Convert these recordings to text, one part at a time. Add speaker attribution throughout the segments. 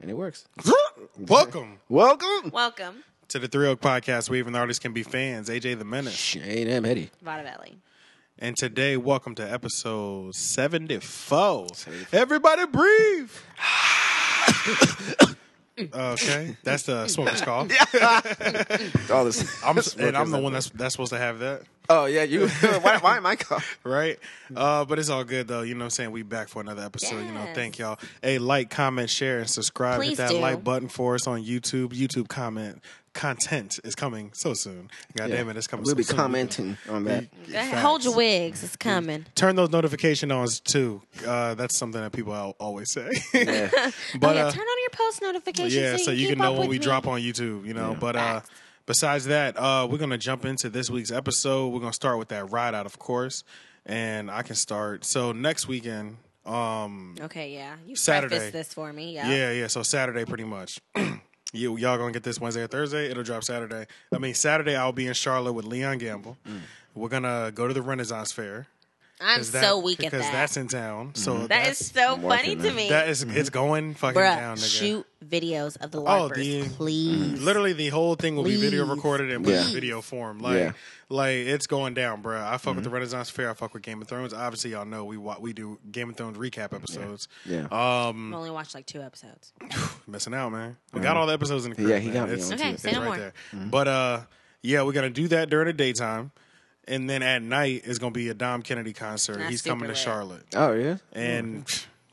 Speaker 1: and it works.
Speaker 2: Welcome
Speaker 1: Welcome.
Speaker 3: Welcome,
Speaker 2: to the Three Oak Podcast, where even the artists can be fans. AJ the Menace,
Speaker 1: Shane and Eddie.
Speaker 3: Vadavelli.
Speaker 2: and today, welcome to episode seventy-four. Everybody breathe. okay, that's the smoker's call.
Speaker 1: All Oh, this.
Speaker 2: I'm, and I'm the one that's that's supposed to have that,
Speaker 1: Oh yeah, you. why, why am I called?
Speaker 2: right? Uh, but it's all good though. You know, what I'm saying we back for another episode. You know,
Speaker 3: Yes.
Speaker 2: thank y'all. Hey, like, comment, share, and subscribe. Hit
Speaker 3: Please
Speaker 2: that
Speaker 3: do.
Speaker 2: like button for us on YouTube. YouTube comment content is coming so soon. God damn it, it's coming.
Speaker 1: We'll
Speaker 2: so
Speaker 1: be
Speaker 2: soon.
Speaker 1: commenting on that.
Speaker 3: Go ahead, hold your wigs. It's coming.
Speaker 2: Turn those notification ons too. Uh, that's something that people al- always say.
Speaker 3: But,
Speaker 2: uh,
Speaker 3: Oh, turn on your post notifications.
Speaker 2: yeah, so you
Speaker 3: keep
Speaker 2: can know
Speaker 3: up
Speaker 2: when
Speaker 3: with
Speaker 2: we
Speaker 3: me.
Speaker 2: drop on YouTube, you know. But uh,
Speaker 3: Facts.
Speaker 2: besides that, uh, we're gonna jump into this week's episode. We're gonna start with that ride out, of course, and I can start. So next weekend, um,
Speaker 3: Okay, yeah. You
Speaker 2: Saturday.
Speaker 3: prefaced this for me. Yeah.
Speaker 2: yeah, yeah. So Saturday, pretty much. You, y'all gonna get this Wednesday or Thursday? It'll drop Saturday. I mean, Saturday I'll be in Charlotte with Leon Gamble.
Speaker 3: Mm.
Speaker 2: We're gonna go to the Renaissance Fair.
Speaker 3: I'm
Speaker 2: 'cause
Speaker 3: so weak at
Speaker 2: because
Speaker 3: that. Mm-hmm.
Speaker 2: that's in town. So
Speaker 3: that is so funny
Speaker 1: working
Speaker 3: to
Speaker 1: on it.
Speaker 3: me.
Speaker 2: That is- it's going fucking
Speaker 3: Bruh,
Speaker 2: down, nigga.
Speaker 3: shoot videos of the
Speaker 2: Oh,
Speaker 3: LARPers,
Speaker 2: the-
Speaker 3: please.
Speaker 2: Literally, the whole thing will be video
Speaker 3: Please.
Speaker 2: recorded and put in
Speaker 1: Yeah.
Speaker 2: video form. Like,
Speaker 1: Yeah. Mm-hmm.
Speaker 2: like it's going down, bruh. I fuck with the Renaissance Fair. I fuck with Game of Thrones. Obviously, y'all know we wa- we do Game of Thrones recap episodes.
Speaker 1: Yeah.
Speaker 2: Um,
Speaker 3: I've only watched like two episodes.
Speaker 2: missing out, man. We got all the episodes in the crib.
Speaker 1: Yeah, he
Speaker 2: man.
Speaker 1: got me
Speaker 2: It's-
Speaker 1: on Mm-hmm.
Speaker 3: Okay,
Speaker 1: to it.
Speaker 3: say no more.
Speaker 2: But uh, yeah, we're gonna do that during the daytime, and then at night is gonna be a Dom Kennedy concert.
Speaker 3: That's
Speaker 2: He's coming
Speaker 3: super
Speaker 2: to
Speaker 3: lit.
Speaker 2: Charlotte.
Speaker 1: Oh yeah.
Speaker 2: and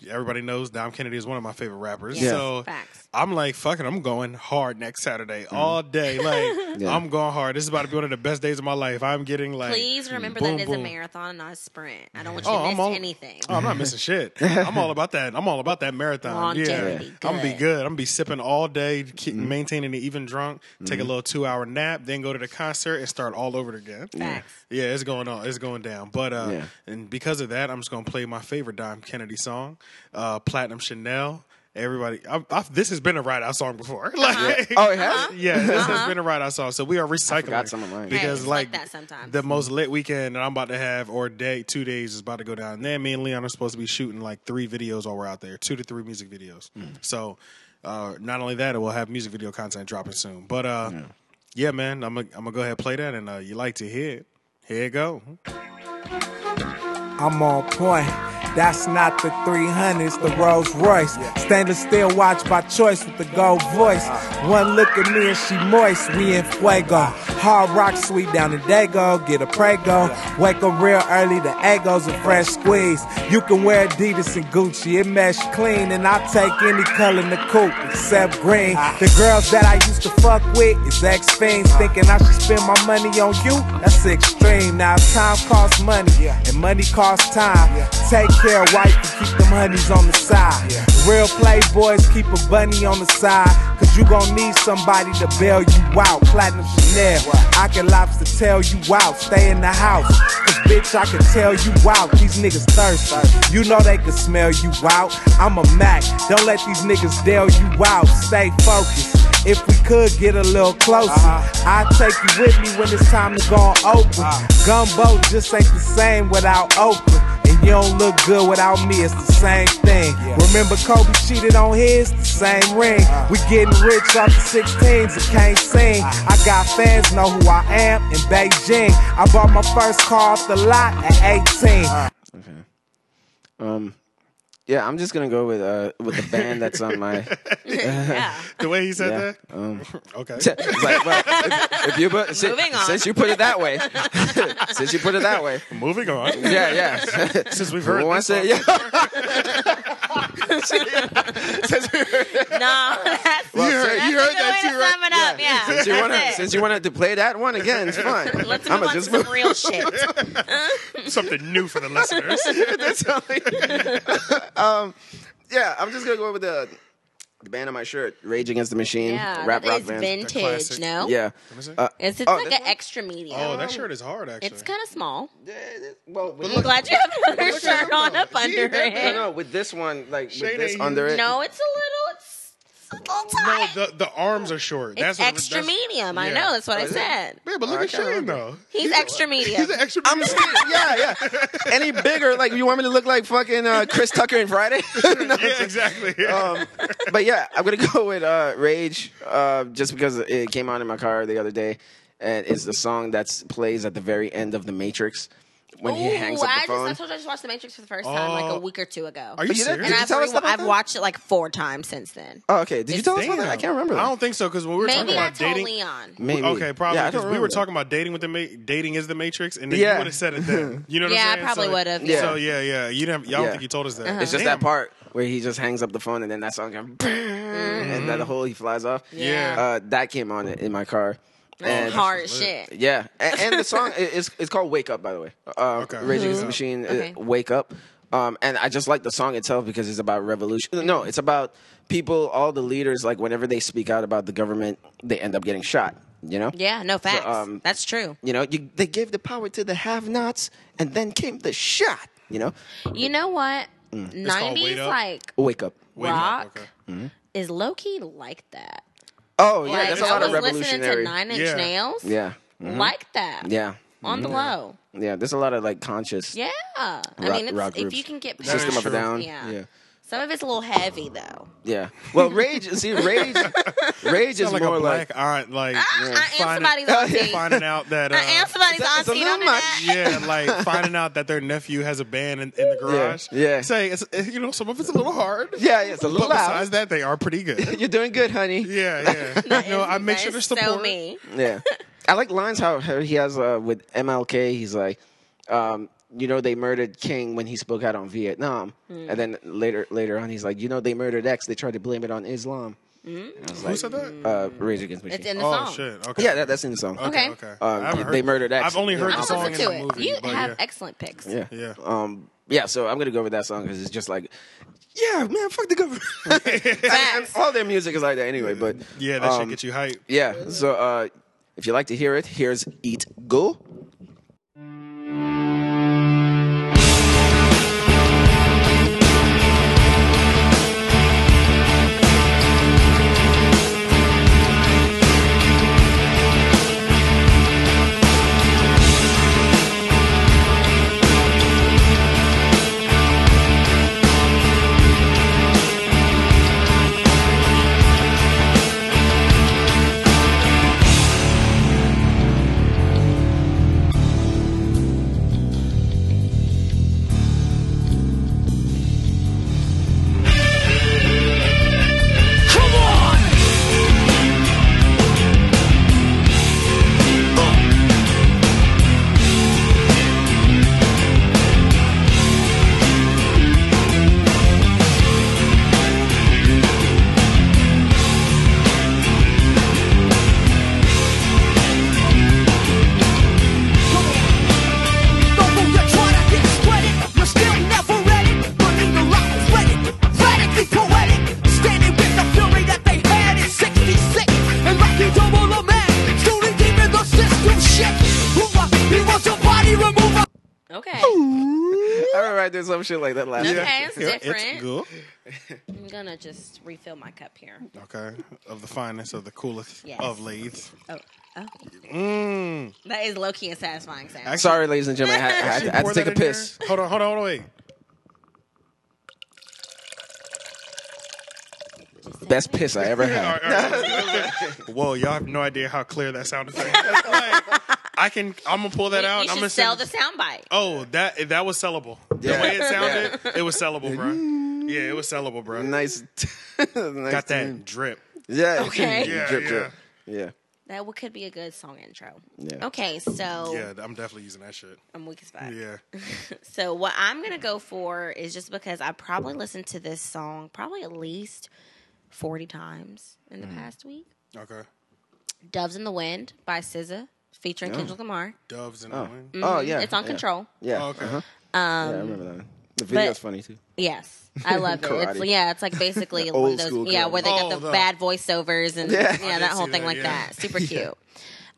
Speaker 2: everybody knows Dom Kennedy is one of my favorite rappers.
Speaker 3: Yeah.
Speaker 2: So
Speaker 3: Facts.
Speaker 2: I'm like, fuck it, I'm going hard next Saturday all day. Like,
Speaker 1: Yeah.
Speaker 2: I'm going hard. This is about to be one of the best days of my life. I'm getting like,
Speaker 3: Please remember
Speaker 2: boom,
Speaker 3: that it is
Speaker 2: boom.
Speaker 3: a marathon, not a sprint. I don't want you
Speaker 2: Oh,
Speaker 3: to
Speaker 2: I'm
Speaker 3: miss
Speaker 2: all-
Speaker 3: anything.
Speaker 2: Oh, I'm not missing shit. I'm all about that. I'm all about that marathon.
Speaker 3: Longevity.
Speaker 2: Yeah. I'm gonna be
Speaker 3: Good.
Speaker 2: good. I'm gonna be sipping all day, keep maintaining it even drunk. Take a little two hour nap, then go to the concert and start all over again.
Speaker 3: Facts.
Speaker 2: Yeah, it's going on. It's going down. But uh,
Speaker 1: Yeah.
Speaker 2: and because of that, I'm just gonna play my favorite Dom Kennedy song, uh, Platinum Chanel. Everybody, I, I, this has been a ride out song before. Like,
Speaker 1: Oh, it has.
Speaker 2: yeah, this has been a ride out song. So we are recycling
Speaker 1: forgot some of mine.
Speaker 2: because
Speaker 3: Uh-huh. Hey, it's
Speaker 2: like,
Speaker 3: like that sometimes.
Speaker 2: the most lit weekend that I'm about to have or day two days is about to go down. Then me and Leon are supposed to be shooting like three videos while we're out there, two to three music videos.
Speaker 1: Hmm.
Speaker 2: So uh, not only that, we'll have music video content dropping soon. But uh, yeah. man, I'm gonna I'm gonna go ahead and play that, and uh, you like to hear it. Here it go.
Speaker 4: I'm on point. That's not the 300s, the Rolls Royce. Stainless steel watch by choice with the gold voice. One look at me and she moist. We in fuego. Hard rock sweet down in Dago. Get a prego. Wake up real early. The egos a fresh squeeze. You can wear Adidas and Gucci. It mesh clean and I take any color in the coupe except green. The girls that I used to fuck with is ex fiends. Thinking I should spend my money on you. That's extreme. Now time costs money and money costs time. Take care, wife, and keep them honeys on the side. Real playboys keep a bunny on the side. Cause you gon' need somebody to bail you out. Platinum Chanel. I can lobster tell you out. Stay in the house. Cause bitch, I can tell you out. These niggas thirsty. You know they can smell you out. I'm a Mac. Don't let these niggas deal you out. Stay focused. If we could get a little closer, I'll take you with me when it's time to go on Oprah. Gumbo just ain't the same without Oprah. And you don't look good without me, it's the same thing. Remember Kobe cheated on his, the same ring. We getting rich off the 16s and can't sing. I got fans know who I am in Beijing. I bought my first car off the lot at 18.
Speaker 1: Yeah, I'm just gonna go with uh with the band that's on my.
Speaker 3: yeah.
Speaker 2: The way he said
Speaker 1: Yeah. um.
Speaker 2: that. okay.
Speaker 1: It's like, well, if, if you put, si-
Speaker 3: Moving on.
Speaker 1: since you put it that way, since you put it that way,
Speaker 2: Moving on.
Speaker 1: yeah, yeah.
Speaker 2: Since we've heard
Speaker 1: Once
Speaker 2: this song,
Speaker 1: it, yeah.
Speaker 3: No, that's
Speaker 1: Well,
Speaker 3: you
Speaker 1: heard-
Speaker 3: that's
Speaker 1: you heard
Speaker 3: a good
Speaker 1: that
Speaker 3: way
Speaker 1: too,
Speaker 3: to
Speaker 1: right?
Speaker 3: sum it up. Yeah,
Speaker 1: Since you
Speaker 3: that's
Speaker 1: wanna,
Speaker 3: it.
Speaker 1: since you wanted to play that one again, it's fine.
Speaker 3: Let's move
Speaker 1: I'ma
Speaker 3: on to
Speaker 1: just
Speaker 3: some real shit.
Speaker 2: something new for the listeners.
Speaker 1: That's all- um, yeah, I'm just gonna go with the the band on my shirt, Rage Against the Machine,
Speaker 3: Yeah,
Speaker 1: rap
Speaker 3: that
Speaker 1: rock
Speaker 3: is
Speaker 1: band.
Speaker 3: vintage.
Speaker 2: classic.
Speaker 3: No,
Speaker 1: Yeah,
Speaker 2: see.
Speaker 1: uh,
Speaker 3: it's, it's
Speaker 1: Oh,
Speaker 3: like
Speaker 1: this
Speaker 3: an extra medium.
Speaker 2: oh, that shirt is hard. Actually,
Speaker 3: It's kind of small.
Speaker 1: well, with
Speaker 3: I'm glad you have another
Speaker 1: look at
Speaker 3: shirt
Speaker 1: it,
Speaker 3: on up under
Speaker 1: no,
Speaker 3: it.
Speaker 1: no, with this one, like with
Speaker 2: Shade
Speaker 1: this
Speaker 2: ain't
Speaker 1: under it.
Speaker 3: No, it's a little. It's, it's full
Speaker 2: No,
Speaker 3: time.
Speaker 2: the, the arms are short.
Speaker 3: it's
Speaker 2: that's what-
Speaker 3: extra
Speaker 2: that's-
Speaker 3: medium. I
Speaker 2: yeah.
Speaker 3: know. That's what I
Speaker 1: is it?
Speaker 3: said.
Speaker 2: Yeah, but
Speaker 1: Oh,
Speaker 2: look
Speaker 1: I
Speaker 2: at
Speaker 1: can't
Speaker 2: Shane
Speaker 1: remember.
Speaker 2: though.
Speaker 3: He's, extra medium.
Speaker 2: He's an extra.
Speaker 1: I'm
Speaker 2: medium.
Speaker 1: serious. Yeah, yeah. Any bigger? Like, you want me to look like fucking uh, Chris Tucker and Friday? No.
Speaker 2: yeah, exactly.
Speaker 1: um, but yeah, I'm gonna go with uh, Rage, uh, just because it came on in my car the other day, and it's the song that plays at the very end of The Matrix when he hangs
Speaker 3: Ooh,
Speaker 1: up
Speaker 3: I
Speaker 1: the
Speaker 3: just, I
Speaker 1: phone.
Speaker 3: told you I just watched The Matrix for the first time like
Speaker 2: Oh.
Speaker 3: a week or two ago.
Speaker 2: are you
Speaker 1: you didn't-
Speaker 2: serious?
Speaker 3: and
Speaker 1: did you
Speaker 3: I've,
Speaker 1: tell us
Speaker 3: re-
Speaker 1: about
Speaker 3: I've
Speaker 1: that?
Speaker 3: watched it like four times since then.
Speaker 1: Oh, okay. Did you tell us about that? I
Speaker 2: Damn.
Speaker 1: can't remember.
Speaker 2: I
Speaker 1: that.
Speaker 2: don't think so because we were
Speaker 3: Maybe
Speaker 2: talking
Speaker 3: I
Speaker 2: about
Speaker 3: told
Speaker 2: dating.
Speaker 3: Leon.
Speaker 1: Maybe.
Speaker 2: Okay, probably
Speaker 1: Yeah, I
Speaker 2: because
Speaker 1: don't
Speaker 2: we were
Speaker 1: remember that.
Speaker 2: talking about dating with the ma- dating is the matrix, and then
Speaker 1: Yeah.
Speaker 2: you would have said it then. You know what
Speaker 3: Yeah, Uh-huh. I
Speaker 2: I'm saying?
Speaker 3: probably
Speaker 2: So-
Speaker 3: would've,
Speaker 1: yeah.
Speaker 2: So yeah, yeah, you didn't. Y'all
Speaker 1: Yeah.
Speaker 2: don't think you told us that.
Speaker 1: It's just that
Speaker 2: Damn.
Speaker 1: part where he just hangs up the phone and then that song comes, and that whole he flies off.
Speaker 2: Mm-hmm. Yeah.
Speaker 1: Uh, that came on in my car.
Speaker 3: That's
Speaker 1: And
Speaker 3: Oh, hard as
Speaker 2: that's lit.
Speaker 3: shit.
Speaker 1: Yeah, and, and the song i- is it's called "Wake Up." By the way, uh,
Speaker 2: Okay.
Speaker 1: Rage Against
Speaker 2: Who?
Speaker 1: the Machine, uh,
Speaker 3: Mm-hmm. Okay.
Speaker 1: "Wake Up," um, and I just like the song itself because it's about revolution. No, it's about people. All the leaders, like whenever they speak out about the government, they end up getting shot. You know.
Speaker 3: Yeah, no facts.
Speaker 1: um,
Speaker 3: That's true.
Speaker 1: You know, you, they gave the power to the have-nots, and then came the shot. You know,
Speaker 3: You know what?
Speaker 1: Mm.
Speaker 2: called Wait
Speaker 3: Nineties
Speaker 2: Up.
Speaker 3: like
Speaker 1: wake up.
Speaker 2: Wait,
Speaker 3: rock
Speaker 2: okay.
Speaker 1: Mm-hmm.
Speaker 3: is low key like that.
Speaker 1: Oh yeah,
Speaker 3: like
Speaker 1: that's a
Speaker 3: I
Speaker 1: lot
Speaker 3: was
Speaker 1: of
Speaker 3: listening to
Speaker 1: revolutionary.
Speaker 3: Nine Inch
Speaker 2: Yeah. Mm-hmm.
Speaker 3: Nails.
Speaker 1: yeah, Mm-hmm.
Speaker 3: Like that.
Speaker 1: yeah,
Speaker 3: On the low.
Speaker 1: yeah. There's a lot of like conscious
Speaker 3: Yeah. I
Speaker 1: Rock-
Speaker 3: mean, it's,
Speaker 1: rock
Speaker 3: if
Speaker 1: groups.
Speaker 3: you can get
Speaker 2: is
Speaker 1: system up and
Speaker 2: true.
Speaker 1: down.
Speaker 3: Yeah.
Speaker 1: yeah.
Speaker 3: Some of it's a little heavy though.
Speaker 1: Yeah. Well, rage. See, rage. Rage is
Speaker 2: Sound like
Speaker 1: more
Speaker 2: a
Speaker 1: like.
Speaker 2: black aunt, like
Speaker 3: Ah, I am
Speaker 2: finding-
Speaker 3: somebody's auntie.
Speaker 2: finding out that uh,
Speaker 3: I am somebody's
Speaker 1: it's a
Speaker 3: auntie.
Speaker 1: little
Speaker 3: Don't do that.
Speaker 2: yeah, like finding out that their nephew has a band in, in the garage.
Speaker 1: yeah.
Speaker 2: say it's you know some of it's a little hard.
Speaker 1: Yeah, yeah, it's a
Speaker 2: but
Speaker 1: little
Speaker 2: besides
Speaker 1: loud.
Speaker 2: that, they are pretty good.
Speaker 1: You're doing good, honey. Yeah.
Speaker 2: Yeah, yeah. no, I make
Speaker 3: That
Speaker 2: sure to
Speaker 3: is
Speaker 2: support.
Speaker 3: So me.
Speaker 1: I like lines how how he has uh, with MLK. He's like, um, you know, they murdered King when he spoke out on Vietnam,
Speaker 3: Hmm.
Speaker 1: and then later later on, he's like, you know, they murdered X. They tried to blame it on Islam.
Speaker 2: Who said that?
Speaker 1: Uh, rage against machine.
Speaker 3: It's in the
Speaker 2: oh
Speaker 3: song.
Speaker 2: shit. Okay.
Speaker 1: yeah, that, that's in the song.
Speaker 3: Okay.
Speaker 2: Okay.
Speaker 1: Uh,
Speaker 2: I haven't
Speaker 1: they
Speaker 2: heard-
Speaker 1: murdered X.
Speaker 2: I've only heard
Speaker 1: Yeah.
Speaker 2: the
Speaker 3: I'll
Speaker 2: song in
Speaker 3: listen to
Speaker 2: the
Speaker 3: it.
Speaker 2: movie.
Speaker 3: you
Speaker 2: but
Speaker 3: have
Speaker 2: yeah.
Speaker 3: excellent picks.
Speaker 1: Yeah.
Speaker 2: Yeah.
Speaker 1: Um. Yeah. So I'm gonna go with that song because it's just like, yeah, man, fuck the government. and
Speaker 3: Facts.
Speaker 1: all their music is like that anyway. But
Speaker 2: Yeah, that
Speaker 1: um,
Speaker 2: should get you hype.
Speaker 1: Yeah. So uh, if you like to hear it, here's Eat Go.
Speaker 5: Come on! Although you try to discredit, you still never read it. Believe the rock is ready, radically poetic. Standing with the fury that they had in 66. And Rocky double the man, slowly deep in the system shit. Move up, he wants your body remover.
Speaker 3: Okay.
Speaker 1: I remember I did some shit like that last
Speaker 3: Okay,
Speaker 1: year.
Speaker 3: it's different.
Speaker 2: It's good.
Speaker 3: I'm gonna just refill my cup here.
Speaker 2: Okay. Of the finest, of the coolest,
Speaker 3: Yes.
Speaker 2: of lathes.
Speaker 3: Oh, oh.
Speaker 2: Mm.
Speaker 3: that is low key and satisfying sound.
Speaker 2: Actually,
Speaker 1: Sorry, ladies and gentlemen, I, I, had, to- I had
Speaker 2: pour
Speaker 1: to take a
Speaker 2: that in
Speaker 1: piss.
Speaker 2: there. Hold on, hold on, hold on, wait.
Speaker 3: Just say
Speaker 1: Best
Speaker 3: it.
Speaker 1: piss I ever
Speaker 2: All
Speaker 1: had.
Speaker 2: right, all right. Whoa, y'all have no idea how clear that sounded. Like, that's like, I can. I'm gonna pull that
Speaker 3: You,
Speaker 2: out.
Speaker 3: you
Speaker 2: I'm
Speaker 3: should
Speaker 2: gonna
Speaker 3: sell
Speaker 2: send-
Speaker 3: the soundbite.
Speaker 2: Oh, that that was sellable.
Speaker 1: Yeah.
Speaker 2: The way it sounded, it was sellable, bro. Yeah, it was sellable, bro.
Speaker 1: Nice. nice
Speaker 2: Got
Speaker 1: tune.
Speaker 2: that drip.
Speaker 1: Yeah.
Speaker 3: Okay.
Speaker 2: Yeah,
Speaker 1: drip,
Speaker 2: yeah.
Speaker 1: drip. Yeah.
Speaker 3: That w- could be a good song intro.
Speaker 1: Yeah.
Speaker 3: Okay, so
Speaker 2: Yeah, I'm definitely using that shit.
Speaker 3: I'm weak as fuck.
Speaker 2: Yeah.
Speaker 3: So what I'm gonna go for is just because I probably listened to this song probably at least 40 times in
Speaker 2: Mm.
Speaker 3: the past week.
Speaker 2: Okay.
Speaker 3: "Doves in the Wind" by SZA featuring Kendrick Lamar. Mm-hmm.
Speaker 2: Doves and oh. wind.
Speaker 3: Mm.
Speaker 1: Oh yeah.
Speaker 3: it's on
Speaker 1: yeah.
Speaker 3: Control.
Speaker 1: Yeah.
Speaker 2: Oh, okay.
Speaker 1: Uh-huh. yeah,
Speaker 3: Um,
Speaker 1: I remember that. one. The video's funny too.
Speaker 3: Yes, I love it. It's,
Speaker 1: Karate.
Speaker 3: yeah, it's like basically
Speaker 1: Old
Speaker 3: one of those.
Speaker 1: school
Speaker 3: Yeah,
Speaker 1: karate.
Speaker 3: where they got
Speaker 2: Oh,
Speaker 3: the,
Speaker 2: the-
Speaker 3: bad voiceovers and
Speaker 1: Yeah.
Speaker 3: yeah,
Speaker 1: I
Speaker 3: that
Speaker 2: did
Speaker 3: whole
Speaker 2: see
Speaker 3: thing
Speaker 2: that,
Speaker 3: like
Speaker 2: yeah.
Speaker 3: that. Super cute.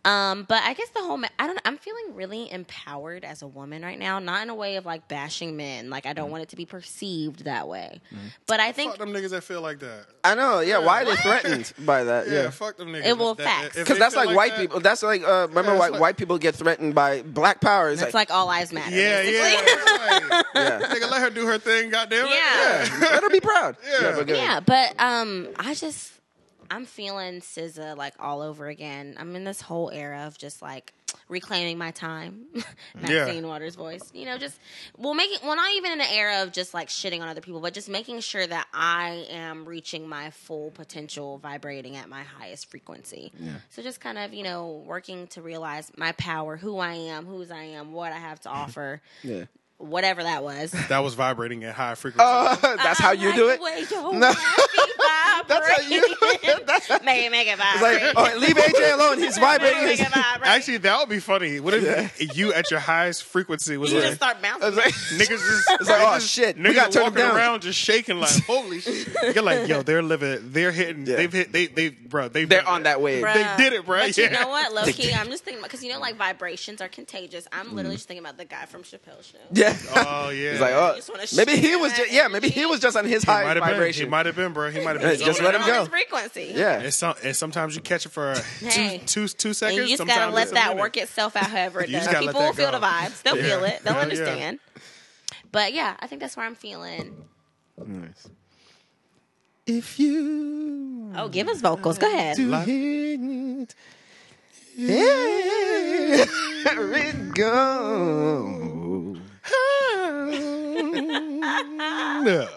Speaker 3: Um, but I guess the whole ma- I don't I'm feeling really empowered as a woman right now, not in a way of like bashing men. Like I don't
Speaker 1: Mm.
Speaker 3: want it to be perceived that way. But I think
Speaker 2: Fuck them niggas that feel like that.
Speaker 1: I know. Yeah. Why are they threatened by that?
Speaker 2: Yeah,
Speaker 1: Yeah.
Speaker 2: fuck them niggas.
Speaker 3: It will
Speaker 2: that- that-
Speaker 3: facts.
Speaker 2: if
Speaker 1: Because
Speaker 2: they
Speaker 1: that's
Speaker 2: feel
Speaker 1: like, white
Speaker 2: that-
Speaker 1: people. That's like uh, remember
Speaker 2: Yeah, it's
Speaker 1: white
Speaker 2: like-
Speaker 1: white people get threatened by black power. It's
Speaker 3: it's
Speaker 1: like,
Speaker 3: like all lives matter.
Speaker 2: Yeah, yeah.
Speaker 3: basically.
Speaker 2: Like,
Speaker 1: yeah,
Speaker 2: Nigga, let her do her thing. Goddamn it.
Speaker 3: Yeah.
Speaker 1: let her be proud.
Speaker 2: Yeah.
Speaker 1: but good.
Speaker 3: Yeah, but um, I just I'm feeling SZA like all over again. I'm in this whole era of just like reclaiming my time. Maxine Waters' voice, you know, just well, making well, not even in the era of just like shitting on other people, but just making sure that I am reaching my full potential, vibrating at my highest frequency. So just kind of you know working to realize my power, who I am, whose I am, what I have to offer,
Speaker 1: Yeah.
Speaker 3: whatever that was.
Speaker 2: That was vibrating at high frequency.
Speaker 1: Oh. that's how you do it. No.
Speaker 3: no. that's
Speaker 1: how you-
Speaker 3: make it make
Speaker 1: It's
Speaker 3: it
Speaker 1: like,
Speaker 3: vibrate.
Speaker 1: oh, leave AJ alone. He's vibrating.
Speaker 3: Make it, make
Speaker 1: his-
Speaker 3: it vibrate.
Speaker 2: Actually, that would be funny. What if you at your highest frequency was
Speaker 3: you
Speaker 2: like,
Speaker 3: just start bouncing.
Speaker 1: It's
Speaker 2: niggas just
Speaker 1: It's like, oh,
Speaker 2: niggas-
Speaker 1: shit, we
Speaker 2: niggas
Speaker 1: gotta turn it
Speaker 2: walking
Speaker 1: down.
Speaker 2: around just shaking like holy shit. You're like, yo, they're living, they're hitting,
Speaker 1: Yeah.
Speaker 2: they've hit, they, they, bro, they,
Speaker 1: They're on that wave.
Speaker 3: Bruh.
Speaker 2: They did it, bruh,
Speaker 3: But you
Speaker 2: yeah.
Speaker 3: know what, low key, I'm just thinking because you know, like vibrations are contagious. I'm literally just thinking about the guy from Chappelle's show.
Speaker 1: Yeah.
Speaker 2: Oh yeah,
Speaker 1: It's like, oh,
Speaker 3: just wanna
Speaker 1: maybe he
Speaker 3: share
Speaker 1: was
Speaker 3: that
Speaker 1: just yeah, maybe
Speaker 3: energy.
Speaker 1: he was just on his
Speaker 2: he
Speaker 1: high
Speaker 2: might have been, he
Speaker 1: vibration.
Speaker 2: might have been, bro. He might have been.
Speaker 1: Just
Speaker 2: zoned
Speaker 1: let him
Speaker 3: On
Speaker 2: out.
Speaker 1: go.
Speaker 3: his frequency.
Speaker 1: Yeah,
Speaker 2: And, some, and sometimes you catch it for
Speaker 3: Hey.
Speaker 2: two, two, two
Speaker 3: And
Speaker 2: seconds.
Speaker 3: you just gotta
Speaker 2: sometimes
Speaker 3: let
Speaker 2: it's a
Speaker 3: that
Speaker 2: minute.
Speaker 3: work itself out however it
Speaker 2: You just
Speaker 3: does.
Speaker 2: gotta let
Speaker 3: People will
Speaker 2: that
Speaker 3: feel
Speaker 2: go.
Speaker 3: the vibes. They'll
Speaker 2: Yeah.
Speaker 3: feel it. They'll
Speaker 2: Hell yeah.
Speaker 3: understand. But yeah, I think that's where I'm feeling.
Speaker 1: If you
Speaker 3: Oh, give us vocals. Go ahead.
Speaker 1: hit there it go.
Speaker 2: Yeah.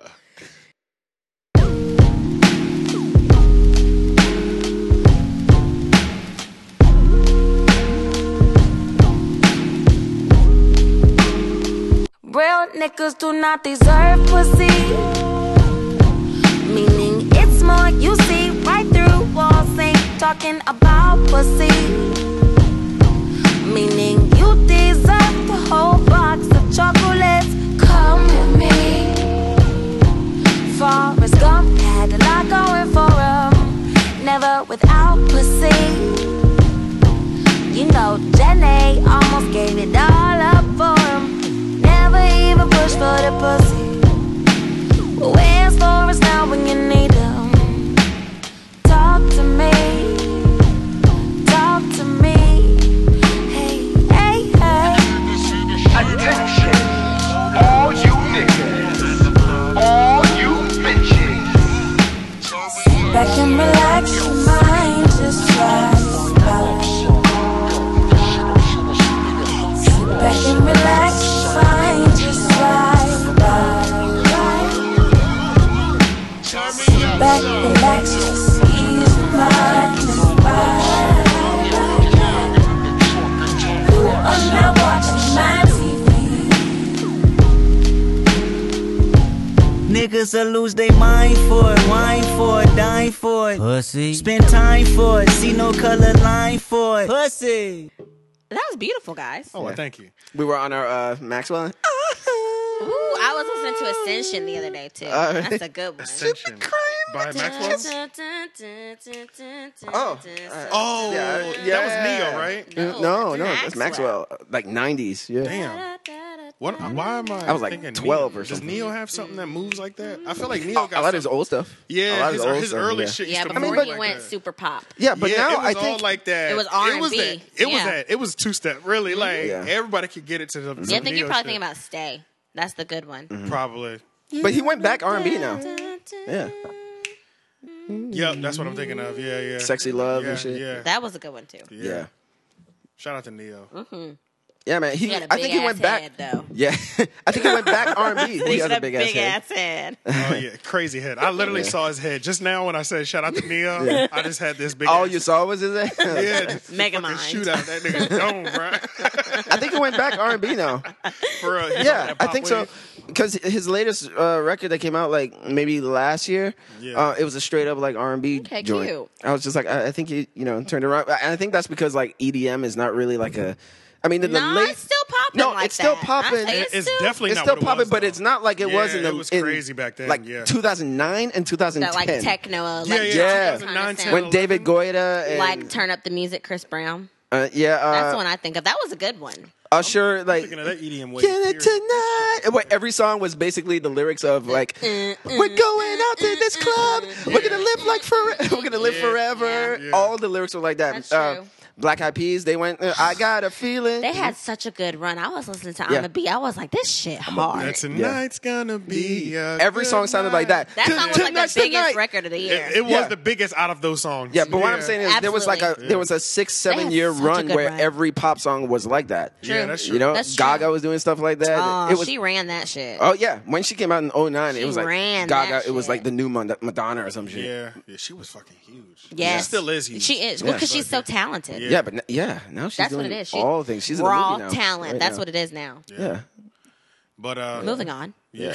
Speaker 6: Real niggas do not deserve pussy. Meaning it's more you see right through walls. Ain't talking about pussy. Meaning you deserve the whole box of chocolates. Come with me. Forrest Gump had a lot going for him. Never without pussy. You know, Jenny almost gave it all up for him. Never even pushed for the pussy. But where's Forrest now when you need him? Talk to me. Talk to me. Hey, hey, hey.
Speaker 7: Attention, all you niggas, all you bitches.
Speaker 6: Back and relax your mind. Just try it out. Sit back and relax your mind. Just try it out. Sit back, relax, just ease your mind. Just try it out. You are now watching my TV.
Speaker 8: Niggas will lose their mind for it, wine for it, dine for it. Pussy. Spend time for it, see no color line for it. Pussy.
Speaker 3: That was beautiful, guys.
Speaker 2: Oh, thank you.
Speaker 1: We were on our uh, Maxwell.
Speaker 3: Ooh, I was listening to Ascension the other day too. That's a good one.
Speaker 2: Ascension by Maxwell.
Speaker 1: Oh,
Speaker 2: Oh,
Speaker 1: Yeah,
Speaker 2: that was
Speaker 1: yeah.
Speaker 2: Neo, right?
Speaker 1: No, no, that's Maxwell. Like '90s. Yeah.
Speaker 2: Damn. What? Why am I?
Speaker 1: I was like
Speaker 2: thinking
Speaker 1: 12
Speaker 2: Neo?
Speaker 1: or something.
Speaker 2: Does Neo have something that moves like that? I feel like Neo
Speaker 1: Oh, a
Speaker 2: got
Speaker 1: lot of his
Speaker 2: something-
Speaker 1: old stuff. A
Speaker 2: Yeah,
Speaker 1: lot of
Speaker 2: his,
Speaker 1: old
Speaker 2: his
Speaker 1: stuff,
Speaker 2: early
Speaker 1: yeah.
Speaker 2: shit. Used
Speaker 3: Yeah,
Speaker 2: to
Speaker 3: before
Speaker 2: move
Speaker 3: he
Speaker 2: like
Speaker 3: went
Speaker 2: that.
Speaker 3: super pop.
Speaker 1: Yeah, but
Speaker 2: yeah,
Speaker 1: now
Speaker 2: it was
Speaker 1: I think
Speaker 2: all like that.
Speaker 3: It was
Speaker 2: It was
Speaker 3: R&B.
Speaker 2: that. It was
Speaker 3: Yeah.
Speaker 2: that. It was two step. Really, like
Speaker 1: Yeah.
Speaker 2: everybody could get it to the.
Speaker 3: Yeah, I think you're probably thinking about Stay. That's the good one.
Speaker 2: Probably.
Speaker 1: but he went back R&B now. Yeah,
Speaker 2: Yep, that's what I'm thinking of. Yeah, yeah.
Speaker 1: sexy love
Speaker 2: yeah,
Speaker 1: and shit.
Speaker 2: Yeah.
Speaker 3: That was a good one too.
Speaker 2: yeah.
Speaker 1: yeah.
Speaker 2: Shout out to Neo. Oh,
Speaker 1: Yeah, man. He,
Speaker 3: He had a big
Speaker 1: I think he
Speaker 3: ass
Speaker 1: went back.
Speaker 3: head, though.
Speaker 1: Yeah, I think he went back R and B. He has a big ass head.
Speaker 3: ass head.
Speaker 2: Oh yeah, crazy head. I literally saw his head just now when I said shout out to Neo.
Speaker 1: Yeah.
Speaker 2: I just had this big.
Speaker 1: All
Speaker 2: ass
Speaker 1: you saw was his head.
Speaker 2: head. just
Speaker 3: Mega
Speaker 2: fucking
Speaker 3: mind.
Speaker 2: shoot out that nigga's dome, bro.
Speaker 1: I think he went back R and B now.
Speaker 2: For real. He's
Speaker 1: Yeah,
Speaker 2: on that
Speaker 1: I
Speaker 2: pop
Speaker 1: think so.
Speaker 2: wave.
Speaker 1: Because his latest uh, record that came out like maybe last year,
Speaker 2: Yeah.
Speaker 1: uh, it was a straight up like R and B
Speaker 3: Okay,
Speaker 1: joint.
Speaker 3: cute.
Speaker 1: I was just like, I, I think he, you know, turned around. And I think that's because like EDM is not really like a. I mean, in the
Speaker 3: No,
Speaker 1: late
Speaker 3: it's still popping.
Speaker 1: No,
Speaker 3: like
Speaker 1: it's still
Speaker 3: that.
Speaker 1: popping.
Speaker 3: Honestly,
Speaker 1: It-
Speaker 2: It's definitely
Speaker 1: it's
Speaker 2: not
Speaker 1: still
Speaker 2: what it
Speaker 1: popping,
Speaker 2: was,
Speaker 1: but
Speaker 2: though.
Speaker 1: it's not like it was
Speaker 2: Yeah,
Speaker 1: in the
Speaker 2: it was
Speaker 1: in,
Speaker 2: crazy back then.
Speaker 1: like
Speaker 2: yeah.
Speaker 1: 2009 and 2010.
Speaker 3: that like techno, like
Speaker 2: Yeah, yeah,
Speaker 1: yeah.
Speaker 3: kind of
Speaker 2: 2009,
Speaker 3: sound.
Speaker 1: when David Goyta and
Speaker 3: like turn up the music, Chris Brown.
Speaker 1: Uh, yeah, uh,
Speaker 3: That's the one I think of. That was a good one.
Speaker 1: Usher, like,
Speaker 2: Thinking of that E EDM wave.
Speaker 1: get it tonight. And What every song was basically the lyrics of like, we're going out to this club. We're gonna live like forever. We're gonna live forever.
Speaker 2: Yeah.
Speaker 1: All the lyrics were like that. Uh,
Speaker 3: That's true.
Speaker 1: Black Eyed Peas, they went. uh, I got a feeling.
Speaker 3: They had such a good run. I was listening to On
Speaker 1: Mm-hmm. Yeah.
Speaker 3: the Beat. I was like, this shit hard.
Speaker 2: Now Tonight's gonna be a
Speaker 1: Every
Speaker 2: good
Speaker 1: song sounded like that.
Speaker 2: night.
Speaker 3: That song was like the
Speaker 1: Tonight's
Speaker 3: biggest
Speaker 1: the night.
Speaker 3: record of the year.
Speaker 2: It, it was
Speaker 1: Yeah.
Speaker 2: the biggest out of those songs.
Speaker 1: Yeah, but what I'm saying is there was like a
Speaker 3: Absolutely.
Speaker 1: there was a six seven
Speaker 3: had
Speaker 1: year
Speaker 3: such a
Speaker 1: run
Speaker 3: good
Speaker 1: where
Speaker 3: run.
Speaker 1: every pop song was like that.
Speaker 2: Yeah, that's true.
Speaker 1: You know,
Speaker 3: That's true.
Speaker 1: Gaga was doing stuff like that.
Speaker 3: oh,
Speaker 1: it was
Speaker 3: she ran that shit.
Speaker 1: oh yeah, when she came out in 09,
Speaker 3: She
Speaker 1: it was like
Speaker 3: ran that
Speaker 1: Gaga. It was
Speaker 3: shit.
Speaker 1: like the new Mon- Madonna or some shit.
Speaker 2: yeah, yeah, she was fucking huge.
Speaker 3: yes.
Speaker 2: she still is huge.
Speaker 3: She is.
Speaker 1: Yeah.
Speaker 3: because she's so talented.
Speaker 1: Yeah, but n- yeah, now she's
Speaker 3: That's
Speaker 1: doing
Speaker 3: what it is. She-
Speaker 1: all things. She's in the
Speaker 3: raw
Speaker 1: movie now,
Speaker 3: talent.
Speaker 1: right
Speaker 3: That's
Speaker 1: now.
Speaker 3: what it is now.
Speaker 1: Yeah,
Speaker 2: But uh,
Speaker 3: Moving on.
Speaker 1: yeah.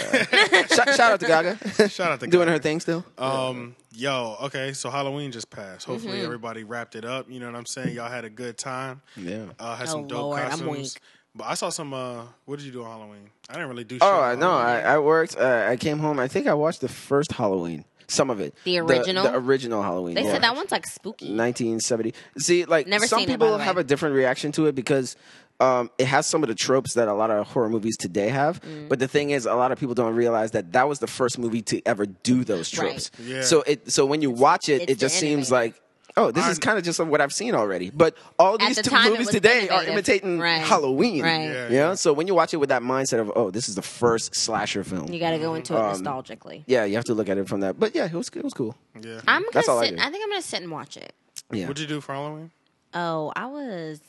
Speaker 1: shout, shout out to Gaga,
Speaker 2: shout out to
Speaker 1: doing
Speaker 2: God.
Speaker 1: her thing still.
Speaker 2: Um, yo, okay, so Halloween just passed. Hopefully,
Speaker 3: Mm-hmm.
Speaker 2: everybody wrapped it up. You know what I'm saying? Y'all had a good time.
Speaker 1: Yeah.
Speaker 2: Uh, had
Speaker 3: Oh,
Speaker 2: some dope
Speaker 3: Lord, I'm
Speaker 2: costumes.
Speaker 3: weak.
Speaker 2: But I saw some. Uh, what did you do on Halloween? I didn't really do. shit
Speaker 1: Oh
Speaker 2: on
Speaker 1: no,
Speaker 2: Halloween.
Speaker 1: I, I worked. Uh, I came home. I think I watched the first Halloween. Some of it.
Speaker 3: The original?
Speaker 1: The, original Halloween.
Speaker 3: They
Speaker 1: yeah.
Speaker 3: said that one's like spooky.
Speaker 1: 1970. See, like
Speaker 3: Never
Speaker 1: some
Speaker 3: seen it, by
Speaker 1: people
Speaker 3: the way.
Speaker 1: have a different reaction to it because um, it has some of the tropes that a lot of horror movies today have.
Speaker 3: Mm.
Speaker 1: But the thing is, a lot of people don't realize that that was the first movie to ever do those tropes.
Speaker 3: Right.
Speaker 2: Yeah.
Speaker 1: So it so when you watch it,
Speaker 3: it's
Speaker 1: it just
Speaker 3: the
Speaker 1: seems like.
Speaker 3: innovative.
Speaker 1: Oh, this is
Speaker 2: I'm-
Speaker 1: kind of just what I've seen already. But all
Speaker 3: At
Speaker 1: these
Speaker 3: the
Speaker 1: two
Speaker 3: time, it
Speaker 1: movies
Speaker 3: was
Speaker 1: today are
Speaker 3: innovative.
Speaker 1: imitating
Speaker 3: Right.
Speaker 1: Halloween.
Speaker 3: Right.
Speaker 2: Yeah,
Speaker 1: Yeah,
Speaker 2: yeah.
Speaker 1: So when you watch it with that mindset of, oh, this is the first slasher film.
Speaker 3: You got to go into it nostalgically.
Speaker 1: Um, yeah, you have to look at it from that. But yeah, it was it was cool.
Speaker 2: Yeah.
Speaker 3: I'm
Speaker 1: That's all
Speaker 3: gonna
Speaker 1: I
Speaker 3: sit.
Speaker 1: do.
Speaker 3: I, think I'm gonna sit and watch it.
Speaker 1: Yeah,
Speaker 2: What'd you do for Halloween?
Speaker 3: Oh, I was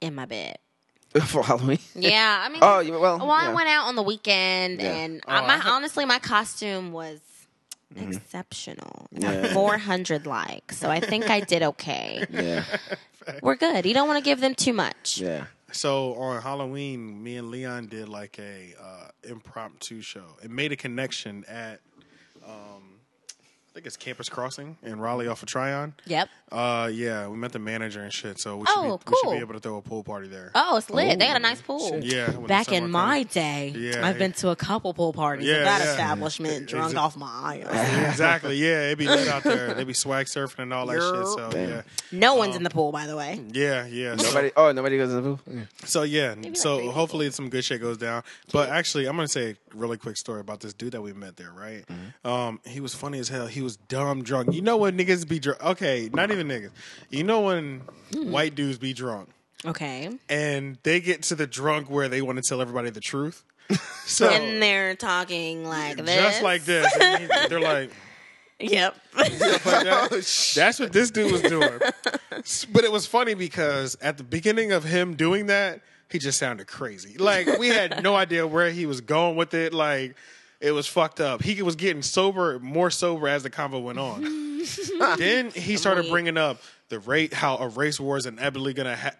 Speaker 3: in my bed.
Speaker 1: for Halloween.
Speaker 3: Yeah, I mean.
Speaker 1: Oh, you- well,
Speaker 3: I
Speaker 1: yeah.
Speaker 3: went out on the weekend,
Speaker 1: Yeah.
Speaker 3: and I, my honestly, my costume was exceptional.
Speaker 1: Mm-hmm. Yeah.
Speaker 3: 400 likes, so I think I did okay.
Speaker 1: Yeah,
Speaker 3: We're good. You don't want to give them too much.
Speaker 1: yeah.
Speaker 2: So on Halloween, me and Leon did like a uh, impromptu show and made a connection at, um, I think it's Campus Crossing in Raleigh off of Tryon.
Speaker 3: Yep.
Speaker 2: Uh, yeah, we met the manager and shit. So we should,
Speaker 3: Oh,
Speaker 2: be, we should
Speaker 3: cool.
Speaker 2: be able to throw a pool party there.
Speaker 3: Oh, it's lit. they got a nice pool.
Speaker 2: Yeah, when the
Speaker 3: Back
Speaker 2: summer
Speaker 3: in my
Speaker 2: comes.
Speaker 3: day,
Speaker 2: Yeah.
Speaker 3: I've been to a couple pool parties
Speaker 2: Yeah,
Speaker 3: at that
Speaker 2: yeah.
Speaker 3: establishment, drunk
Speaker 2: Exa-
Speaker 3: off my
Speaker 1: Uh,
Speaker 3: ass.
Speaker 2: exactly. Yeah, it'd be lit out there. They'd be swag surfing and all that shit. So yeah,
Speaker 3: No
Speaker 1: oh.
Speaker 3: one's in the pool, by the way.
Speaker 2: yeah, yeah. So-
Speaker 1: Nobody. Oh, nobody goes in the pool. Yeah.
Speaker 2: So yeah, so
Speaker 3: three
Speaker 2: hopefully some good shit goes down. But actually, I'm gonna say a really quick story about this dude that we met there. Right? Um, he was funny as hell. He was dumb drunk. You know when niggas be drunk? Okay, not even niggas. You know when white dudes be drunk
Speaker 3: Okay.
Speaker 2: and they get to the drunk where they want to tell everybody the truth. So
Speaker 1: Oh.
Speaker 3: And they're talking like this.
Speaker 2: just like this, And he- they're like.
Speaker 3: Yep.
Speaker 2: But that- that's what this dude was doing. Oh, S- but it was funny because at the beginning of him doing that, he just sounded crazy. Like we had no idea where he was going with it. Like it was fucked up. He was getting sober, more sober as the convo went on. then he started bringing up the rate, how a race war is inevitably gonna ha-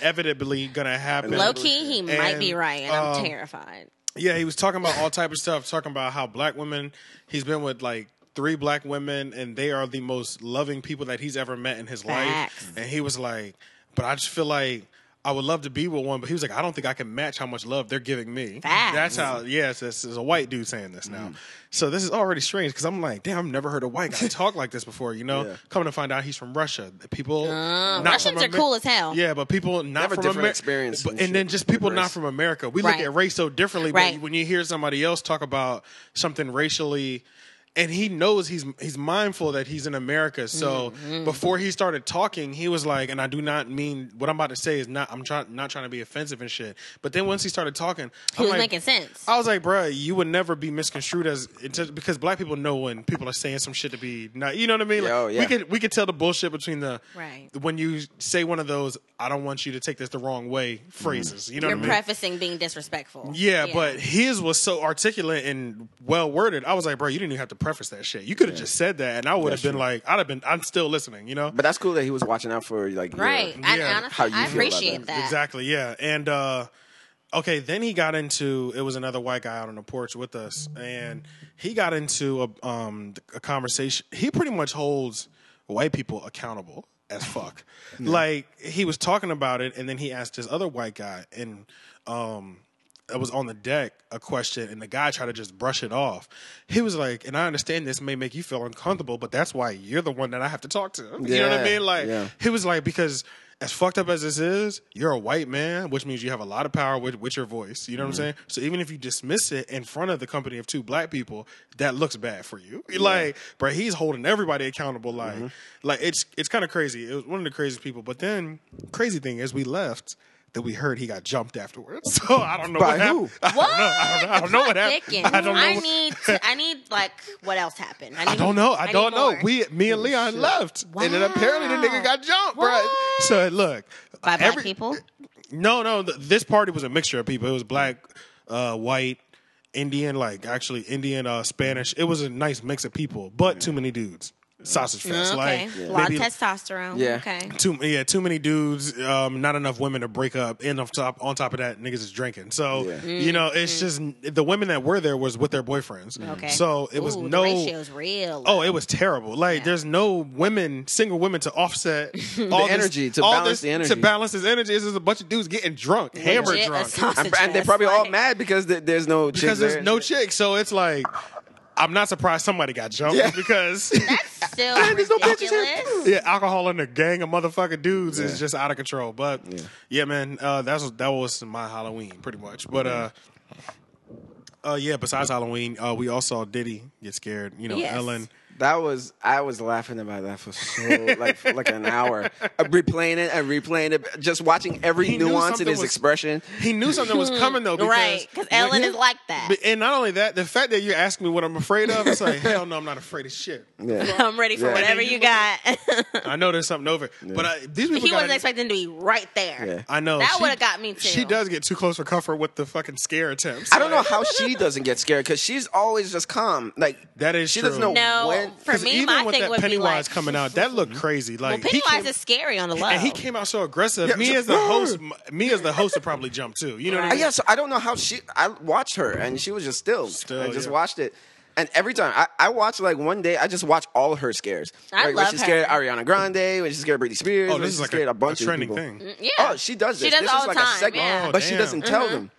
Speaker 2: inevitably gonna happen.
Speaker 3: Low key, he might be
Speaker 2: And,
Speaker 3: right, and I'm
Speaker 2: um,
Speaker 3: terrified.
Speaker 2: Yeah, he was talking about all type of stuff, talking about how black women he's been with like three black women and they are the most loving people that he's ever met in his
Speaker 3: Facts.
Speaker 2: life. And he was like, But I just feel like I would love to be with one, but he was like, I don't think I can match how much love they're giving me.
Speaker 3: Facts.
Speaker 2: That's how yes, this is a white dude saying this now.
Speaker 1: Mm-hmm.
Speaker 2: So this is already strange because I'm like, damn, I've never heard a white guy talk like this before, you know? Coming to find out he's from Russia. People not
Speaker 3: Oh. Russians
Speaker 2: from
Speaker 3: are cool as hell.
Speaker 2: Yeah, but people not
Speaker 1: have a
Speaker 2: from
Speaker 1: different
Speaker 2: Amer-
Speaker 1: experience
Speaker 2: but-
Speaker 1: and
Speaker 2: and then
Speaker 1: shit
Speaker 2: just
Speaker 1: with
Speaker 2: people not
Speaker 1: race.
Speaker 2: from America. We
Speaker 3: Right.
Speaker 2: look at race so differently.
Speaker 3: Right.
Speaker 2: But when you hear somebody else talk about something racially, and he knows he's he's mindful that he's in America. So
Speaker 3: Mm-hmm.
Speaker 2: before he started talking, he was like, and I do not mean what I'm about to say is not. I'm trying not trying to be offensive and shit. But then once he started talking,
Speaker 3: He
Speaker 2: I'm
Speaker 3: was
Speaker 2: like-
Speaker 3: making sense.
Speaker 2: I was like, bruh, you would never be misconstrued as into- because black people know when people are saying some shit to be not. You know what I mean? Like,
Speaker 1: Yo, yeah.
Speaker 2: We could we could tell the bullshit between the
Speaker 3: Right.
Speaker 2: when you say one of those. I don't want you to take this the wrong way phrases. You know
Speaker 3: You're
Speaker 2: what I mean?
Speaker 3: prefacing being disrespectful.
Speaker 2: Yeah, but his was so articulate and well worded. I was like, bro, you didn't even have to preface that shit. You could have just said that, and I would have been like, I'd have been, I'm still listening, you know?
Speaker 1: But that's cool that he was watching out for like your-
Speaker 3: right. I,
Speaker 2: Yeah.
Speaker 3: honestly,
Speaker 1: How you feel
Speaker 3: I
Speaker 1: about
Speaker 3: appreciate
Speaker 1: that.
Speaker 3: that.
Speaker 2: Exactly, yeah. And uh okay, then he got into it was another white guy out on the porch with us and he got into a um a conversation. He pretty much holds white people accountable as fuck. Like he was talking about it and then he asked this other white guy and um that was on the deck a question, and the guy tried to just brush it off. He was like, "And I understand this may make you feel uncomfortable, but that's why you're the one that I have to talk to." You know what I
Speaker 1: Yeah,
Speaker 2: mean? Like
Speaker 1: yeah.
Speaker 2: he was like, "Because as fucked up as this is, you're a white man, which means you have a lot of power with, with your voice. You know
Speaker 1: Mm-hmm.
Speaker 2: what I'm saying? So even if you dismiss it in front of the company of two black people, that looks bad for you. Like, bro, he's holding everybody accountable. Like,
Speaker 1: Mm-hmm.
Speaker 2: like it's it's kind of crazy. It was one of the craziest people. But then, crazy thing is, we left. That we heard he got jumped afterwards. So I don't know
Speaker 1: By
Speaker 2: what happened.
Speaker 1: who?
Speaker 2: I don't know. I don't know. I don't know what happened.
Speaker 3: Thickens.
Speaker 2: I don't know. what-
Speaker 3: need. To, I need like what else happened. I, need,
Speaker 2: I don't know. I,
Speaker 3: need
Speaker 2: don't know.
Speaker 3: more.
Speaker 2: We, me and Leon left, and then apparently the nigga got jumped, bruh.
Speaker 3: What?
Speaker 2: So look,
Speaker 3: by black
Speaker 2: every-
Speaker 3: people.
Speaker 2: No, no. Th- this party was a mixture of people. It was black, uh, white, Indian, like actually Indian, uh, Spanish. It was a nice mix of people, but too many dudes. Sausage fest,
Speaker 3: Mm, Okay,
Speaker 2: like
Speaker 3: a lot
Speaker 2: maybe
Speaker 3: of testosterone.
Speaker 1: Yeah.
Speaker 3: Okay.
Speaker 2: too yeah too many dudes um not enough women to break up and on top on top of that niggas is drinking so
Speaker 1: Yeah.
Speaker 2: you know it's just the women that were there was with their boyfriends
Speaker 3: Mm, Okay.
Speaker 2: so it was
Speaker 3: Ooh,
Speaker 2: no
Speaker 3: The ratio's real.
Speaker 2: Oh, it was terrible. Like, there's no women, single women, to offset all this-
Speaker 1: energy, to
Speaker 2: all
Speaker 1: balance
Speaker 2: this-
Speaker 1: the energy.
Speaker 2: To balance his energy, it's just a bunch of dudes getting drunk, hammered
Speaker 3: Legit, a
Speaker 2: drunk,
Speaker 3: sausage
Speaker 1: And, and they're
Speaker 3: fest,
Speaker 1: probably all
Speaker 3: like-
Speaker 1: mad because th- there's no
Speaker 2: because
Speaker 1: chicks
Speaker 2: there's
Speaker 1: there.
Speaker 2: no chick. So it's like, I'm not surprised somebody got jumped because
Speaker 3: That's still
Speaker 1: there's no bitches here.
Speaker 3: ridiculous.
Speaker 2: yeah, alcohol and a gang of motherfucking dudes
Speaker 1: Yeah.
Speaker 2: is just out of control. But yeah, man, uh, that's that was my Halloween pretty much. But uh, uh, yeah. Besides Halloween, uh, we all saw Diddy get scared. You know,
Speaker 3: Yes.
Speaker 2: Ellen.
Speaker 1: That was I was laughing about that for so like for like an hour. I'm replaying it and replaying it, just watching every
Speaker 2: He knew
Speaker 1: nuance in
Speaker 2: something
Speaker 1: his
Speaker 2: was-
Speaker 1: expression.
Speaker 2: He knew something was coming though, because
Speaker 3: Hmm. Right, 'cause Ellen is like that.
Speaker 2: But- And not only that, the fact that you're asking me what I'm afraid of, it's like hell no, I'm not afraid of shit.
Speaker 1: Yeah.
Speaker 3: I'm ready for
Speaker 1: Yeah.
Speaker 3: whatever you got.
Speaker 2: I know there's something over, it. but I, these people.
Speaker 3: he
Speaker 2: gotta-
Speaker 3: wasn't expecting to be right there.
Speaker 1: Yeah.
Speaker 2: I know
Speaker 3: That
Speaker 2: she-
Speaker 3: would've got me, too.
Speaker 2: She does get too close for comfort with the fucking scare attempts.
Speaker 1: I don't know how she doesn't get scared because she's always just calm. Like
Speaker 2: That is
Speaker 1: she
Speaker 2: true.
Speaker 1: doesn't know
Speaker 3: No,
Speaker 1: when.
Speaker 3: for
Speaker 2: 'Cause
Speaker 3: me,
Speaker 2: even
Speaker 3: my
Speaker 2: with
Speaker 3: thing
Speaker 2: that
Speaker 3: would be
Speaker 2: Pennywise
Speaker 3: like,
Speaker 2: coming out, that
Speaker 1: Mm-hmm.
Speaker 2: looked crazy.
Speaker 3: Well,
Speaker 2: Like he
Speaker 3: Pennywise
Speaker 2: came-
Speaker 3: is scary on the low.
Speaker 2: And he came out so aggressive.
Speaker 1: Yeah,
Speaker 2: me
Speaker 1: just-
Speaker 2: as the host, me as the host would probably jump too. You know what I
Speaker 1: Uh,
Speaker 2: mean?
Speaker 1: yeah, so I don't know how she. I watched her and she was just still.
Speaker 2: Still,
Speaker 1: I just
Speaker 2: yeah.
Speaker 1: watched it. And every time I, I watch like one day, I just watch all her scares.
Speaker 3: I
Speaker 1: like, when
Speaker 3: love
Speaker 1: she's scared
Speaker 3: her.
Speaker 1: of Ariana Grande, when she's scared of Britney Spears,
Speaker 2: Oh,
Speaker 1: when
Speaker 2: this
Speaker 1: she's
Speaker 2: is like
Speaker 1: scared
Speaker 2: a,
Speaker 1: of a bunch
Speaker 2: a
Speaker 1: of
Speaker 2: trending
Speaker 1: people.
Speaker 2: thing. Oh,
Speaker 3: Yeah.
Speaker 1: Oh, she does this.
Speaker 3: She does
Speaker 1: this
Speaker 3: all
Speaker 1: is
Speaker 3: the
Speaker 1: like
Speaker 3: time.
Speaker 1: a segment,
Speaker 3: yeah. Mm-hmm.
Speaker 1: but she
Speaker 2: damn.
Speaker 1: doesn't tell them.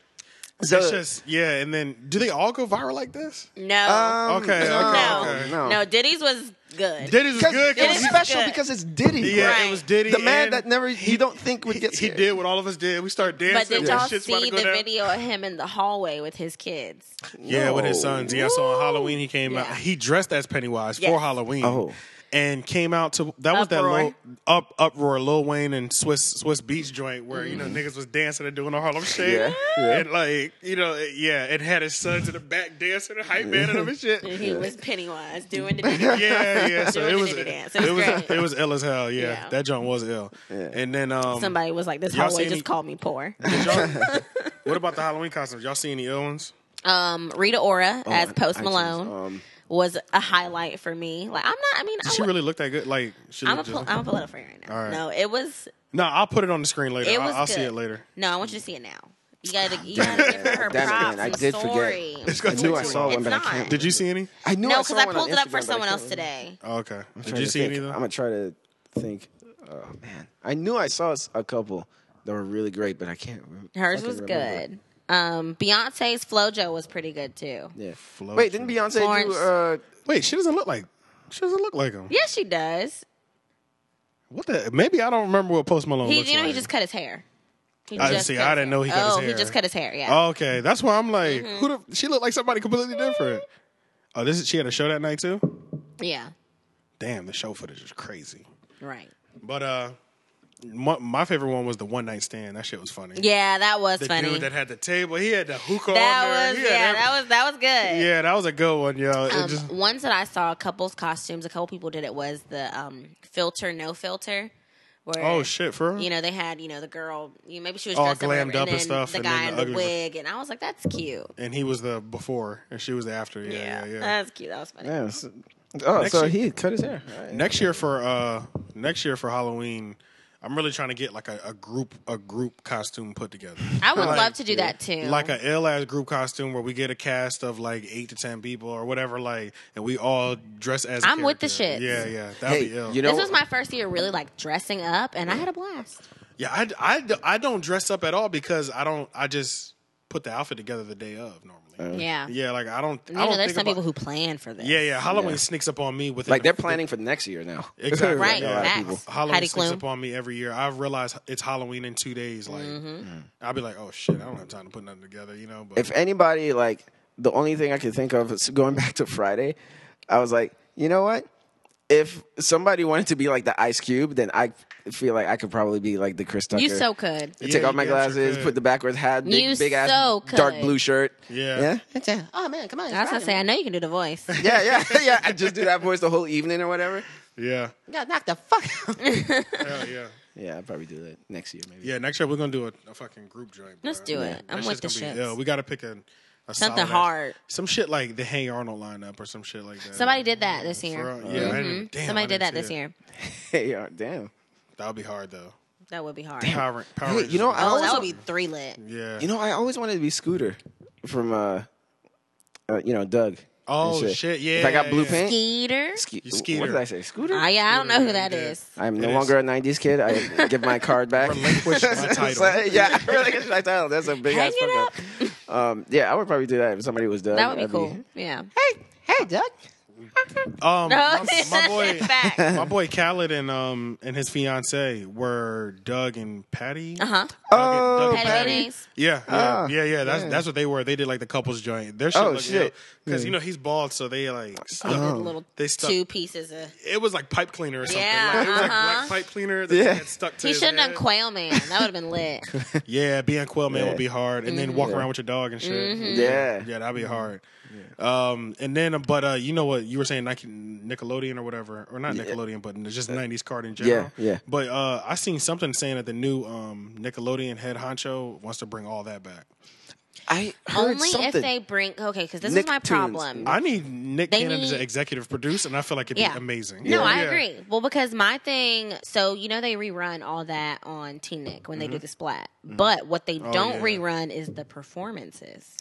Speaker 1: So
Speaker 2: It's just yeah. And then do they all go viral like this?
Speaker 3: no.
Speaker 1: um,
Speaker 2: Okay, okay,
Speaker 1: no,
Speaker 2: okay.
Speaker 1: no,
Speaker 3: No, Diddy's was good.
Speaker 2: Diddy's
Speaker 1: Because
Speaker 2: good.
Speaker 1: It
Speaker 3: Diddy's
Speaker 1: was
Speaker 3: was
Speaker 1: special
Speaker 3: good.
Speaker 1: because it's Diddy.
Speaker 2: Yeah,
Speaker 1: right?
Speaker 2: it
Speaker 3: Right.
Speaker 2: was Diddy.
Speaker 1: the man
Speaker 2: and
Speaker 1: that never you don't think would
Speaker 2: he,
Speaker 1: get
Speaker 2: he
Speaker 1: scared.
Speaker 2: did what all of us did. We started dancing.
Speaker 3: but did
Speaker 2: and
Speaker 3: y'all
Speaker 2: shit's about
Speaker 3: see
Speaker 2: to go
Speaker 3: the
Speaker 2: down.
Speaker 3: video of him in the hallway with his kids?
Speaker 2: Yeah, with his
Speaker 1: No.
Speaker 2: sons. Yeah, so on Halloween he came out.
Speaker 3: Yeah.
Speaker 2: He dressed as Pennywise
Speaker 3: Yes.
Speaker 2: for Halloween.
Speaker 1: Oh.
Speaker 2: And came out to that was that
Speaker 3: Uproar.
Speaker 2: low, up uproar Lil Wayne and Swiss Swiss Beach joint where you know
Speaker 3: Mm.
Speaker 2: niggas was dancing and doing the Harlem Shake
Speaker 1: Yeah, yeah.
Speaker 2: and like you know it- yeah it had his sons in the back dancing and hype banding him and shit
Speaker 3: And he was Pennywise doing the Diddy.
Speaker 2: yeah yeah so
Speaker 3: Doing
Speaker 2: it
Speaker 3: the
Speaker 2: was
Speaker 3: Diddy dance.
Speaker 2: it
Speaker 3: It was
Speaker 2: was
Speaker 3: great.
Speaker 2: it was ill as hell yeah,
Speaker 3: Yeah.
Speaker 2: that joint was ill and then um
Speaker 3: Somebody was like, "This
Speaker 2: Y'all see
Speaker 3: hallway
Speaker 2: any-
Speaker 3: just called me poor."
Speaker 2: did y'all- what about the Halloween costumes y'all see any ill ones
Speaker 3: Um, Rita Ora
Speaker 1: Oh,
Speaker 3: as Post
Speaker 1: iTunes,
Speaker 3: Malone
Speaker 1: um,
Speaker 3: was a highlight for me. Like, I'm not. I mean, I
Speaker 2: did she
Speaker 3: would-
Speaker 2: really look that good like she
Speaker 3: I'm a
Speaker 2: looked
Speaker 3: pol-
Speaker 2: just-
Speaker 3: I'm a political friend right now.
Speaker 2: All right.
Speaker 3: No, it was
Speaker 2: no I'll put it on the screen later
Speaker 3: it
Speaker 2: I'll,
Speaker 3: was.
Speaker 2: I'll
Speaker 3: good.
Speaker 2: see it later
Speaker 3: No, I want you to see it now. You gotta, you gotta give her her
Speaker 1: Damn it,
Speaker 3: props.
Speaker 1: man, I
Speaker 3: I'm
Speaker 1: did forget.
Speaker 3: sorry.
Speaker 2: It's
Speaker 1: I
Speaker 2: gonna
Speaker 1: knew
Speaker 2: take
Speaker 1: I
Speaker 2: too
Speaker 1: saw
Speaker 2: long.
Speaker 1: one, but
Speaker 3: It's
Speaker 1: I can't.
Speaker 3: not.
Speaker 2: Did you see any? Oh,
Speaker 1: I knew
Speaker 3: No,
Speaker 1: I
Speaker 3: because
Speaker 1: saw
Speaker 3: I
Speaker 1: one
Speaker 3: pulled
Speaker 1: on
Speaker 3: it up
Speaker 1: Instagram,
Speaker 3: for
Speaker 1: but I
Speaker 3: someone
Speaker 1: can't
Speaker 3: else
Speaker 1: remember.
Speaker 3: today.
Speaker 2: Okay. Did
Speaker 1: trying
Speaker 2: you
Speaker 1: to
Speaker 2: see
Speaker 1: think.
Speaker 2: any though?
Speaker 1: I'm gonna try to think. Oh man, I knew I saw s- a couple that were really great, but I can't. rem-
Speaker 3: Hers
Speaker 1: fucking
Speaker 3: was
Speaker 1: remember.
Speaker 3: good. Um, Beyonce's Flojo was pretty good too.
Speaker 1: Yeah.
Speaker 2: Flow
Speaker 1: Wait, didn't
Speaker 2: through.
Speaker 1: Beyonce
Speaker 3: Florence.
Speaker 1: do? Uh,
Speaker 2: Wait, she doesn't look like she doesn't look like him.
Speaker 3: Yeah, she does.
Speaker 2: What the? Maybe I don't remember what Post Malone
Speaker 3: He,
Speaker 2: looks
Speaker 3: you know,
Speaker 2: like.
Speaker 3: he just cut his hair. He
Speaker 2: I
Speaker 3: just
Speaker 2: see.
Speaker 3: cut
Speaker 2: I
Speaker 3: his
Speaker 2: didn't know he cut
Speaker 3: oh,
Speaker 2: his hair. Oh.
Speaker 3: he just cut his hair. Yeah.
Speaker 2: Okay, that's why I'm like,
Speaker 3: Mm-hmm.
Speaker 2: who? The, she looked like somebody completely different. Oh, this is she had a show that night too.
Speaker 3: Yeah.
Speaker 2: Damn, the show footage is crazy.
Speaker 3: Right.
Speaker 2: But uh, my, my favorite one was the one night stand. That shit was funny.
Speaker 3: Yeah, that was
Speaker 2: the
Speaker 3: funny.
Speaker 2: dude that had the table. He had the hookah. on there.
Speaker 3: that was
Speaker 2: He
Speaker 3: yeah,
Speaker 2: had every-
Speaker 3: that was that was good.
Speaker 2: Yeah, that was a good one, yo. It
Speaker 3: Um,
Speaker 2: just-
Speaker 3: ones that I saw, a couple's costumes, a couple people did it was the um, filter, no filter. Where,
Speaker 2: oh shit, for real?
Speaker 3: You know, they had, you know, the girl, you know, maybe she was
Speaker 2: All
Speaker 3: dressed
Speaker 2: glammed
Speaker 3: whatever,
Speaker 2: up and
Speaker 3: then
Speaker 2: stuff,
Speaker 3: The
Speaker 2: and
Speaker 3: guy
Speaker 2: then the
Speaker 3: in the,
Speaker 2: ugly-
Speaker 3: wig. And I was like, that's cute.
Speaker 2: and he was the before, and she was the after. Yeah, yeah,
Speaker 3: Yeah. Uh,
Speaker 2: yeah.
Speaker 3: That's cute. That was funny.
Speaker 1: yeah. s- Oh,
Speaker 2: Next
Speaker 1: so
Speaker 2: year-
Speaker 1: he cut his hair. All right.
Speaker 2: next year for uh next year for Halloween, I'm really trying to get like a, a group a group costume put together.
Speaker 3: I would
Speaker 2: Like-
Speaker 3: love to do that too.
Speaker 2: Like a ill ass group costume where we get a cast of like eight to ten people or whatever, like and we all dress as. i
Speaker 3: I'm with the shits.
Speaker 2: Yeah, yeah, that'd
Speaker 1: Hey,
Speaker 2: be ill.
Speaker 1: you know
Speaker 3: this was my first year really like dressing up, and I had a blast.
Speaker 2: yeah, I, I, I don't dress up at all because I don't. I just put the outfit together the day of normally.
Speaker 3: Yeah.
Speaker 2: yeah, like I don't. I
Speaker 3: You know,
Speaker 2: don't
Speaker 3: there's
Speaker 2: think
Speaker 3: some
Speaker 2: about,
Speaker 3: people who plan for this.
Speaker 2: Yeah, yeah. Halloween
Speaker 1: Yeah.
Speaker 2: sneaks up on me with
Speaker 1: Like they're planning for the next year now.
Speaker 2: Exactly.
Speaker 3: Right.
Speaker 2: Yeah.
Speaker 3: Facts.
Speaker 2: Halloween
Speaker 3: Heidi
Speaker 2: sneaks
Speaker 3: Klum.
Speaker 2: up on me every year. I've realized it's Halloween in two days. Like
Speaker 3: Mm-hmm.
Speaker 2: I'll be like, oh shit, I don't have time to put nothing together, you know. But
Speaker 1: if anybody like the only thing I could think of is going back to Friday, I was like, you know what? If somebody wanted to be like the Ice Cube, then I feel like I could probably be like the Chris Tucker.
Speaker 3: You so could.
Speaker 1: I
Speaker 2: Yeah,
Speaker 1: take
Speaker 2: you
Speaker 1: off my
Speaker 2: damn sure
Speaker 1: glasses,
Speaker 2: could.
Speaker 1: put the backwards hat, big,
Speaker 3: You
Speaker 1: big ass
Speaker 3: so could.
Speaker 1: dark blue shirt.
Speaker 2: Yeah.
Speaker 1: yeah,
Speaker 3: I was gonna say, I know you can do the voice.
Speaker 1: yeah, yeah, yeah. I just do that voice the whole evening or whatever.
Speaker 2: yeah,
Speaker 1: Got knocked the fuck out.
Speaker 2: hell yeah.
Speaker 1: Yeah, I'll probably do that next year maybe.
Speaker 2: Yeah, next year we're gonna do a, a fucking group joint.
Speaker 3: Let's
Speaker 2: bruh.
Speaker 3: do it. I'm
Speaker 2: That
Speaker 3: with the
Speaker 2: shit's gonna
Speaker 3: shits.
Speaker 2: be ill. We gotta pick a, a
Speaker 3: Something
Speaker 2: solid-ass-
Speaker 3: hard.
Speaker 2: some shit like the Hey Arnold lineup or some shit like that.
Speaker 3: Somebody did that this year.
Speaker 2: For real? Yeah, I didn't-
Speaker 3: Mhm.
Speaker 2: damn,
Speaker 3: Somebody
Speaker 2: I
Speaker 3: did that
Speaker 2: didn't see
Speaker 3: this
Speaker 2: it.
Speaker 3: year.
Speaker 1: Hey, yeah, damn.
Speaker 2: That would be hard though.
Speaker 3: That would be hard.
Speaker 2: Power, Ran- Power
Speaker 1: Hey,
Speaker 2: Rangers
Speaker 1: you know,
Speaker 2: would
Speaker 1: I
Speaker 2: be-
Speaker 3: Oh, that
Speaker 1: also-
Speaker 3: would be three lit.
Speaker 2: yeah.
Speaker 1: You know, I always wanted to be Scooter from uh, uh you know, Doug.
Speaker 2: oh
Speaker 1: and
Speaker 2: shit. yeah.
Speaker 1: If I got blue
Speaker 2: yeah.
Speaker 1: paint,
Speaker 3: Skeeter.
Speaker 1: Ske-
Speaker 2: You
Speaker 1: What
Speaker 2: skeeter.
Speaker 1: did I say? Scooter?
Speaker 3: Oh, yeah, I don't know who that
Speaker 2: Yeah.
Speaker 3: is.
Speaker 1: I'm no
Speaker 2: It is.
Speaker 1: longer a 90s kid. I give my card back.
Speaker 2: Relinquish my title.
Speaker 1: yeah, I relinquish my title. That's a big
Speaker 3: Hang
Speaker 1: ass
Speaker 3: it
Speaker 1: fuck up. Um, yeah, I would probably do that if somebody was Doug.
Speaker 3: That would be
Speaker 1: I'd
Speaker 3: cool. Yeah.
Speaker 2: Um, my, my boy,
Speaker 3: Fact.
Speaker 2: my boy Khaled and um and his fiance were Doug and Patty.
Speaker 3: Uh huh.
Speaker 2: Oh, Doug and
Speaker 3: Patty mayonnaise.
Speaker 2: Yeah, yeah,
Speaker 1: Ah,
Speaker 2: yeah, yeah. That's that's what they were. They did like the couples joint. Their shit
Speaker 1: Oh,
Speaker 2: looked
Speaker 1: shit. Uh-huh.
Speaker 2: because you know he's bald, so they like stuck-
Speaker 3: Oh, They did little
Speaker 2: They stuck-
Speaker 3: two pieces of.
Speaker 2: it was like pipe cleaner or something.
Speaker 3: Yeah,
Speaker 2: like, it was like
Speaker 3: uh-huh.
Speaker 2: black pipe cleaner that
Speaker 1: Yeah.
Speaker 2: had stuck to.
Speaker 3: He
Speaker 2: his
Speaker 3: should have done
Speaker 2: head.
Speaker 3: Quail Man. That would have been lit.
Speaker 2: Yeah, being quail man
Speaker 1: Yeah.
Speaker 2: would be hard, and then
Speaker 3: Mm-hmm.
Speaker 2: walk around with your dog and shit.
Speaker 1: Be. Yeah.
Speaker 2: Yeah, that'd be hard. Um, and then, but uh, you know what you were saying, Nike, Nickelodeon or whatever, or not Nickelodeon, but just '90s card in general.
Speaker 1: Uh, Yeah, yeah.
Speaker 2: But uh, I seen something saying that the new um, Nickelodeon head honcho wants to bring all that back.
Speaker 1: I heard
Speaker 3: Only
Speaker 1: something.
Speaker 3: if they bring. Okay, because this is my
Speaker 1: Nicktoons.
Speaker 3: problem.
Speaker 2: I need Nick
Speaker 3: They
Speaker 2: Cannon to
Speaker 3: need-
Speaker 2: executive produce, and I feel like it'd
Speaker 3: Yeah.
Speaker 2: be amazing.
Speaker 3: No, I
Speaker 2: Yeah.
Speaker 3: agree. Well, because my thing, so you know they rerun all that on Teen Nick when they do the splat. But what they don't
Speaker 2: Mm-hmm. Oh, yeah.
Speaker 3: rerun is the performances.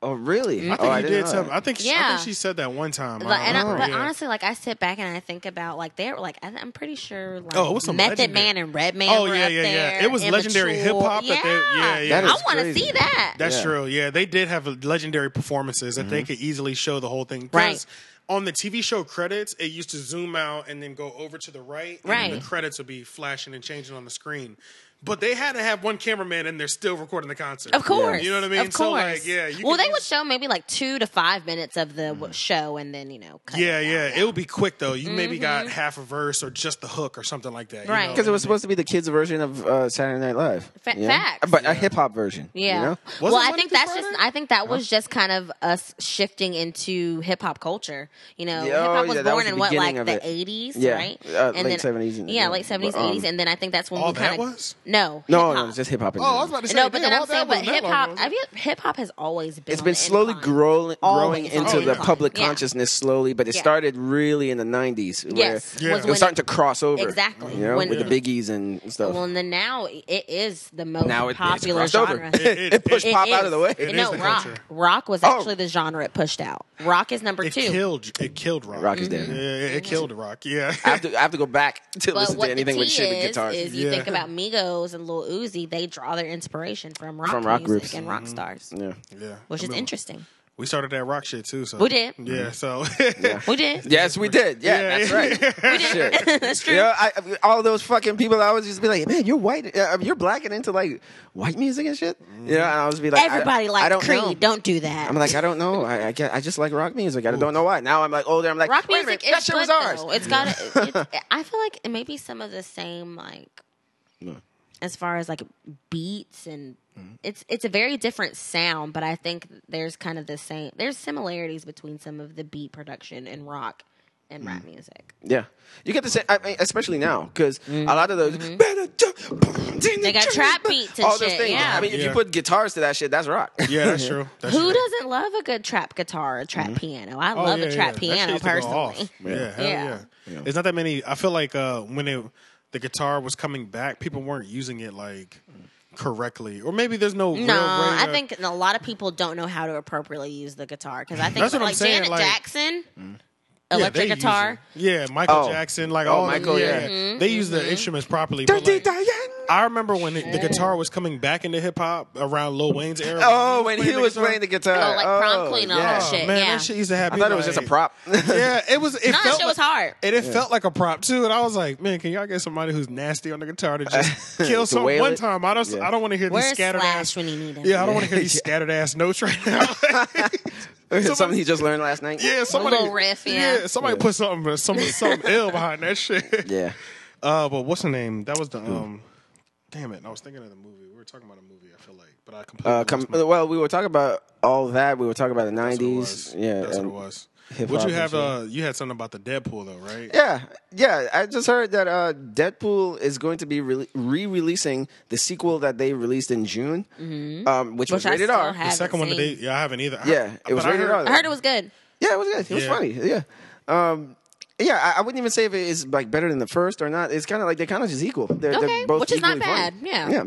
Speaker 1: oh, really?
Speaker 2: I
Speaker 1: oh,
Speaker 2: think
Speaker 1: I didn't
Speaker 2: you did
Speaker 1: know
Speaker 2: something.
Speaker 1: that.
Speaker 2: I think, she, I
Speaker 3: Yeah.
Speaker 2: think she said that one time.
Speaker 3: Like, and I,
Speaker 2: remember,
Speaker 3: but
Speaker 2: Oh, yeah.
Speaker 3: honestly, like I sit back and I think about like they were like I, I'm pretty sure like
Speaker 2: Oh, it was some
Speaker 3: Method
Speaker 2: legendary-
Speaker 3: Man and Redman.
Speaker 2: Oh,
Speaker 3: were
Speaker 2: yeah,
Speaker 3: up
Speaker 2: yeah, yeah.
Speaker 3: there,
Speaker 2: It was legendary
Speaker 3: Immature.
Speaker 2: hip-hop that they- yeah, yeah.
Speaker 1: That is
Speaker 3: I want to
Speaker 1: crazy.
Speaker 3: see that.
Speaker 2: That's
Speaker 1: Yeah. Mm-hmm.
Speaker 2: true. Yeah, they did have legendary performances that they could easily show the whole thing. 'Cause
Speaker 3: Right.
Speaker 2: On the TV show credits, it used to zoom out and then go over to the right. And then
Speaker 3: Right.
Speaker 2: the credits would be flashing and changing on the screen. But they had to have one cameraman and they're still recording the concert.
Speaker 3: Of course,
Speaker 2: You know what I mean?
Speaker 3: Of course,
Speaker 2: So, like, yeah.
Speaker 3: well,
Speaker 2: could
Speaker 3: they would
Speaker 2: use-
Speaker 3: show maybe like two to five minutes of the w show, and then you know, cut
Speaker 2: Mm. Yeah,
Speaker 3: it
Speaker 2: yeah.
Speaker 3: out.
Speaker 2: It would be quick, though. You maybe got half a verse or just the hook or something like that. you
Speaker 3: Mm-hmm. Right.
Speaker 2: know?
Speaker 1: Because it was supposed to be the kids' version of uh, Saturday Night Live.
Speaker 3: Fa-
Speaker 1: you know?
Speaker 3: facts.
Speaker 1: But a hip hop version. you
Speaker 3: Yeah.
Speaker 1: know?
Speaker 2: Wasn't
Speaker 3: Well, I
Speaker 2: Monday
Speaker 3: think
Speaker 2: through
Speaker 3: that's
Speaker 2: Friday?
Speaker 3: just. I think that was just kind of us shifting into hip hop culture. You know,
Speaker 1: Yeah, oh,
Speaker 3: hip hop was
Speaker 1: yeah, that
Speaker 3: born
Speaker 1: was the
Speaker 3: in what,
Speaker 1: beginning
Speaker 3: like
Speaker 1: of
Speaker 3: the
Speaker 1: it.
Speaker 3: eighties,
Speaker 1: Yeah,
Speaker 3: right?
Speaker 1: uh, late 70s and-
Speaker 3: Yeah,
Speaker 1: yeah,
Speaker 3: late seventies,
Speaker 1: but, um,
Speaker 3: eighties, and then I think that's when
Speaker 2: all
Speaker 3: we
Speaker 2: that
Speaker 3: kind of
Speaker 2: was?
Speaker 3: no,
Speaker 1: No,
Speaker 3: hip-hop.
Speaker 1: no, it's just hip hop.
Speaker 2: Oh, I was about to say.
Speaker 3: no. But then
Speaker 2: damn,
Speaker 3: I'm
Speaker 2: all that
Speaker 3: saying, but
Speaker 2: wasn't that
Speaker 3: hip
Speaker 2: long
Speaker 3: hop.
Speaker 2: ago.
Speaker 3: Have you? Hip hop has always been.
Speaker 1: It's
Speaker 3: on
Speaker 1: been
Speaker 3: the
Speaker 1: slowly
Speaker 3: incline.
Speaker 1: growing, growing
Speaker 3: Always on
Speaker 1: into
Speaker 2: Oh,
Speaker 3: the
Speaker 1: the
Speaker 3: incline.
Speaker 1: public
Speaker 3: Yeah.
Speaker 1: consciousness slowly, but it
Speaker 3: Yeah.
Speaker 1: started really in the '90s, where
Speaker 3: Yes, was
Speaker 2: Yeah.
Speaker 1: it
Speaker 2: when
Speaker 1: was starting to cross over.
Speaker 3: Exactly.
Speaker 1: you know,
Speaker 3: When-
Speaker 1: with the biggies and stuff.
Speaker 3: Well, and then now it is the most
Speaker 1: now it,
Speaker 3: popular
Speaker 1: it's crossed
Speaker 3: genre.
Speaker 1: over. It, pushed
Speaker 3: It
Speaker 1: pop
Speaker 3: is.
Speaker 1: out of the way.
Speaker 2: It is
Speaker 3: no,
Speaker 2: the
Speaker 3: rock.
Speaker 2: culture.
Speaker 3: Rock was
Speaker 1: Oh.
Speaker 3: actually the genre it pushed out. Rock is number
Speaker 2: It
Speaker 3: two.
Speaker 2: killed, it killed Rock.
Speaker 1: Rock is dead.
Speaker 2: Yeah, it, it killed Rock. Yeah.
Speaker 1: I have to, I have to go back to
Speaker 3: mm-hmm. But
Speaker 1: listen
Speaker 3: what
Speaker 1: to anything
Speaker 3: the
Speaker 1: with
Speaker 3: tea
Speaker 1: shit with
Speaker 3: is,
Speaker 1: guitars.
Speaker 3: is you
Speaker 2: Yeah.
Speaker 3: think about Migos and Lil Uzi, they draw their inspiration from rock,
Speaker 1: From rock
Speaker 3: music
Speaker 1: groups.
Speaker 3: and rock stars,
Speaker 1: yeah,
Speaker 2: yeah.
Speaker 3: which
Speaker 2: I
Speaker 3: is
Speaker 2: mean,
Speaker 3: interesting.
Speaker 2: We started that rock shit too. So
Speaker 3: We did.
Speaker 1: Mm-hmm.
Speaker 2: Yeah. So
Speaker 3: We did.
Speaker 1: yes, we did. Yeah, that's right.
Speaker 3: We did.
Speaker 1: Shit.
Speaker 3: That's true.
Speaker 1: You know, I, all those fucking people, I always just be like, man, you're white. Uh, you're black and into like white music and shit. You know, and I always be like, I-
Speaker 3: Everybody
Speaker 1: I,
Speaker 3: likes
Speaker 1: don't
Speaker 3: Creed.
Speaker 1: know.
Speaker 3: Don't do that.
Speaker 1: I'm like, I don't know. I I, get, I just like rock music. I don't know why. Now I'm like older. I'm like,
Speaker 3: rock
Speaker 1: wait a
Speaker 3: music
Speaker 1: minute, that
Speaker 3: is
Speaker 1: shit
Speaker 3: good
Speaker 1: was ours.
Speaker 3: though. It's got. It's, I feel like it may be some of the same like, as far as like beats and.
Speaker 1: Mm-hmm.
Speaker 3: It's it's a very different sound, but I think there's kind of the same. There's similarities between some of the beat production and rock and rap
Speaker 1: Mm.
Speaker 3: music.
Speaker 1: Yeah, you get the same, I mean, especially now because a lot of those they
Speaker 3: Mm-hmm. They got trap beats and
Speaker 1: all those
Speaker 3: shit,
Speaker 1: things.
Speaker 3: yeah.
Speaker 1: I mean, if you
Speaker 2: Yeah.
Speaker 1: put guitars to that shit, that's rock.
Speaker 2: yeah, that's true. That's
Speaker 3: Who
Speaker 2: true.
Speaker 3: doesn't love a good Mm-hmm. trap guitar, a trap piano? I
Speaker 2: Oh,
Speaker 3: love
Speaker 2: yeah,
Speaker 3: a trap
Speaker 2: yeah. That shit
Speaker 3: piano
Speaker 2: used to go off.
Speaker 3: personally.
Speaker 2: Yeah. hell
Speaker 3: Yeah.
Speaker 2: yeah. It's not that many. I feel like uh, when it, the guitar was coming back, people weren't using it like correctly, or maybe there's no. real uh,
Speaker 3: No,
Speaker 2: way
Speaker 3: I
Speaker 2: to-
Speaker 3: think a lot of people don't know how to appropriately use the guitar because I think
Speaker 2: Mm-hmm. That's what I'm
Speaker 3: like
Speaker 2: saying,
Speaker 3: Janet
Speaker 2: like- mm-hmm.
Speaker 3: Jackson,
Speaker 2: Yeah,
Speaker 3: electric
Speaker 2: they use
Speaker 3: guitar. Mm-hmm.
Speaker 2: it. Yeah, Michael
Speaker 1: Oh.
Speaker 2: Jackson, like
Speaker 1: Oh,
Speaker 2: all the-
Speaker 1: Michael,
Speaker 2: yeah,
Speaker 1: yeah.
Speaker 2: they use the instruments properly. but,
Speaker 1: Dirty
Speaker 2: like-
Speaker 1: Diana.
Speaker 2: I remember when the, the guitar was coming back into hip hop around Lil Wayne's era.
Speaker 1: Oh, when he was playing the guitar.
Speaker 3: Oh, like prom queen and all that
Speaker 1: yeah.
Speaker 3: shit.
Speaker 2: Oh, man,
Speaker 3: yeah.
Speaker 2: that shit used to happen.
Speaker 1: I thought it was
Speaker 2: like-
Speaker 1: just a prop.
Speaker 2: yeah, it was. It
Speaker 3: No, that
Speaker 2: felt
Speaker 3: shit was
Speaker 2: like-
Speaker 3: hard.
Speaker 2: And it felt like a prop too. And I was like, man, can y'all get somebody who's nasty on the guitar to just kill
Speaker 1: To
Speaker 2: some
Speaker 1: wail
Speaker 2: one
Speaker 1: it?
Speaker 2: time? I don't.
Speaker 1: Yeah.
Speaker 2: I don't want to hear these
Speaker 3: Where's
Speaker 2: scattered ass.
Speaker 3: Slash when you need him?
Speaker 2: Yeah, I don't want to hear these scattered ass notes right now.
Speaker 1: Something he just learned last night.
Speaker 2: yeah, somebody.
Speaker 3: little riff, yeah.
Speaker 2: somebody put something, something, something ill behind that shit.
Speaker 1: Yeah.
Speaker 2: Uh, but what's the name? That was the um. Damn it! I was thinking of the movie. We were talking about a movie. I feel like, but I completely.
Speaker 1: Uh,
Speaker 2: lost
Speaker 1: com-
Speaker 2: my-
Speaker 1: well, we were talking about all that. We were talking about the
Speaker 2: That's what it
Speaker 1: nineties.
Speaker 2: was.
Speaker 1: Yeah.
Speaker 2: that's what
Speaker 1: and-
Speaker 2: it was.
Speaker 1: hip
Speaker 2: Would
Speaker 1: hop
Speaker 2: you
Speaker 1: and
Speaker 2: have?
Speaker 1: shit.
Speaker 2: Uh, you had something about the Deadpool though, right?
Speaker 1: Yeah, yeah. I just heard that uh, Deadpool is going to be re- re-releasing the sequel that they released in June, um, which,
Speaker 3: Mm-hmm. Which
Speaker 1: was
Speaker 3: I
Speaker 1: rated
Speaker 3: still
Speaker 1: R.
Speaker 3: have.
Speaker 2: The
Speaker 3: haven't
Speaker 2: second one
Speaker 3: seen.
Speaker 2: today. Yeah, I haven't either. I-
Speaker 1: Yeah, it was
Speaker 2: but I
Speaker 1: rated
Speaker 2: heard-
Speaker 1: R.
Speaker 3: I heard it was good.
Speaker 1: Yeah, it was good. It was
Speaker 2: Yeah.
Speaker 1: funny. Yeah, um, yeah. I, I wouldn't even say if it is like better than the first or not. It's kind of like they're kind of just equal. They're,
Speaker 3: Okay,
Speaker 1: they're both
Speaker 3: which is not
Speaker 1: equally funny.
Speaker 3: bad. Yeah.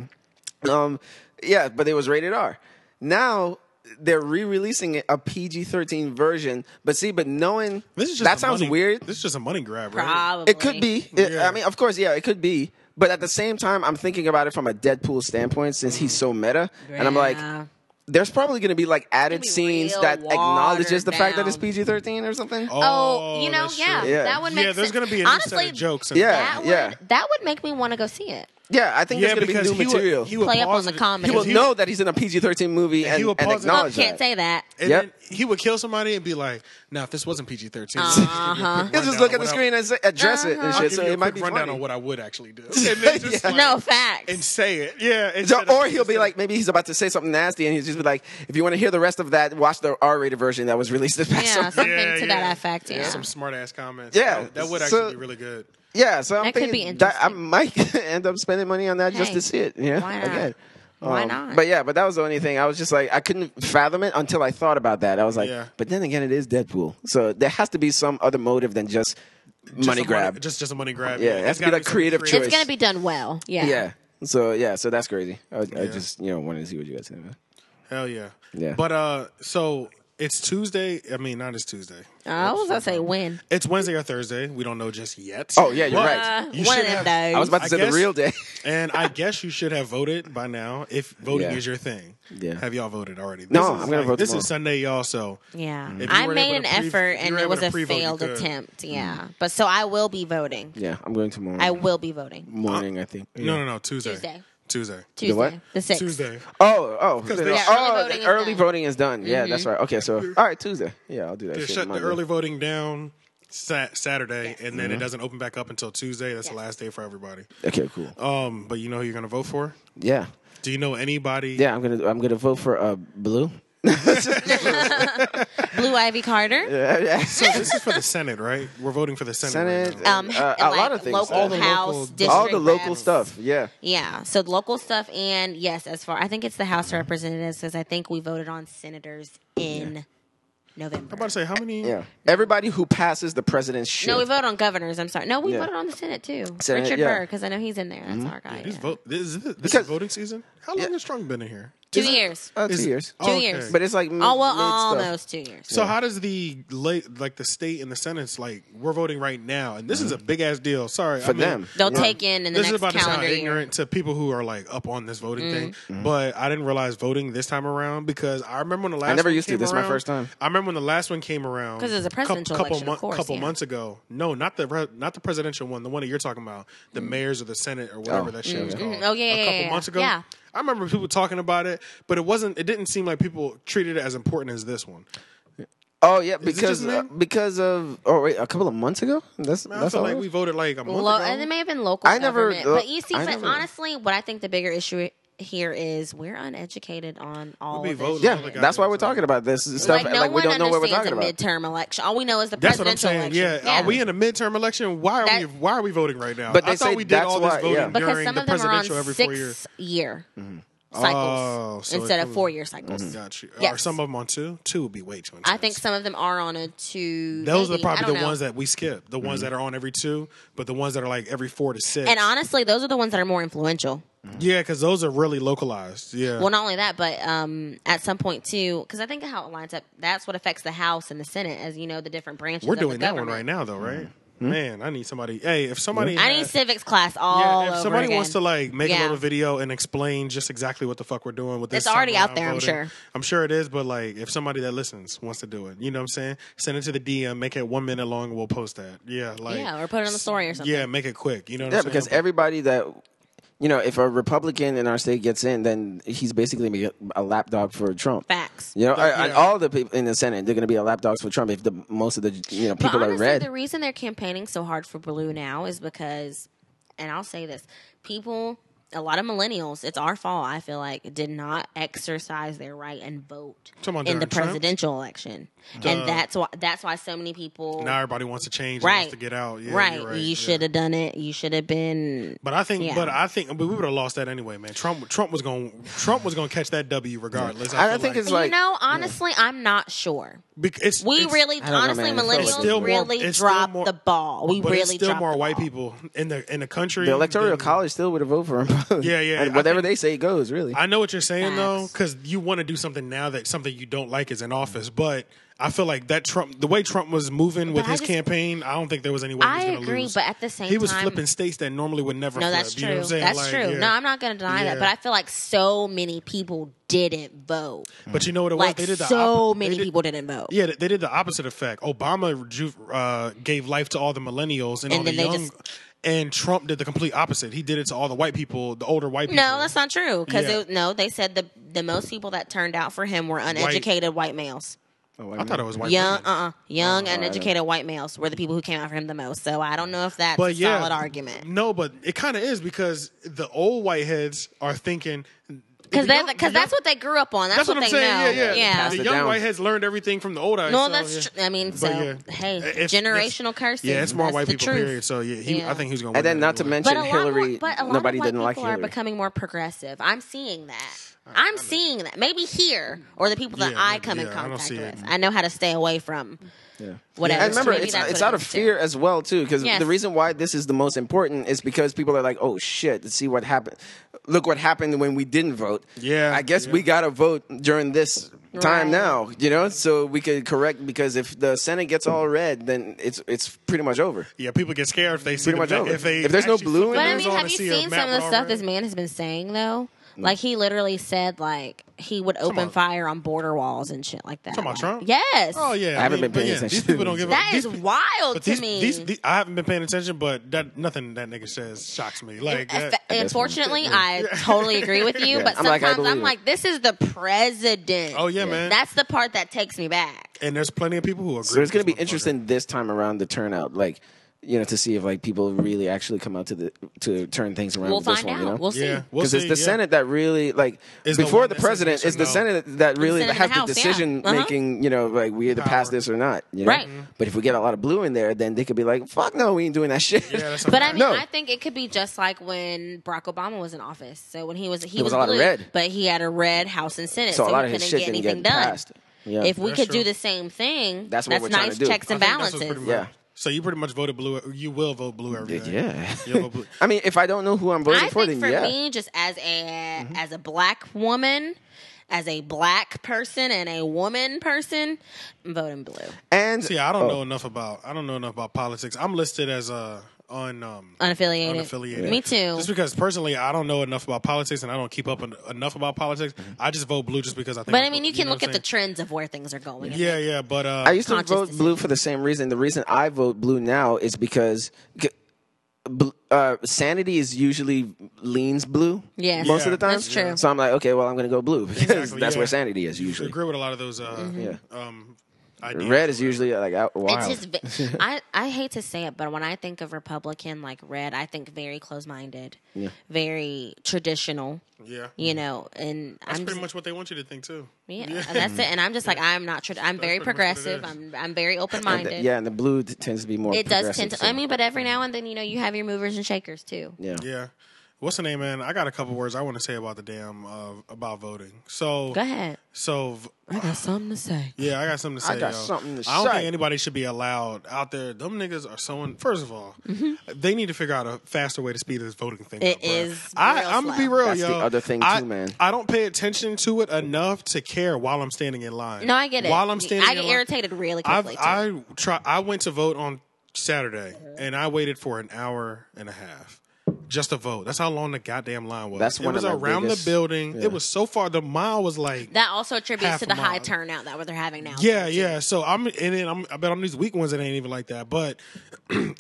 Speaker 1: yeah, um, yeah. But it was rated R. Now they're re-releasing it, a PG-13 version. But see, but knowing
Speaker 2: This is just
Speaker 1: that
Speaker 2: a
Speaker 1: sounds
Speaker 2: money-
Speaker 1: weird.
Speaker 2: This is just a money grab, right?
Speaker 3: Probably.
Speaker 1: It could be. It-
Speaker 2: Yeah.
Speaker 1: I mean, of course, yeah, it could be. But at the same time, I'm thinking about it from a Deadpool standpoint since he's so meta, and I'm like,
Speaker 3: Yeah.
Speaker 1: there's probably going to be like added
Speaker 3: be
Speaker 1: scenes
Speaker 3: real
Speaker 1: that acknowledges the fact that it's
Speaker 3: watered down.
Speaker 1: PG-13 or something.
Speaker 3: Oh, you know,
Speaker 2: that shit.
Speaker 3: yeah,
Speaker 1: Yeah.
Speaker 3: that would make
Speaker 2: Yeah, there's
Speaker 3: sense.
Speaker 2: gonna be a new
Speaker 3: honestly
Speaker 2: set of jokes. in
Speaker 1: Yeah,
Speaker 2: there.
Speaker 3: That would
Speaker 1: yeah.
Speaker 3: that would make me want to go see it.
Speaker 1: Yeah, I think
Speaker 2: yeah,
Speaker 1: there's going to
Speaker 2: because
Speaker 1: be new
Speaker 2: he
Speaker 1: material.
Speaker 2: Would, he would
Speaker 3: Play up on
Speaker 2: pause
Speaker 3: the
Speaker 2: it.
Speaker 3: comedy.
Speaker 1: he will
Speaker 3: because
Speaker 2: he-
Speaker 1: know that he's in a PG-13 movie and,
Speaker 2: he will
Speaker 1: and
Speaker 2: pause it.
Speaker 3: Well,
Speaker 1: acknowledge
Speaker 3: Oh, can't
Speaker 1: that.
Speaker 3: say that.
Speaker 2: And
Speaker 1: Yep.
Speaker 2: then he would kill somebody and be like, "Now, if this wasn't PG 13
Speaker 3: Uh-huh.
Speaker 1: He'll just look at the screen and say, address it and
Speaker 3: Uh-huh.
Speaker 2: I'll
Speaker 1: shit.
Speaker 2: give
Speaker 1: So
Speaker 2: you a
Speaker 1: it might
Speaker 2: quick
Speaker 1: be
Speaker 2: rundown
Speaker 1: funny.
Speaker 2: on what I would actually do, and then just like,
Speaker 3: No facts.
Speaker 2: and say it. Yeah,
Speaker 1: So-
Speaker 2: instead of-
Speaker 1: or he'll be like, maybe he's about to say something nasty, and he'll just be like, "If you want to hear the rest of that, watch the R-rated version that was released this past
Speaker 3: yeah,
Speaker 1: summer."
Speaker 3: something
Speaker 2: Yeah,
Speaker 3: to
Speaker 2: yeah.
Speaker 3: that effect. Yeah.
Speaker 2: some smart ass comments.
Speaker 1: Yeah,
Speaker 2: that, that would
Speaker 1: so-
Speaker 2: actually be really good.
Speaker 1: Yeah, so I'm
Speaker 3: That could
Speaker 1: thinking
Speaker 3: be
Speaker 1: that I
Speaker 3: interesting.
Speaker 1: might end up spending money on that just
Speaker 3: Hey,
Speaker 1: to see it. Yeah,
Speaker 3: why not?
Speaker 1: again.
Speaker 3: Why
Speaker 1: Um,
Speaker 3: not?
Speaker 1: But yeah, but that was the only thing. I was just like, I couldn't fathom it until I thought about that. I was like,
Speaker 2: Yeah.
Speaker 1: but then again, it is Deadpool, so there has to be some other motive than just,
Speaker 2: Just
Speaker 1: money
Speaker 2: a
Speaker 1: grab.
Speaker 2: just just a money grab.
Speaker 1: Yeah, it
Speaker 2: It's
Speaker 1: has to be
Speaker 2: gotta
Speaker 1: like
Speaker 2: something
Speaker 1: creative
Speaker 3: it's
Speaker 1: choice.
Speaker 3: gonna be done well. Yeah.
Speaker 1: yeah. So yeah, so that's crazy. I, I
Speaker 2: Yeah.
Speaker 1: just you know wanted to see what you guys think.
Speaker 2: Hell yeah.
Speaker 1: Yeah.
Speaker 2: But uh, so it's Tuesday. I mean, not it's Tuesday.
Speaker 3: Oh, I was gonna say when.
Speaker 2: It's Wednesday or Thursday. We don't know just yet.
Speaker 1: Oh, yeah, you're
Speaker 2: But
Speaker 1: right.
Speaker 2: you
Speaker 3: Uh, one
Speaker 2: should
Speaker 3: of
Speaker 2: have-
Speaker 3: those.
Speaker 1: I was about to
Speaker 2: I
Speaker 1: say
Speaker 2: guess-
Speaker 1: the real day.
Speaker 2: And I guess you should have voted by now if voting
Speaker 1: Yeah.
Speaker 2: is your thing.
Speaker 1: Yeah.
Speaker 2: Have y'all voted already? This
Speaker 1: No,
Speaker 2: is
Speaker 1: I'm gonna vote
Speaker 2: This
Speaker 1: tomorrow.
Speaker 2: is Sunday, y'all. So
Speaker 3: yeah,
Speaker 2: If you
Speaker 3: I
Speaker 2: weren't
Speaker 3: made
Speaker 2: able
Speaker 3: an
Speaker 2: to pre-
Speaker 3: effort
Speaker 2: if you
Speaker 3: and
Speaker 2: were
Speaker 3: it
Speaker 2: able
Speaker 3: was
Speaker 2: to
Speaker 3: a
Speaker 2: pre-vote, you
Speaker 3: failed
Speaker 2: could.
Speaker 3: attempt. Yeah, but so I will be voting.
Speaker 1: Mm-hmm. Yeah, I'm going tomorrow
Speaker 3: I will be voting
Speaker 1: morning. I think.
Speaker 2: no, no, no. Tuesday.
Speaker 3: Tuesday.
Speaker 2: Tuesday.
Speaker 3: Tuesday,
Speaker 1: what?
Speaker 3: the sixth.
Speaker 2: Tuesday.
Speaker 1: Oh, oh,
Speaker 2: they-
Speaker 1: oh,
Speaker 2: Yeah,
Speaker 3: early voting
Speaker 1: the early voting
Speaker 3: is done. Mm-hmm.
Speaker 1: is done. Yeah, that's right. Okay, so all right, Tuesday. Yeah, I'll do that.
Speaker 2: They
Speaker 1: shit
Speaker 2: shut the
Speaker 1: Monday.
Speaker 2: early voting down sat- Saturday, and then it
Speaker 1: Mm-hmm.
Speaker 2: doesn't open back up until Tuesday. That's the
Speaker 3: Yes.
Speaker 2: last day for everybody.
Speaker 1: Okay, cool.
Speaker 2: Um, but you know who you're gonna vote for?
Speaker 1: Yeah.
Speaker 2: Do you know anybody?
Speaker 1: Yeah, I'm gonna I'm gonna vote for uh blue.
Speaker 3: Blue Ivy Carter,
Speaker 2: So this is for the Senate, right? We're voting for the Senate.
Speaker 1: Senate,
Speaker 2: Right now.
Speaker 3: um,
Speaker 1: Uh,
Speaker 3: and,
Speaker 1: a lot
Speaker 3: like,
Speaker 1: of things.
Speaker 3: local
Speaker 1: All the
Speaker 3: house,
Speaker 2: local-
Speaker 3: district
Speaker 1: all the local
Speaker 3: reps.
Speaker 1: stuff. Yeah,
Speaker 3: Yeah, so local stuff, and yes, as far I think it's the House of Representatives because I think we voted on senators in November.
Speaker 2: I'm about to say how many?
Speaker 1: yeah. Everybody who passes the president's shit.
Speaker 3: No, we voted on governors. I'm sorry. No, we
Speaker 1: Yeah.
Speaker 3: voted on the Senate too.
Speaker 1: Senate,
Speaker 3: Richard
Speaker 1: yeah. Mm-hmm.
Speaker 3: Burr, because I know he's in there. That's our guy.
Speaker 2: This
Speaker 3: yeah.
Speaker 2: vote. This, is- this
Speaker 1: Because-
Speaker 2: is voting season. How long has Trump been in here?
Speaker 3: Two years.
Speaker 1: uh, two
Speaker 2: Is it-
Speaker 1: years.
Speaker 2: Oh,
Speaker 3: Two years.
Speaker 1: But it's like mid,
Speaker 3: oh well,
Speaker 1: mid stuff.
Speaker 3: almost two years.
Speaker 2: So how does the late, like the state and the Senate's like we're voting right now, and this is a big ass deal. Sorry,
Speaker 1: Mm-hmm. For them.
Speaker 3: They'll take in in the
Speaker 2: this is
Speaker 3: next
Speaker 2: about to sound
Speaker 3: calendar year. Mm-hmm.
Speaker 2: ignorant to people who are like up on this voting thing,
Speaker 1: Mm-hmm.
Speaker 2: but I didn't realize voting this time around because I remember when the last
Speaker 1: never
Speaker 2: one
Speaker 1: used to.
Speaker 2: came
Speaker 1: This is my
Speaker 2: around-
Speaker 1: first time.
Speaker 2: I remember when the last one came around
Speaker 3: 'Cause it was a
Speaker 2: cou-
Speaker 3: presidential
Speaker 2: couple
Speaker 3: election, of
Speaker 2: mon-
Speaker 3: course,
Speaker 2: couple
Speaker 3: yeah.
Speaker 2: months ago. No, not the re- not the presidential one, the one that you're talking about, the mayors or the Senate or whatever
Speaker 1: Oh.
Speaker 2: that shit was called.
Speaker 3: Mm. Oh, yeah, yeah,
Speaker 2: a couple
Speaker 3: yeah,
Speaker 2: months
Speaker 3: yeah.
Speaker 2: ago.
Speaker 3: Yeah.
Speaker 2: I remember people talking about it, but it wasn't. It didn't seem like people treated it as important as this one.
Speaker 1: Oh yeah,
Speaker 2: just
Speaker 1: because
Speaker 2: me?
Speaker 1: uh, because of oh wait, a couple of months ago. That's
Speaker 2: Man, I
Speaker 1: that's
Speaker 2: feel
Speaker 1: all.
Speaker 2: like we voted like a month
Speaker 3: Lo-
Speaker 2: ago.
Speaker 3: and it may have been local.
Speaker 1: I never-
Speaker 3: government. but you see,
Speaker 1: I
Speaker 3: but
Speaker 1: never-
Speaker 3: honestly, what I think the bigger issue here is we're uneducated on all
Speaker 2: We
Speaker 3: of this.
Speaker 2: voting
Speaker 1: yeah,
Speaker 2: on the
Speaker 1: that's why we're
Speaker 2: goddamn
Speaker 1: talking about this stuff.
Speaker 3: Like
Speaker 1: Like,
Speaker 3: no
Speaker 1: we
Speaker 3: one
Speaker 1: don't know what we're
Speaker 3: understands
Speaker 1: talking
Speaker 3: a
Speaker 1: about.
Speaker 3: midterm election. All we know is the
Speaker 2: That's what I'm
Speaker 3: presidential
Speaker 2: saying.
Speaker 3: election.
Speaker 2: Yeah. Are we in a midterm election? Why are
Speaker 3: That-
Speaker 2: we why are we voting right now?
Speaker 1: But they
Speaker 2: I thought
Speaker 1: say
Speaker 2: we did
Speaker 1: that's
Speaker 2: all
Speaker 1: why-
Speaker 2: this voting
Speaker 1: yeah.
Speaker 3: because
Speaker 2: during
Speaker 3: some
Speaker 2: the
Speaker 3: of them are on
Speaker 2: presidential every four
Speaker 3: six
Speaker 2: years.
Speaker 3: year
Speaker 1: Mm-hmm.
Speaker 2: Oh,
Speaker 3: cycles
Speaker 2: so it
Speaker 3: instead of
Speaker 2: comes-
Speaker 3: four year cycles.
Speaker 2: Gotcha. Or
Speaker 3: Yes.
Speaker 2: some of them on two? Two would be way too intense.
Speaker 3: I think some of them are on a two.
Speaker 2: Those
Speaker 3: maybe,
Speaker 2: are
Speaker 3: I
Speaker 2: probably
Speaker 3: don't
Speaker 2: the
Speaker 3: know.
Speaker 2: ones that we skip. The ones that are on every two, but the ones that are like every four to six.
Speaker 3: And honestly, those are the ones that are more influential.
Speaker 2: yeah, because those are really localized. Yeah.
Speaker 3: Well, not only that, but um, at some point too, because I think how it lines up. That's what affects the House and the Senate, as you know, the different branches.
Speaker 2: We're
Speaker 3: of the
Speaker 2: doing that one
Speaker 3: government.
Speaker 2: right now, though, right? Man, I need somebody. Hey, if somebody,
Speaker 3: I need civics class all
Speaker 2: yeah, if
Speaker 3: over
Speaker 2: somebody
Speaker 3: again.
Speaker 2: wants to like make a
Speaker 3: Yeah.
Speaker 2: little video and explain just exactly what the fuck we're doing with this,
Speaker 3: It's already
Speaker 2: time
Speaker 3: out there, I'm
Speaker 2: around
Speaker 3: sure.
Speaker 2: I'm sure it is, but like if somebody that listens wants to do it, you know what I'm saying? Send it to the DM, make it one minute long, and we'll post that. Yeah, like
Speaker 3: yeah, or put it on the story or something.
Speaker 2: yeah, make it quick. You know what
Speaker 1: Yeah,
Speaker 2: I'm saying?
Speaker 1: because everybody that you know, if a Republican in our state gets in, then he's basically be a- a lapdog for Trump.
Speaker 3: Facts.
Speaker 1: You know,
Speaker 2: But,
Speaker 1: I- I-
Speaker 2: yeah.
Speaker 1: all the people in the Senate they're going to be a lapdogs for Trump if the most of the you know people
Speaker 3: but honestly,
Speaker 1: are red.
Speaker 3: The reason they're campaigning so hard for blue now is because, and I'll say this: people, a lot of millennials, it's our fault. I feel like did not exercise their right and vote
Speaker 2: Talking about
Speaker 3: in the
Speaker 2: during Trump?
Speaker 3: presidential election,
Speaker 2: Duh.
Speaker 3: and that's why that's why so many people.
Speaker 2: now everybody wants to change, right?
Speaker 3: right
Speaker 2: Wants to get out, yeah,
Speaker 3: right.
Speaker 2: you're
Speaker 3: You
Speaker 2: yeah.
Speaker 3: should have done it. You should have been.
Speaker 2: But I think,
Speaker 3: Yeah.
Speaker 2: but I think, but we would have lost that anyway, man. Trump, Trump was going, to Trump was going to catch that W regardless.
Speaker 1: I
Speaker 2: feel
Speaker 1: think it's
Speaker 3: you
Speaker 1: like-
Speaker 3: know, honestly, I'm not sure.
Speaker 2: Bec- it's
Speaker 3: We
Speaker 2: it's-
Speaker 3: really,
Speaker 1: I don't know,
Speaker 3: honestly,
Speaker 1: man. It's
Speaker 3: millennials
Speaker 2: still more-
Speaker 3: really
Speaker 2: it's still
Speaker 3: dropped
Speaker 2: more-
Speaker 3: the ball. We
Speaker 2: but
Speaker 3: really
Speaker 2: it's still
Speaker 3: dropped
Speaker 2: more
Speaker 3: the
Speaker 2: white
Speaker 3: ball.
Speaker 2: people in the in the country.
Speaker 1: the electoral
Speaker 2: than-
Speaker 1: college still would have voted for him.
Speaker 2: Yeah, yeah,
Speaker 1: And
Speaker 2: I
Speaker 1: whatever
Speaker 2: think-
Speaker 1: they say goes, really.
Speaker 2: I know what you're saying though,
Speaker 3: Facts.
Speaker 2: because you want to do something now that something you don't like is in office. But I feel like that Trump, the way Trump was moving with
Speaker 3: But I
Speaker 2: his
Speaker 3: just-
Speaker 2: campaign, I don't think there was any way he was
Speaker 3: I
Speaker 2: going to
Speaker 3: agree,
Speaker 2: lose.
Speaker 3: but at the same
Speaker 2: he was
Speaker 3: time-
Speaker 2: flipping states that normally would never.
Speaker 3: No,
Speaker 2: flip,
Speaker 3: that's
Speaker 2: you
Speaker 3: true.
Speaker 2: know what I'm saying?
Speaker 3: that's
Speaker 2: Like,
Speaker 3: true.
Speaker 2: yeah.
Speaker 3: No, I'm not going to deny
Speaker 2: Yeah.
Speaker 3: that, but I feel like so many people didn't vote.
Speaker 2: But you know what it was?
Speaker 3: Like
Speaker 2: they did the
Speaker 3: so
Speaker 2: oppo- they
Speaker 3: many
Speaker 2: did-
Speaker 3: people didn't vote.
Speaker 2: Yeah, they did the opposite effect. Obama reju- uh, gave life to all the millennials and,
Speaker 3: And
Speaker 2: all
Speaker 3: then
Speaker 2: the
Speaker 3: they
Speaker 2: young,
Speaker 3: just-
Speaker 2: and Trump did the complete opposite. He did it to all the white people, the older white people.
Speaker 3: No, that's not true. Because
Speaker 2: Yeah.
Speaker 3: no, they said the the most people that turned out for him were uneducated white, males.
Speaker 1: Oh,
Speaker 2: I thought it was white.
Speaker 3: young,
Speaker 2: women.
Speaker 3: uh, uh young, uneducated white males were the people who came out for him the most. So I don't know if that's a
Speaker 2: but yeah,
Speaker 3: solid argument
Speaker 2: No, but it kind of is because the old white heads are thinking
Speaker 3: because
Speaker 2: the young- the
Speaker 3: that's
Speaker 2: young-
Speaker 3: what they grew up on. That's,
Speaker 2: that's what I'm
Speaker 3: they
Speaker 2: saying.
Speaker 3: know.
Speaker 2: Yeah, yeah.
Speaker 1: Pass
Speaker 2: The
Speaker 1: it
Speaker 2: young
Speaker 1: down.
Speaker 2: white heads learned everything from the old. eyes,
Speaker 3: No,
Speaker 2: so,
Speaker 3: that's
Speaker 2: yeah.
Speaker 3: tr- I mean,
Speaker 2: But
Speaker 3: so
Speaker 2: yeah.
Speaker 3: hey,
Speaker 2: If- if-
Speaker 3: generational curses.
Speaker 2: Yeah, it's more
Speaker 3: That's
Speaker 2: white
Speaker 3: the
Speaker 2: people.
Speaker 3: truth.
Speaker 2: Period. So yeah, he,
Speaker 3: Yeah.
Speaker 2: I think he's going.
Speaker 1: And then not to mention
Speaker 3: lot more-
Speaker 1: Hillary,
Speaker 3: but a lot
Speaker 1: nobody
Speaker 3: of white
Speaker 1: didn't like
Speaker 3: people
Speaker 1: Hillary.
Speaker 3: are becoming more progressive. I'm seeing that. I'm seeing that. Maybe here or the people that
Speaker 2: Yeah,
Speaker 3: I
Speaker 2: maybe-
Speaker 3: come in
Speaker 2: yeah, I don't
Speaker 3: contact
Speaker 2: see it.
Speaker 3: with. I know how to stay away from whatever.
Speaker 1: And remember,
Speaker 3: Maybe
Speaker 1: it's,
Speaker 3: that's
Speaker 1: it's
Speaker 3: what
Speaker 1: out
Speaker 3: it
Speaker 1: of
Speaker 3: is,
Speaker 1: fear
Speaker 3: too.
Speaker 1: as well too, because
Speaker 3: Yes.
Speaker 1: the reason why this is the most important is because people are like, "Oh shit, see what happened. Look what happened when we didn't vote.
Speaker 2: Yeah,
Speaker 1: I guess
Speaker 2: yeah.
Speaker 1: we gotta vote during this time
Speaker 3: Right.
Speaker 1: now. You know, so we could correct because if the Senate gets all red, then it's it's pretty much over.
Speaker 2: Yeah, people get scared if they see
Speaker 1: Pretty much
Speaker 2: the,
Speaker 1: over.
Speaker 2: if they
Speaker 1: If there's no
Speaker 2: actually
Speaker 1: blue in
Speaker 2: flip
Speaker 3: But
Speaker 2: the
Speaker 1: there-
Speaker 3: I
Speaker 2: news
Speaker 3: mean,
Speaker 2: on
Speaker 3: have
Speaker 2: to
Speaker 3: you
Speaker 2: see if
Speaker 3: seen
Speaker 2: Matt Mm.
Speaker 3: some of the
Speaker 2: went
Speaker 3: stuff
Speaker 2: over.
Speaker 3: this man has been saying though? Like he literally said like he would open
Speaker 2: on.
Speaker 3: fire on border walls and shit like that.
Speaker 2: Talking about
Speaker 3: Like,
Speaker 2: Trump?
Speaker 3: Yes.
Speaker 2: Oh yeah,
Speaker 1: I haven't been
Speaker 2: but
Speaker 1: paying
Speaker 2: yeah, These
Speaker 1: attention.
Speaker 2: people don't give a-
Speaker 3: That
Speaker 2: these
Speaker 3: is
Speaker 2: pe-
Speaker 3: wild
Speaker 2: But
Speaker 3: to
Speaker 2: these,
Speaker 3: me.
Speaker 2: these, these- I haven't been paying attention, but that nothing that nigga says shocks me. Like that,
Speaker 3: Effe- Unfortunately, I totally agree with you, but
Speaker 1: I'm like, I
Speaker 3: sometimes
Speaker 1: believe
Speaker 3: I'm
Speaker 1: it.
Speaker 3: like, this is the president.
Speaker 2: Oh, yeah, man.
Speaker 3: That's the part that takes me back.
Speaker 2: and there's plenty of people who agree.
Speaker 1: So it's
Speaker 2: going
Speaker 1: gonna
Speaker 2: to
Speaker 1: be interesting this time around the turnout, like you know, to see if like people really actually come out to the to turn things around.
Speaker 3: We'll
Speaker 1: with this
Speaker 3: find
Speaker 1: one,
Speaker 3: out.
Speaker 1: You know?
Speaker 3: We'll see.
Speaker 2: Yeah, we'll
Speaker 1: because
Speaker 2: see,
Speaker 1: it's the
Speaker 2: yeah.
Speaker 1: Senate that really like
Speaker 2: Is the
Speaker 1: before
Speaker 2: one
Speaker 1: the
Speaker 2: that says
Speaker 1: president.
Speaker 2: yes or
Speaker 1: It's the
Speaker 2: no.
Speaker 1: Senate that really
Speaker 3: Senate and
Speaker 1: has
Speaker 3: the
Speaker 1: the
Speaker 3: House, yeah.
Speaker 1: decision
Speaker 3: Uh-huh.
Speaker 1: making. You know, like we either pass
Speaker 2: Power. Mm-hmm.
Speaker 1: this or not. You know?
Speaker 3: Right. Mhm.
Speaker 1: But if we get a lot of blue in there, then they could be like, "Fuck no, we ain't doing that shit."
Speaker 2: Yeah, that's
Speaker 3: But I mean,
Speaker 1: No.
Speaker 3: I think it could be just like when Barack Obama was in office. So when he was, he
Speaker 1: There was
Speaker 3: was,
Speaker 1: a lot of
Speaker 3: blue,
Speaker 1: red.
Speaker 3: but he had a red House and Senate,
Speaker 1: so a
Speaker 3: so,
Speaker 1: lot
Speaker 3: he
Speaker 1: of his
Speaker 3: couldn't
Speaker 1: shit
Speaker 3: get
Speaker 1: didn't
Speaker 3: anything
Speaker 1: get
Speaker 3: done.
Speaker 1: passed. Yeah.
Speaker 3: If we
Speaker 2: That's
Speaker 3: could
Speaker 2: true.
Speaker 3: do the same thing,
Speaker 1: That's what
Speaker 3: that's,
Speaker 1: we're trying
Speaker 3: nice
Speaker 1: to do.
Speaker 3: checks and balances.
Speaker 1: Yeah.
Speaker 2: So you pretty much voted blue. You will vote blue every day.
Speaker 1: yeah.
Speaker 2: You'll vote blue.
Speaker 1: I mean, if I don't know who I'm voting
Speaker 3: I
Speaker 1: for, then
Speaker 3: think for
Speaker 1: yeah. Mm-hmm.
Speaker 3: me, just as a as a black woman, as a black person and a woman person, I'm voting blue.
Speaker 1: and
Speaker 2: See, I don't
Speaker 1: oh,
Speaker 2: know enough about. I don't know enough about politics. I'm listed as a on um,
Speaker 3: Unaffiliated.
Speaker 2: unaffiliated.
Speaker 3: Me too.
Speaker 2: Just because personally, I don't know enough about politics, and I don't keep up en- enough about politics.
Speaker 1: Mm-hmm.
Speaker 2: I just vote blue just because I think.
Speaker 3: But
Speaker 2: it's
Speaker 3: I mean,
Speaker 2: blue,
Speaker 3: you can
Speaker 2: know
Speaker 3: look
Speaker 2: what
Speaker 3: at the
Speaker 2: I'm
Speaker 3: trends of where things are going.
Speaker 2: saying? yeah, yeah, but uh,
Speaker 1: I used to
Speaker 3: conscious
Speaker 1: vote
Speaker 3: decision.
Speaker 1: blue for the same reason. The reason I vote blue now is because g- bl- uh, sanity is usually leans blue.
Speaker 3: Yes.
Speaker 1: most
Speaker 2: Yeah,
Speaker 1: of the time.
Speaker 3: that's true.
Speaker 1: So I'm like, okay, well, I'm going to go blue because
Speaker 2: Exactly,
Speaker 1: that's
Speaker 2: yeah.
Speaker 1: where sanity is
Speaker 2: I
Speaker 1: usually.
Speaker 2: agree with a lot of those. Uh,
Speaker 3: Mm-hmm.
Speaker 1: Yeah.
Speaker 2: um, ideas.
Speaker 1: Red is usually uh, like out wild.
Speaker 3: It's just, ve- I, I hate to say it, but when I think of Republican, like red, I think very close minded, very traditional,
Speaker 2: Yeah,
Speaker 3: you know, and
Speaker 2: Mm-hmm. that's pretty
Speaker 3: I'm just,
Speaker 2: much what they want you to think too.
Speaker 3: yeah, that's it. And I'm just like, I'm not, trad- I'm very
Speaker 2: pretty much what it
Speaker 3: progressive.
Speaker 2: is.
Speaker 3: I'm, I'm very open
Speaker 1: And the-
Speaker 3: minded.
Speaker 1: yeah, and the blue t- tends to be more.
Speaker 3: It does
Speaker 1: progressive,
Speaker 3: tend to,
Speaker 1: so-
Speaker 3: I mean, but every now and then, you know, you have your movers and shakers too.
Speaker 1: yeah.
Speaker 2: Yeah. What's the name, man? I got a couple words I want to say about the damn uh, about voting. So,
Speaker 3: Go ahead.
Speaker 2: so v-
Speaker 3: I got something to say.
Speaker 2: yeah, I got something to say.
Speaker 1: I got
Speaker 2: yo.
Speaker 1: something to
Speaker 2: I don't
Speaker 1: say.
Speaker 2: think anybody should be allowed out there. Them niggas are someone. First of all, they need to figure out a faster way to speed this voting thing.
Speaker 3: Mm-hmm. It
Speaker 2: up, bruh.
Speaker 3: is
Speaker 2: I,
Speaker 3: real
Speaker 2: I'm gonna be
Speaker 3: slow.
Speaker 2: real,
Speaker 1: That's
Speaker 2: yo.
Speaker 1: the other thing,
Speaker 2: I-
Speaker 1: too, man.
Speaker 2: I don't pay attention to it enough to care while I'm standing in line.
Speaker 3: No, I get it.
Speaker 2: While I'm standing,
Speaker 3: I
Speaker 2: in
Speaker 3: get
Speaker 2: line-
Speaker 3: irritated really
Speaker 2: I've,
Speaker 3: quickly. too.
Speaker 2: I try. I went to vote on Saturday,
Speaker 3: Mm-hmm.
Speaker 2: and I waited for an hour and a half just to vote. That's how long the goddamn line was.
Speaker 1: That's
Speaker 2: it
Speaker 1: one
Speaker 2: was
Speaker 1: of my
Speaker 2: around
Speaker 1: biggest-
Speaker 2: the building.
Speaker 1: yeah.
Speaker 2: It was so far. The mile was like
Speaker 3: That also attributes
Speaker 2: Half
Speaker 3: to the
Speaker 2: a
Speaker 3: high
Speaker 2: mile.
Speaker 3: turnout that they're having now.
Speaker 2: Yeah, yeah. So I'm, and then I'm, I bet on these weak ones it ain't even like that. But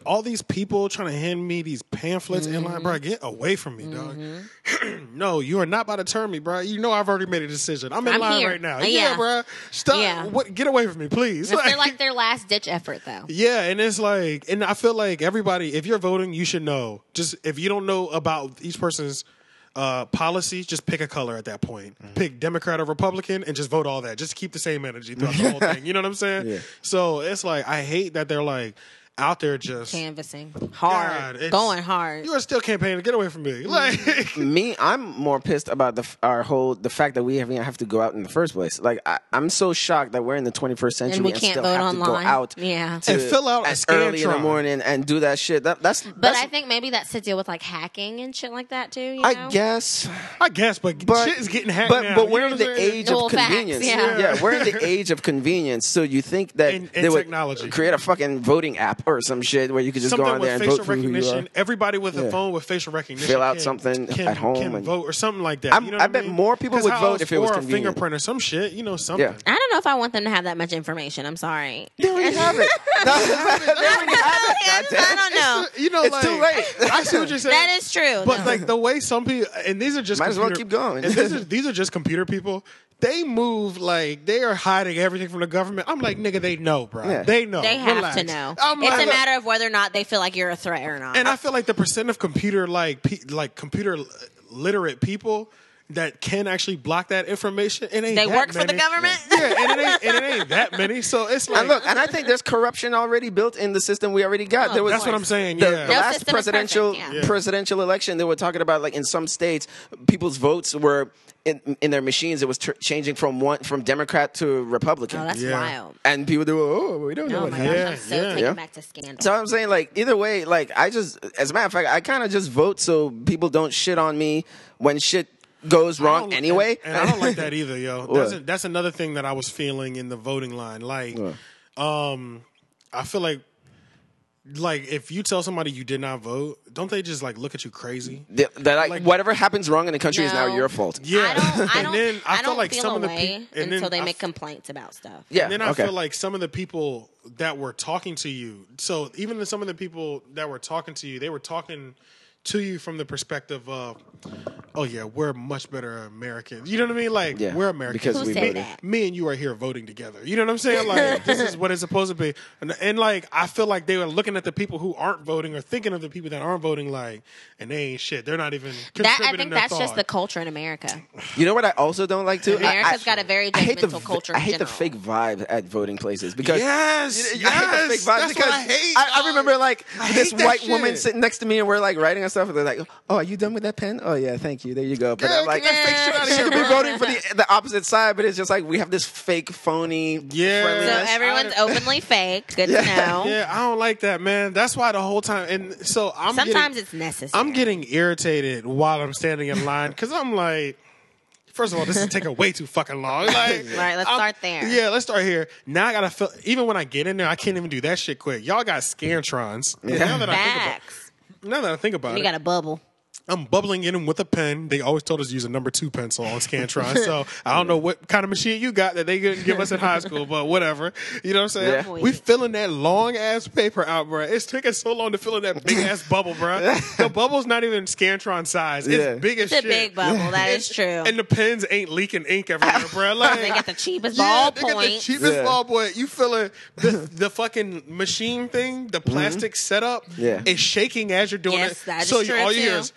Speaker 2: all these people trying to hand me these pamphlets in
Speaker 3: Mm-hmm.
Speaker 2: line, bro, get away from me, dog. no, you are not about to turn me, bro. You know I've already made a decision. I'm in
Speaker 3: I'm
Speaker 2: line
Speaker 3: here.
Speaker 2: right now.
Speaker 3: Uh,
Speaker 2: yeah,
Speaker 3: yeah.
Speaker 2: bro. Stop.
Speaker 3: Yeah.
Speaker 2: What? Get away from me, please.
Speaker 3: It's they're like their last ditch effort, though.
Speaker 2: Yeah, and it's like, and I feel like everybody, if you're voting, you should know. Just if you don't know about each person's uh, policies, just pick a color at that point.
Speaker 1: Mm-hmm.
Speaker 2: Pick Democrat or Republican, and just vote all that. Just keep the same energy throughout the whole thing. You know what I'm saying?
Speaker 1: Yeah.
Speaker 2: So it's like I hate that they're like out there just
Speaker 3: Canvassing
Speaker 2: God,
Speaker 3: hard,
Speaker 2: it's-
Speaker 3: going hard.
Speaker 2: You are still campaigning. Get away from me. Like,
Speaker 1: me, I'm more pissed about the f- our whole the fact that we haven't have to go out in the first place. Like I, I'm so shocked that we're in the 21st century
Speaker 3: and we can't
Speaker 1: still
Speaker 3: vote
Speaker 1: have to
Speaker 3: online.
Speaker 1: go out
Speaker 3: yeah,
Speaker 1: to-
Speaker 2: And fill out a
Speaker 1: at early in the
Speaker 2: Scantron.
Speaker 1: morning and do that shit. That, that's
Speaker 3: but
Speaker 1: that's,
Speaker 3: I think maybe that's to deal with like hacking and shit like that too. You
Speaker 1: I
Speaker 3: know?
Speaker 1: guess,
Speaker 2: I guess, but,
Speaker 1: but
Speaker 2: shit is getting hacked
Speaker 1: But
Speaker 2: now.
Speaker 1: but
Speaker 2: You
Speaker 1: we're
Speaker 2: know
Speaker 1: in
Speaker 2: what I'm
Speaker 1: the
Speaker 2: saying?
Speaker 1: age
Speaker 3: Well,
Speaker 1: of
Speaker 3: facts,
Speaker 1: convenience.
Speaker 3: yeah.
Speaker 1: we're in the age of convenience. So you think that
Speaker 2: And- and
Speaker 1: they would
Speaker 2: technology.
Speaker 1: create a fucking voting app or some shit where you could just
Speaker 2: something
Speaker 1: go on
Speaker 2: with
Speaker 1: there and
Speaker 2: facial
Speaker 1: vote for who you are?
Speaker 2: recognition. Everybody with a
Speaker 1: Yeah.
Speaker 2: phone with facial recognition
Speaker 1: Fill out
Speaker 2: can-
Speaker 1: something
Speaker 2: can,
Speaker 1: at home
Speaker 2: can
Speaker 1: and-
Speaker 2: vote or something like that.
Speaker 1: I'm-
Speaker 2: you know what
Speaker 1: I bet
Speaker 2: mean?
Speaker 1: more people
Speaker 2: 'Cause
Speaker 1: would
Speaker 2: how
Speaker 1: vote
Speaker 2: else
Speaker 1: if it was
Speaker 2: for a
Speaker 1: convenient.
Speaker 2: fingerprint or some shit. You know something.
Speaker 1: Yeah.
Speaker 3: I don't know if I want them to have that much information. I'm sorry.
Speaker 1: They already have it. No, they already have it. goddamn.
Speaker 3: I don't know.
Speaker 2: You know,
Speaker 1: It's
Speaker 2: like,
Speaker 1: too late.
Speaker 2: I see what you're saying.
Speaker 3: That is true.
Speaker 2: But
Speaker 3: though.
Speaker 2: like the way some people, and these are just
Speaker 1: Might as well
Speaker 2: computer-
Speaker 1: keep going.
Speaker 2: And this is, these are just computer people. They move like they are hiding everything from the government. I'm like, nigga, they know, bro.
Speaker 1: Yeah.
Speaker 2: They know.
Speaker 3: they have
Speaker 2: Oh, Relax.
Speaker 3: to know.
Speaker 2: I'm
Speaker 3: it's
Speaker 2: like-
Speaker 3: a matter of whether or not they feel like you're a threat or not.
Speaker 2: And I feel like the percent of computer like pe- like computer l- literate people that can actually block that information, it ain't
Speaker 3: They
Speaker 2: that
Speaker 3: work for the
Speaker 2: many.
Speaker 3: government?
Speaker 2: Yeah, and it ain't and it ain't that many. So it's like
Speaker 1: And look, and I think there's corruption already built in the system we already got.
Speaker 3: Oh,
Speaker 1: there was,
Speaker 2: that's what I'm saying.
Speaker 1: the, the
Speaker 2: Yeah,
Speaker 3: No
Speaker 1: last
Speaker 3: system is
Speaker 1: presidential
Speaker 3: perfect, yeah.
Speaker 2: Yeah.
Speaker 1: presidential election, they were talking about like in some states, people's votes were in, in their machines. It was tr- changing from one from Democrat to Republican,
Speaker 3: oh, that's
Speaker 2: Yeah.
Speaker 3: wild.
Speaker 1: and people do. Oh, we don't know
Speaker 3: Oh
Speaker 1: what
Speaker 3: my
Speaker 1: happened.
Speaker 3: gosh,
Speaker 2: Yeah,
Speaker 3: I'm so
Speaker 2: yeah.
Speaker 3: taken
Speaker 1: Yeah.
Speaker 3: back to scandal.
Speaker 1: So I'm saying like either way, like I just as a matter of fact, I kind of just vote so people don't shit on me when shit goes
Speaker 2: I
Speaker 1: wrong
Speaker 2: don't-
Speaker 1: anyway.
Speaker 2: And, and I don't like that either, yo.
Speaker 1: What?
Speaker 2: That's, that's another thing that I was feeling in the voting line. Like, um, I feel like, like if you tell somebody you did not vote, don't they just like look at you crazy?
Speaker 1: Th- that like,
Speaker 2: Like-
Speaker 1: whatever happens wrong in the country is now
Speaker 3: No.
Speaker 1: your fault.
Speaker 2: Yeah.
Speaker 3: I don't. I
Speaker 2: And
Speaker 3: don't.
Speaker 2: then I
Speaker 3: I,
Speaker 2: feel
Speaker 3: don't
Speaker 2: like
Speaker 3: feel
Speaker 2: some of the
Speaker 3: away
Speaker 2: peop- and then
Speaker 3: until they
Speaker 2: I
Speaker 3: make
Speaker 2: f-
Speaker 3: complaint about stuff.
Speaker 1: Yeah.
Speaker 2: And then I
Speaker 1: okay.
Speaker 2: feel like some of the people that were talking to you, so even the- some of the people that were talking to you, they were talking to you from the perspective of, oh yeah, we're much better Americans. You know what I mean? Like
Speaker 1: Yeah,
Speaker 2: we're Americans.
Speaker 1: because Who
Speaker 3: we said
Speaker 2: me,
Speaker 3: voted. that?
Speaker 2: me and you are here voting together. You know what I'm saying? Like this is what it's supposed to be. And, and like I feel like they were looking at the people who aren't voting or thinking of the people that aren't voting, like, and they ain't shit. They're not even.
Speaker 3: That I
Speaker 2: contributing
Speaker 3: think
Speaker 2: their
Speaker 3: that's just
Speaker 2: thought.
Speaker 3: the culture in America.
Speaker 1: You know what I also don't like too? I-
Speaker 3: America's
Speaker 1: I-
Speaker 3: got a very
Speaker 1: I hate the
Speaker 3: judgmental
Speaker 1: v-
Speaker 3: culture
Speaker 1: I
Speaker 3: in
Speaker 1: hate the
Speaker 3: general.
Speaker 1: fake vibe at voting places because
Speaker 2: Yes,
Speaker 1: I hate the fake
Speaker 2: yes,
Speaker 1: vibe
Speaker 2: that's
Speaker 1: because
Speaker 2: what I hate.
Speaker 1: I, I remember like this
Speaker 2: hate that
Speaker 1: white woman
Speaker 2: shit.
Speaker 1: sitting next to me and we're like writing and stuff and they're like, "Oh, are you done with that pen? Oh yeah, thank you. There you go." But
Speaker 2: Yeah,
Speaker 1: I'm like,
Speaker 2: get that fake shit outta
Speaker 1: she
Speaker 2: here,
Speaker 1: could be
Speaker 2: bro.
Speaker 1: voting for the the opposite side, but it's just like we have this fake, phony.
Speaker 2: Yeah.
Speaker 3: So
Speaker 1: friendliness.
Speaker 2: every-
Speaker 3: everyone's
Speaker 2: I-
Speaker 3: openly fake. Good
Speaker 1: Yeah.
Speaker 3: to know.
Speaker 2: Yeah, I don't like that, man. That's why the whole time, and so I'm
Speaker 3: Sometimes
Speaker 2: getting,
Speaker 3: it's necessary.
Speaker 2: I'm getting irritated while I'm standing in line because I'm like, first of all, this is taking way too fucking long. Like,
Speaker 3: Right, let's
Speaker 2: I'm-
Speaker 3: start there.
Speaker 2: Yeah, let's start here. Now I gotta feel. Even when I get in there, I can't even do that shit quick. Y'all got scantrons. And Now that I think about,
Speaker 3: facts.
Speaker 2: now that I think about
Speaker 3: You
Speaker 2: it,
Speaker 3: got a bubble.
Speaker 2: I'm bubbling in with a pen. They always told us to use a number two pencil on Scantron. so I don't know what kind of machine you got that they didn't give us in high school, but whatever. You know what I'm saying?
Speaker 1: Yeah.
Speaker 2: We filling that long ass paper out, bro. It's taking so long to fill in that big ass bubble, bro. The bubble's not even Scantron size. It's
Speaker 1: Yeah.
Speaker 2: big as
Speaker 3: It's a
Speaker 2: shit.
Speaker 3: big bubble. That is
Speaker 2: It's-
Speaker 3: true.
Speaker 2: And the pens ain't leaking ink everywhere, bro. Like,
Speaker 3: they got the cheapest
Speaker 2: yeah,
Speaker 3: ball
Speaker 2: they got the
Speaker 3: point.
Speaker 2: cheapest
Speaker 1: Yeah.
Speaker 2: ballpoint. You feeling the the fucking machine thing, the plastic setup
Speaker 1: Mm-hmm. Yeah.
Speaker 2: is shaking as you're doing
Speaker 3: Yes,
Speaker 2: it.
Speaker 3: that is
Speaker 2: so you-
Speaker 3: true,
Speaker 2: all you hear
Speaker 3: too.
Speaker 2: is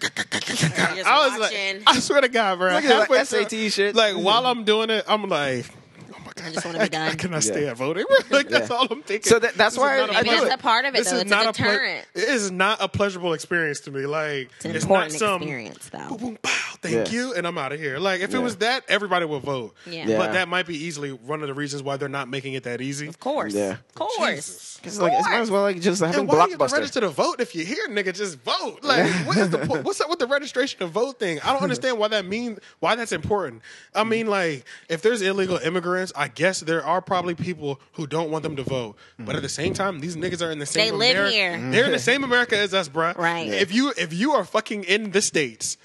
Speaker 3: You're just
Speaker 2: I was
Speaker 3: watching.
Speaker 2: like, I swear to God, bro.
Speaker 1: Look at, like,
Speaker 2: halfway through-
Speaker 1: SAT shit. Mm-hmm.
Speaker 2: Like while I'm doing it, I'm like, oh my god,
Speaker 3: I just wanna be done.
Speaker 2: Can I stay
Speaker 1: Yeah.
Speaker 2: at voting? like that's
Speaker 1: Yeah.
Speaker 2: all I'm thinking.
Speaker 1: So that- that's
Speaker 2: This is
Speaker 1: why
Speaker 2: not a
Speaker 1: I
Speaker 3: Maybe
Speaker 1: do
Speaker 2: pleasure-
Speaker 1: it.
Speaker 3: that's the part of it,
Speaker 2: this
Speaker 3: though.
Speaker 2: is
Speaker 3: It's
Speaker 2: not
Speaker 3: a
Speaker 2: a ple-
Speaker 3: deterrent.
Speaker 2: it is not a pleasurable experience to me. Like
Speaker 3: It's an
Speaker 2: not
Speaker 3: important
Speaker 2: some
Speaker 3: experience, though.
Speaker 2: boom, boom, pow,
Speaker 1: Yeah.
Speaker 2: thank you, and I'm out of here. Like if it
Speaker 1: Yeah.
Speaker 2: was that, everybody would vote.
Speaker 3: Yeah.
Speaker 1: Yeah.
Speaker 2: But that might be easily one of the reasons why they're not making it that easy.
Speaker 3: Of course.
Speaker 1: Yeah.
Speaker 3: Of course.
Speaker 1: It's like it's might as well like just having
Speaker 2: And why do you have to
Speaker 1: blockbuster.
Speaker 2: register to vote if you're here, nigga? Just vote. Like, what is the po- what's up with the registration to vote thing? I don't understand why that means why that's important. I mean, like, if there's illegal immigrants, I guess there are probably people who don't want them to vote. But at the same time, these niggas are in the same.
Speaker 3: They live
Speaker 2: Ameri-
Speaker 3: here.
Speaker 2: They're in the same America as us, bruh.
Speaker 3: Right. Yeah.
Speaker 2: If you if you are fucking in the states,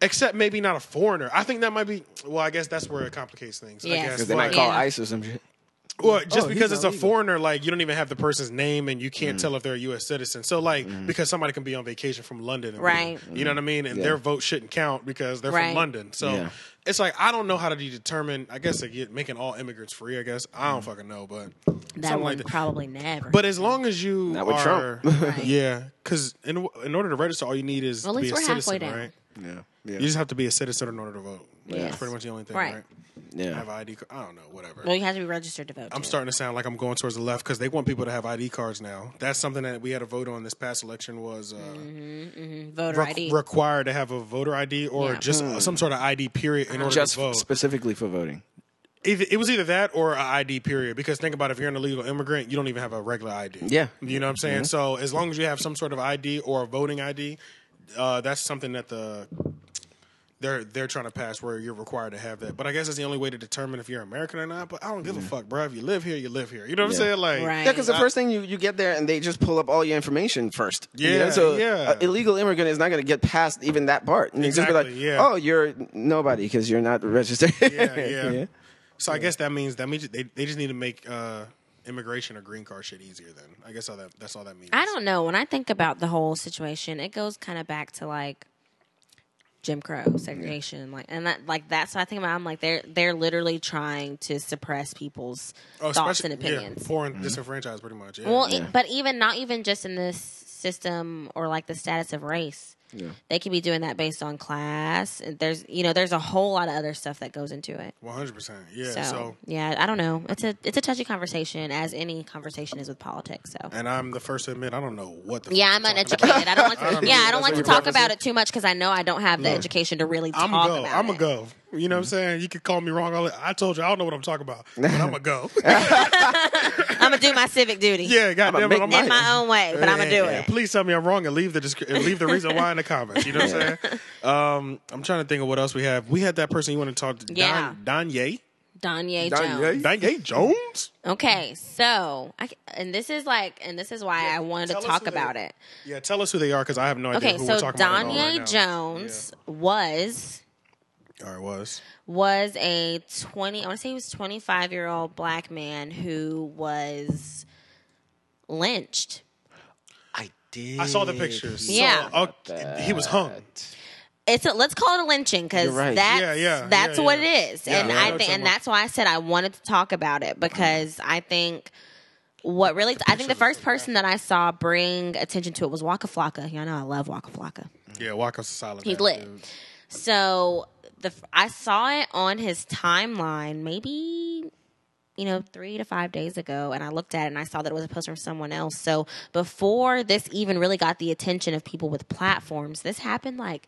Speaker 2: except maybe not a foreigner, I think that might be. Well, I guess that's where it complicates things. I
Speaker 3: Yeah.
Speaker 2: guess
Speaker 1: 'Cause they might
Speaker 2: like-
Speaker 1: call
Speaker 3: Yeah.
Speaker 1: ICE or some shit.
Speaker 2: well, just
Speaker 4: Oh,
Speaker 2: because
Speaker 4: he's
Speaker 2: it's a
Speaker 4: illegal.
Speaker 2: foreigner, like you don't even have the person's name, and you can't tell if they're a U.S. citizen. So, like, because somebody can be on vacation from London, and
Speaker 3: Right.
Speaker 2: You know what I mean? And
Speaker 1: Yeah.
Speaker 2: their vote shouldn't count because they're
Speaker 3: Right.
Speaker 2: from London. So
Speaker 1: Yeah.
Speaker 2: it's like I don't know how to determine. I guess they get making all immigrants free. I guess I don't fucking know, but
Speaker 3: That
Speaker 2: something
Speaker 3: one
Speaker 2: like that.
Speaker 3: probably never.
Speaker 2: But as long as you
Speaker 1: Not with
Speaker 2: are,
Speaker 1: Trump.
Speaker 3: Right.
Speaker 2: yeah, because in in order to register, all you need is
Speaker 3: Well,
Speaker 2: to
Speaker 3: at
Speaker 2: be
Speaker 3: least
Speaker 2: a
Speaker 3: we're halfway
Speaker 2: citizen,
Speaker 3: down.
Speaker 2: right?
Speaker 1: Yeah.
Speaker 2: You just have to be a citizen in order to vote.
Speaker 3: Yes.
Speaker 2: That's pretty much the only thing,
Speaker 3: Right.
Speaker 2: right?
Speaker 1: Yeah.
Speaker 2: Have an ID? card. I don't know. Whatever.
Speaker 3: well, you have to be registered to vote.
Speaker 2: I'm
Speaker 3: too.
Speaker 2: starting to sound like I'm going towards the left because they want people to have ID cards now. That's something that we had a vote on this past election was uh,
Speaker 3: Mm-hmm. voter
Speaker 2: requ-
Speaker 3: ID.
Speaker 2: required to have a voter ID or
Speaker 3: Yeah. Mm.
Speaker 2: just uh, some sort of ID period in order
Speaker 1: Just
Speaker 2: to vote.
Speaker 1: specifically for voting.
Speaker 2: Either- it was either that or an ID period because think about it, if you're an illegal immigrant, you don't even have a regular ID.
Speaker 1: Yeah. Mm-hmm.
Speaker 2: you know what I'm saying. So as long as you have some sort of ID or a voting ID, uh, that's something that the they're they're trying to pass where you're required to have that. But I guess that's the only way to determine if you're American or not. But I don't give a fuck, bro. If you live here, you live here. You know what
Speaker 1: Mm-hmm. Yeah.
Speaker 2: I'm saying? Like,
Speaker 3: Right.
Speaker 1: Yeah, because the
Speaker 2: I-
Speaker 1: first thing you, you get there and they just pull up all your information first. you
Speaker 2: Yeah,
Speaker 1: know? So
Speaker 2: yeah.
Speaker 1: a illegal immigrant is not going to get past even that part. And they just be like,
Speaker 2: Exactly, yeah.
Speaker 1: oh, you're nobody because you're not registered.
Speaker 2: yeah, yeah. So I guess that means that means they they just need to make uh, immigration or green card shit easier. Then I guess all that that's all that means.
Speaker 3: I don't know. When I think about the whole situation, it goes kind of back to like Jim Crow segregation, like and that like that's what I think about. I'm like they're they're literally trying to suppress people's thoughts and
Speaker 2: Oh, especially- yeah,
Speaker 3: opinions.
Speaker 2: foreign disenfranchised, pretty much. Yeah.
Speaker 3: Well, e- but even not even just in this system or like the status of race. They could be doing that based on class. And There's you know there's a whole lot of other stuff that goes into it.
Speaker 2: one hundred percent. Yeah.
Speaker 3: So,
Speaker 2: So.
Speaker 3: yeah, I don't know. It's a it's a touchy conversation as any conversation is with politics. So
Speaker 2: and I'm the first to admit I don't know what the.
Speaker 3: yeah,
Speaker 2: fuck
Speaker 3: I'm
Speaker 2: you're talking
Speaker 3: uneducated. I don't like.
Speaker 2: I don't
Speaker 3: To,
Speaker 2: know.
Speaker 3: yeah, I
Speaker 2: That's
Speaker 3: don't like to
Speaker 2: what
Speaker 3: talk
Speaker 2: you're
Speaker 3: about it too much because I know I don't have the education to really talk
Speaker 2: about. I'm a go.
Speaker 3: about
Speaker 2: I'm
Speaker 3: it.
Speaker 2: a go. You know what I'm saying? You could call me wrong. all that- I told you I don't know what I'm talking about, but I'm a go.
Speaker 3: I'm gonna do my civic duty.
Speaker 2: yeah, goddamn it, I'm
Speaker 3: in my own way, but I'm gonna do
Speaker 2: Yeah,
Speaker 3: it.
Speaker 2: Please tell me I'm wrong and leave the descri- and leave the reason why in the comments. You know what I'm saying? Um, I'm trying to think of what else we have. We had that person you want to talk to,
Speaker 3: Yeah.
Speaker 2: Don Danye.
Speaker 1: Danye?
Speaker 3: Donye Jones.
Speaker 2: Danye Jones.
Speaker 3: Okay, so I, and this is like, and this is why I wanted to
Speaker 2: tell us
Speaker 3: talk
Speaker 2: who they-
Speaker 3: about it.
Speaker 2: Yeah, tell us who they are because I have no idea
Speaker 3: Okay,
Speaker 2: who
Speaker 3: so
Speaker 2: we're talking about. at all right
Speaker 3: Donye
Speaker 2: now.
Speaker 3: Jones was
Speaker 2: Yeah. All right, was
Speaker 3: was a 20 i want to say he was 25 year old black man who was lynched
Speaker 1: I did.
Speaker 2: I saw the pictures.
Speaker 3: Yeah.
Speaker 2: so, uh, he was hung.
Speaker 3: it's a, let's call it a lynching because
Speaker 1: You're right.
Speaker 3: that's
Speaker 2: Yeah, yeah,
Speaker 3: that's
Speaker 2: yeah,
Speaker 3: what
Speaker 2: yeah.
Speaker 3: it is,
Speaker 2: Yeah,
Speaker 3: and
Speaker 2: yeah, I know
Speaker 3: I
Speaker 2: what
Speaker 3: think
Speaker 2: you're
Speaker 3: and
Speaker 2: talking
Speaker 3: that's why I said I wanted to talk about it because I think what really I think the first person that I saw bring attention to it was Waka Flocka. Y'all know I love Waka Flocka.
Speaker 2: Yeah, Walker solid.
Speaker 3: He's
Speaker 2: ass,
Speaker 3: lit.
Speaker 2: dude.
Speaker 3: So the I saw it on his timeline, maybe you know three to five days ago, and I looked at it and I saw that it was a post from someone else. So before this even really got the attention of people with platforms, this happened like.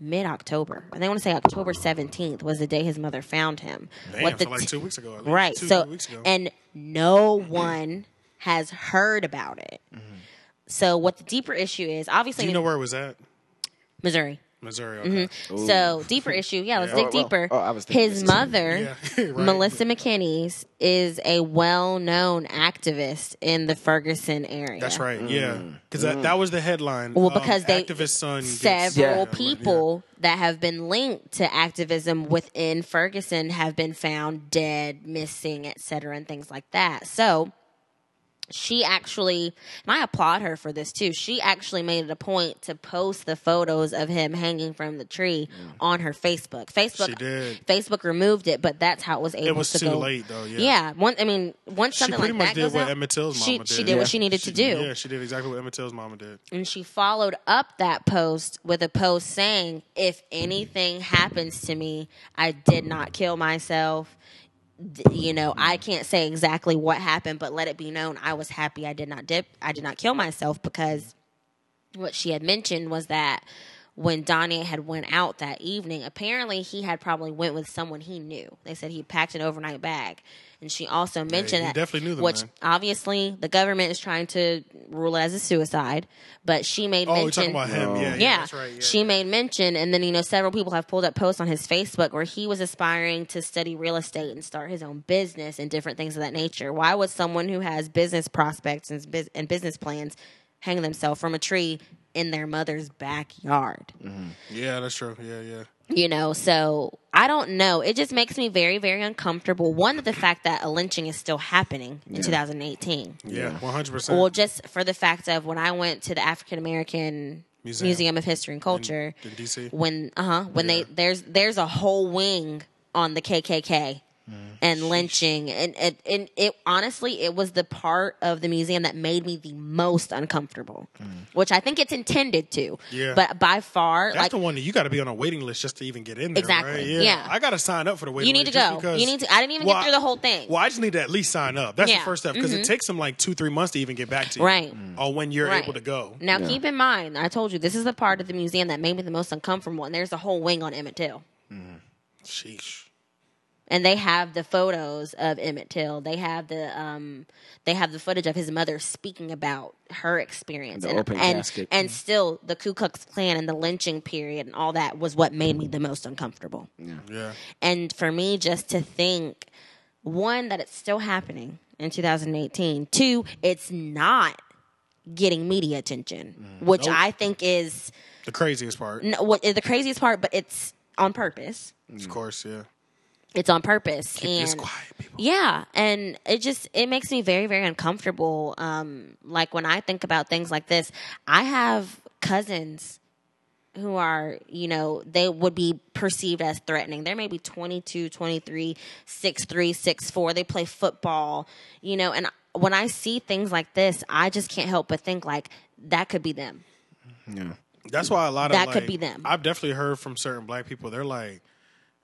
Speaker 3: Mid October, and they want to say October seventeenth was the day his mother found him.
Speaker 2: Damn,
Speaker 3: What the
Speaker 2: for like
Speaker 3: t-
Speaker 2: two weeks ago. at least.
Speaker 3: right?
Speaker 2: Two,
Speaker 3: so
Speaker 2: three weeks ago.
Speaker 3: and no one has heard about it. So what the deeper issue is? Obviously,
Speaker 2: Mm-hmm. do you know where it was at?
Speaker 3: Missouri.
Speaker 2: Missouri. Okay.
Speaker 3: Mm-hmm. So deeper issue, yeah. Let's
Speaker 2: Yeah.
Speaker 3: dig
Speaker 1: Oh, well,
Speaker 3: deeper.
Speaker 1: oh, I was thinking
Speaker 3: His
Speaker 1: Mississippi.
Speaker 3: mother,
Speaker 2: Yeah, right.
Speaker 3: Melissa McKinney's, is a well-known activist in the Ferguson area.
Speaker 2: That's right. Yeah, because that, that was the headline.
Speaker 3: Well,
Speaker 2: Um,
Speaker 3: because they
Speaker 2: activist son gets-
Speaker 3: several
Speaker 1: Yeah.
Speaker 3: people that have been linked to activism within Ferguson have been found dead, missing, etc., and things like that. So she actually, and I applaud her for this too. She actually made it a point to post the photos of him hanging from the tree on her Facebook.
Speaker 2: Mm.
Speaker 3: Facebook,
Speaker 2: She did.
Speaker 3: Facebook removed it, but that's how it was able.
Speaker 2: was
Speaker 3: to
Speaker 2: too
Speaker 3: go.
Speaker 2: late, though, yeah.
Speaker 3: One, I mean, once
Speaker 2: She
Speaker 3: something
Speaker 2: pretty
Speaker 3: like
Speaker 2: much
Speaker 3: that
Speaker 2: did
Speaker 3: goes
Speaker 2: what
Speaker 3: out,
Speaker 2: Emmett Till's
Speaker 3: she,
Speaker 2: mama
Speaker 3: She
Speaker 2: did.
Speaker 3: did
Speaker 1: Yeah.
Speaker 3: what she needed to do
Speaker 2: Yeah, she did exactly what Emmett Till's mama did.
Speaker 3: and she followed up that post with a post saying, "If anything happens to me, I did not kill myself. Th- You know, I can't say exactly what happened, but let it be known I was happy I did not dip. I did not kill myself because what she had mentioned was that when Donnie had went out that evening, apparently he had probably went with someone he knew. They said he packed an overnight bag, and she also mentioned
Speaker 2: he
Speaker 3: that
Speaker 2: definitely knew the
Speaker 3: which
Speaker 2: man.
Speaker 3: obviously the government is trying to rule as a suicide, but she made
Speaker 2: Oh,
Speaker 3: mention
Speaker 2: you're talking about him. Yeah, yeah, that's right. Yeah.
Speaker 3: she made mention, and then you know several people have pulled up posts on his Facebook where he was aspiring to study real estate and start his own business and different things of that nature. Why would someone who has business prospects and, bus- and business plans hang themselves from a tree in their mother's backyard?
Speaker 2: Mm. yeah, that's true. Yeah, yeah.
Speaker 3: You know, so I don't know. It just makes me very, very uncomfortable. One, the fact that a lynching is still happening in 2018.
Speaker 2: Yeah, 100%.
Speaker 3: Well, just for the fact of when I went to the African American
Speaker 2: Museum.
Speaker 3: Museum. of History and Culture
Speaker 2: in DC?
Speaker 3: when uh huh when they there's there's a whole wing on the KKK
Speaker 2: Mm.
Speaker 3: and lynching and, and and it honestly it was the part of the museum that made me the most uncomfortable, which I think it's intended to.
Speaker 2: Mm. Yeah.
Speaker 3: But by far,
Speaker 2: That's
Speaker 3: like
Speaker 2: the one that you got to be on a waiting list just to even get in there.
Speaker 3: Exactly.
Speaker 2: right?
Speaker 3: Yeah.
Speaker 2: I got to sign up for the waiting.
Speaker 3: You need
Speaker 2: list
Speaker 3: to
Speaker 2: just
Speaker 3: go.
Speaker 2: because-
Speaker 3: You need to- I didn't even get through
Speaker 2: I-
Speaker 3: the whole thing.
Speaker 2: Well, I just need to at least sign up. That's
Speaker 3: Yeah. Mm-hmm.
Speaker 2: the first step because it takes them like two, three months to even get back to you,
Speaker 3: Right.
Speaker 2: On when you're
Speaker 3: Right. Mm.
Speaker 2: able to go.
Speaker 3: Now, keep in mind, I told you this is the part of the museum that made me the most uncomfortable, and there's a whole wing on Emmett Till.
Speaker 2: Sheesh.
Speaker 3: and they have the photos of Emmett Till. They have the um, they have the footage of his mother speaking about her experience
Speaker 1: The
Speaker 3: and
Speaker 1: open
Speaker 3: and,
Speaker 1: casket.
Speaker 3: and still the Ku Klux Klan and the lynching period and all that was what made me the most uncomfortable.
Speaker 2: Yeah.
Speaker 3: And for me, just to think, one that it's still happening in 2018. Two, it's not getting media attention,
Speaker 1: Mm.
Speaker 3: which I think is
Speaker 2: The craziest part,
Speaker 3: n- what is the craziest part, but it's on purpose.
Speaker 2: of course. Yeah.
Speaker 3: It's on purpose. and
Speaker 2: It's quiet, people.
Speaker 3: yeah, and it just it makes me very very uncomfortable. Um, like when I think about things like this, I have cousins who are you know they would be perceived as threatening they're maybe 22 23 63 64 they play football you know and when i see things like this i just can't help but think like that could be them
Speaker 2: That's why a lot
Speaker 3: That
Speaker 2: of
Speaker 3: could
Speaker 2: like,
Speaker 3: be them.
Speaker 2: I've definitely heard from certain black people. They're like,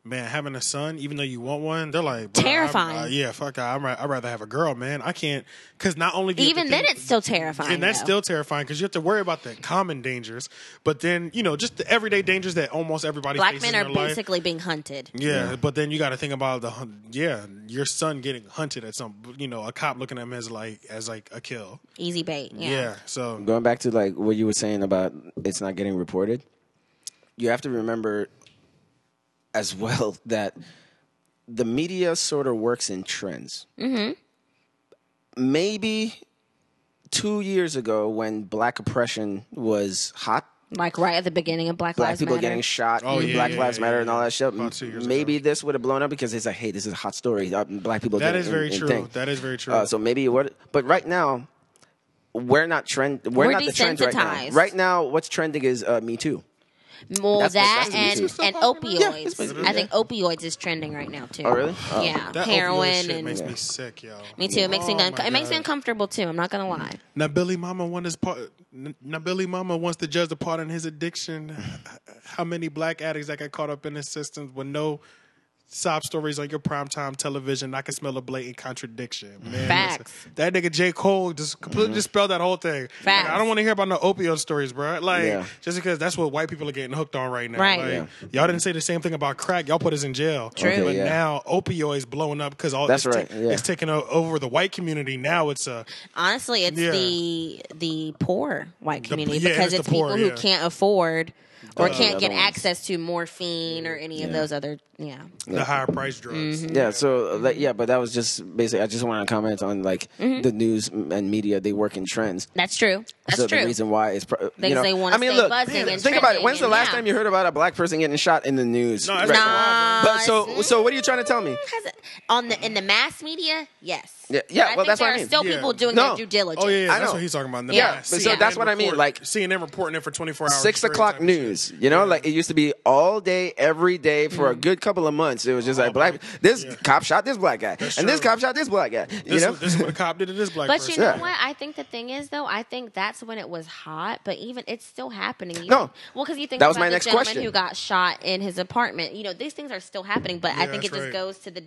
Speaker 2: man, having a son, even though you want one, they're like "Bruh, I'm-
Speaker 3: Terrifying.
Speaker 2: uh, yeah, fuck. I, I'm, ra- I'd rather have a girl, man. I can't because not only do you have to
Speaker 3: even then
Speaker 2: think-
Speaker 3: it's still terrifying
Speaker 2: And that's
Speaker 3: though.
Speaker 2: still terrifying because you have to worry about the common dangers, but then you know just the everyday dangers that almost everybody
Speaker 3: black
Speaker 2: faces
Speaker 3: men
Speaker 2: in
Speaker 3: are
Speaker 2: their life.
Speaker 3: basically being hunted
Speaker 2: Yeah, but then you got to think about the hun- yeah your son getting hunted at some you know a cop looking at him as like as like a kill.
Speaker 3: easy bait
Speaker 2: Yeah,
Speaker 3: yeah
Speaker 2: so
Speaker 1: going back to like what you were saying about it's not getting reported you have to remember as well that the media sort of works in trends mm-hmm. maybe two years ago when black oppression was hot
Speaker 3: like right at the beginning of black,
Speaker 1: black
Speaker 3: lives
Speaker 1: people
Speaker 3: matter
Speaker 1: getting shot
Speaker 2: Oh,
Speaker 1: and
Speaker 2: yeah,
Speaker 1: black
Speaker 2: yeah,
Speaker 1: lives
Speaker 2: yeah,
Speaker 1: matter
Speaker 2: yeah,
Speaker 1: and all that shit
Speaker 2: About two years
Speaker 1: maybe this would have blown up because it's like hey this is a hot story Uh, black people
Speaker 2: that
Speaker 1: did it
Speaker 2: is
Speaker 1: and-
Speaker 2: very
Speaker 1: and
Speaker 2: true.
Speaker 1: thing.
Speaker 2: That is very true.
Speaker 1: Uh, so maybe what? But right now, we're not trend. We're,
Speaker 3: We're
Speaker 1: not the trend right now.
Speaker 3: desensitized.
Speaker 1: Right now, what's trending is uh, Me Too.
Speaker 3: Well,
Speaker 1: That's-
Speaker 3: that
Speaker 1: that's
Speaker 3: and,
Speaker 1: easy.
Speaker 3: and
Speaker 1: it's
Speaker 3: opioids.
Speaker 1: been-
Speaker 3: I think opioids is trending right now too.
Speaker 1: Oh, really? Oh.
Speaker 3: Yeah,
Speaker 2: that opioid
Speaker 3: heroin
Speaker 2: shit
Speaker 3: and
Speaker 2: makes
Speaker 3: me
Speaker 2: me sick, y'all.
Speaker 3: too. It makes me
Speaker 2: Oh,
Speaker 3: unco-
Speaker 2: my
Speaker 3: it makes me
Speaker 2: God.
Speaker 3: uncomfortable too. I'm not gonna lie.
Speaker 2: Now Billy Mama won his part. n- Now Billy Mama wants to judge the part in his addiction. How many black addicts that got caught up in his systems with no sob stories on your primetime television? I can smell a blatant contradiction. Man, listen,
Speaker 3: Facts.
Speaker 2: that nigga J Cole just
Speaker 1: Mm-hmm.
Speaker 2: completely dispelled that whole thing.
Speaker 3: Facts.
Speaker 2: Like, I don't want to hear about no opioid stories, bro. Like
Speaker 1: Yeah.
Speaker 2: just because that's what white people are getting hooked on right now.
Speaker 3: Right.
Speaker 2: Like, Y'all didn't say the same thing about crack. Y'all put us in jail.
Speaker 1: True. Okay,
Speaker 2: but
Speaker 1: yeah.
Speaker 2: now opioids blowing up because all
Speaker 1: That's
Speaker 2: it's
Speaker 1: right, yeah.
Speaker 2: it's taking o- over the white community. Now it's a
Speaker 3: Honestly, it's
Speaker 2: Yeah.
Speaker 3: the the poor white community
Speaker 2: yeah, it's
Speaker 3: because
Speaker 2: the
Speaker 3: it's, people
Speaker 2: poor,
Speaker 3: who
Speaker 2: yeah. Oh,
Speaker 3: can't afford or can't
Speaker 1: other
Speaker 3: get
Speaker 1: ones.
Speaker 3: access to morphine or any of those other yeah.
Speaker 2: the higher price drugs.
Speaker 1: Yeah. So uh, like, yeah, but that was just basically. I just want to comment on like the news and media. They work in trends.
Speaker 3: That's true. Mm-hmm. That's
Speaker 1: so
Speaker 3: true.
Speaker 1: the reason why is pro- uh,
Speaker 3: They-
Speaker 1: you know,
Speaker 3: they wanna
Speaker 1: I mean,
Speaker 3: stay
Speaker 1: look,
Speaker 3: buzzing and
Speaker 1: think about it. When's the
Speaker 3: trending,
Speaker 1: last
Speaker 3: yeah.
Speaker 1: time you heard about a black person getting shot in the news?
Speaker 2: No, it's
Speaker 1: Right.
Speaker 2: Nah,
Speaker 1: But so, so what are you trying to tell me?
Speaker 3: Has it- on the in the mass media, yes.
Speaker 1: Yeah, yeah,
Speaker 3: But I
Speaker 1: well, that's
Speaker 3: think there
Speaker 1: what I
Speaker 3: are
Speaker 1: mean.
Speaker 3: still
Speaker 2: Yeah.
Speaker 3: people doing
Speaker 1: No.
Speaker 3: their due diligence.
Speaker 2: Oh yeah, yeah,
Speaker 1: I
Speaker 2: that's
Speaker 1: know.
Speaker 2: what he's talking about.
Speaker 1: Yeah,
Speaker 2: Nah,
Speaker 1: but so that's what I mean,
Speaker 2: report-
Speaker 1: like-
Speaker 2: CNN reporting it for twenty four hours.
Speaker 1: six
Speaker 2: straight
Speaker 1: o'clock
Speaker 2: type of shit.
Speaker 1: news. You know, like it used to be all day, every day for
Speaker 2: Mm.
Speaker 1: a good couple of months. It was just like black. This cop shot this black guy, and this
Speaker 2: true.
Speaker 1: cop shot this black guy. You
Speaker 2: This,
Speaker 1: know,
Speaker 2: is- this is what a cop did to this black
Speaker 3: But
Speaker 2: person.
Speaker 3: you know
Speaker 1: Yeah.
Speaker 3: what? I think the thing is, though, I think that's when it was hot. But even it's still happening. You
Speaker 1: No.
Speaker 3: well, because you think
Speaker 1: That was
Speaker 3: about
Speaker 1: my
Speaker 3: the
Speaker 1: next
Speaker 3: gentleman
Speaker 1: question.
Speaker 3: who got shot in his apartment. You know, these things are still happening. But I
Speaker 2: Yeah,
Speaker 3: think it
Speaker 2: that's
Speaker 3: just
Speaker 2: right.
Speaker 3: goes to the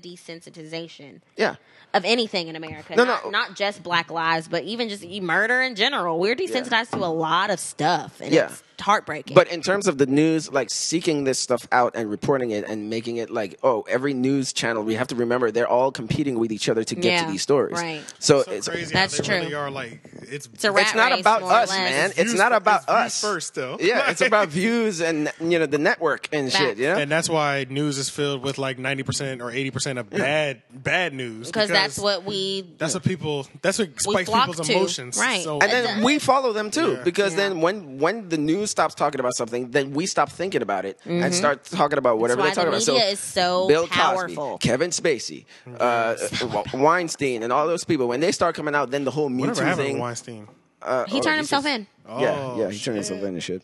Speaker 3: desensitization
Speaker 1: yeah.
Speaker 3: of anything in America.
Speaker 1: No,
Speaker 3: not,
Speaker 1: no.
Speaker 3: not just Black lives, but even just e- murder in general. We're desensitized to a lot of stuff, and
Speaker 1: Yeah.
Speaker 3: it's heartbreaking.
Speaker 1: But in terms terms of the news, like seeking this stuff out and reporting it and making it like, oh, every news channel, we have to remember they're all competing with each other to get to
Speaker 3: Yeah,
Speaker 1: these stories.
Speaker 3: right.
Speaker 1: So,
Speaker 2: So
Speaker 1: it's
Speaker 2: crazy
Speaker 3: That's
Speaker 2: how they
Speaker 3: true.
Speaker 2: really are like it's
Speaker 3: It's a rat
Speaker 1: it's not
Speaker 3: race,
Speaker 1: about
Speaker 3: more or
Speaker 1: us,
Speaker 3: less.
Speaker 1: man. It's,
Speaker 2: views-
Speaker 1: not about
Speaker 2: it's views
Speaker 1: us
Speaker 2: first, though.
Speaker 1: Yeah, it's about views and you know the network and shit.
Speaker 3: Facts.
Speaker 1: You know,
Speaker 2: and that's why news is filled with like ninety percent or eighty percent of bad bad news
Speaker 3: because that's what we
Speaker 2: that's what people that's what spikes
Speaker 3: flock
Speaker 2: people's
Speaker 3: to,
Speaker 2: emotions
Speaker 3: right.
Speaker 2: so
Speaker 1: and then we follow them too
Speaker 2: Yeah.
Speaker 1: because
Speaker 3: Yeah.
Speaker 1: then when when the news stops talking about something then we stop thinking about it and start talking about whatever
Speaker 3: Mm-hmm. why
Speaker 1: they're talking
Speaker 3: the
Speaker 1: about
Speaker 3: media is so
Speaker 1: bill
Speaker 3: powerful.
Speaker 1: cosby kevin spacey uh,
Speaker 2: Mm-hmm.
Speaker 1: weinstein and all those people when they start coming out then the whole me
Speaker 2: whatever
Speaker 1: too
Speaker 2: happened
Speaker 1: thing
Speaker 2: to Weinstein Oh,
Speaker 3: he turned himself in.
Speaker 1: yeah yeah he turned himself into shit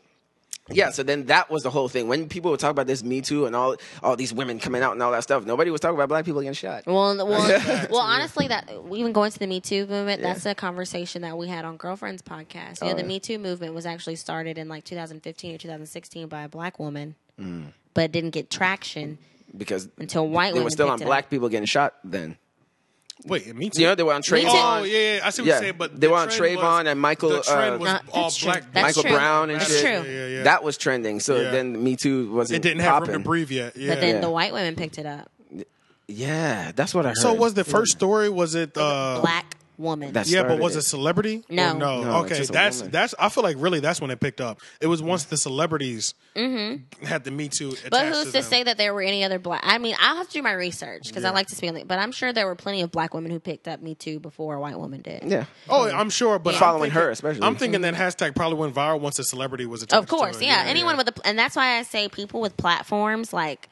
Speaker 1: yeah, so then that was the whole thing. When people would talk about this Me Too and all all these women coming out and all that stuff, nobody was talking about black people getting shot.
Speaker 3: Well, and- well, well. Honestly, that even going to the Me Too movement, that's a conversation that we had on Girlfriends podcast. You know, the
Speaker 1: Oh, yeah.
Speaker 3: Me Too movement was actually started in like 2015 or 2016 by a black woman,
Speaker 1: Mm.
Speaker 3: but it didn't get traction
Speaker 1: Because
Speaker 3: until
Speaker 1: they
Speaker 3: white women
Speaker 1: were still on
Speaker 3: picked it
Speaker 1: black
Speaker 3: up.
Speaker 1: people getting shot then.
Speaker 2: wait it means
Speaker 1: You know, they were on trains.
Speaker 2: oh yeah, yeah I see what
Speaker 1: Yeah.
Speaker 2: you're saying but
Speaker 1: They
Speaker 2: the
Speaker 1: were on
Speaker 2: trend was-
Speaker 1: Trayvon and Michael,
Speaker 2: the trend
Speaker 1: uh,
Speaker 2: was
Speaker 3: Uh,
Speaker 2: all
Speaker 3: that's true.
Speaker 2: black
Speaker 3: That's
Speaker 1: Michael
Speaker 3: true.
Speaker 1: Brown and
Speaker 3: That's
Speaker 1: shit.
Speaker 3: true.
Speaker 2: Yeah, yeah.
Speaker 1: That was trending. So
Speaker 2: Yeah.
Speaker 1: then Me Too wasn't.
Speaker 2: it didn't have
Speaker 1: popping.
Speaker 2: room to breathe yet yeah
Speaker 3: But then
Speaker 1: Yeah.
Speaker 3: the white women picked it up.
Speaker 1: Yeah, that's what I heard.
Speaker 2: so was the first story was it uh
Speaker 3: black woman.
Speaker 1: That's-
Speaker 2: yeah, but
Speaker 1: started
Speaker 2: was
Speaker 1: it.
Speaker 2: it celebrity? Or
Speaker 3: No.
Speaker 2: no.
Speaker 1: No, it's
Speaker 2: okay,
Speaker 1: just a
Speaker 2: that's
Speaker 1: woman.
Speaker 2: that's. I feel like really that's when it picked up. It was once the celebrities had the Me Too. Attached
Speaker 3: Mm-hmm. But who's to
Speaker 2: them.
Speaker 3: say that there were any other black? I mean, I'll have to do my research because I like to speak on it. But I'm sure there were plenty of black women who picked up Me Too before a white woman did.
Speaker 1: Yeah.
Speaker 2: Oh, I'm sure, but I'm
Speaker 1: Following
Speaker 2: thinking-
Speaker 1: her, especially.
Speaker 2: I'm thinking that hashtag probably went viral once the celebrity was attached.
Speaker 3: Mm-hmm. Of course,
Speaker 2: to it.
Speaker 3: yeah. Anyone with a, and that's why I say people with platforms like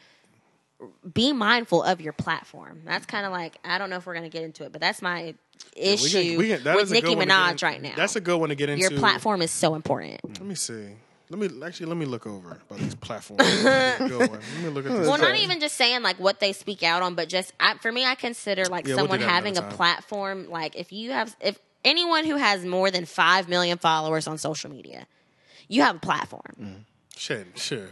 Speaker 3: be mindful of your platform. That's kind of like I don't know if we're gonna get into it, but that's my
Speaker 2: We
Speaker 3: issue
Speaker 2: can- we can- that
Speaker 3: with
Speaker 2: is a good
Speaker 3: Nicki
Speaker 2: one to get
Speaker 3: Minaj
Speaker 2: into.
Speaker 3: right now.
Speaker 2: That's a good one to Mm-hmm. get into.
Speaker 3: your platform is so important.
Speaker 2: Let me see. Let me actually let me look over about these platforms. That's a good one. Let me look at this.
Speaker 3: Well, not e- even just saying like what they speak out on, but just I, for me, I consider like
Speaker 2: Yeah, we'll
Speaker 3: someone
Speaker 2: do that
Speaker 3: having a
Speaker 2: another time.
Speaker 3: platform. Like if you have, if anyone who has more than five million followers on social media, you have a platform.
Speaker 2: shit. Sure.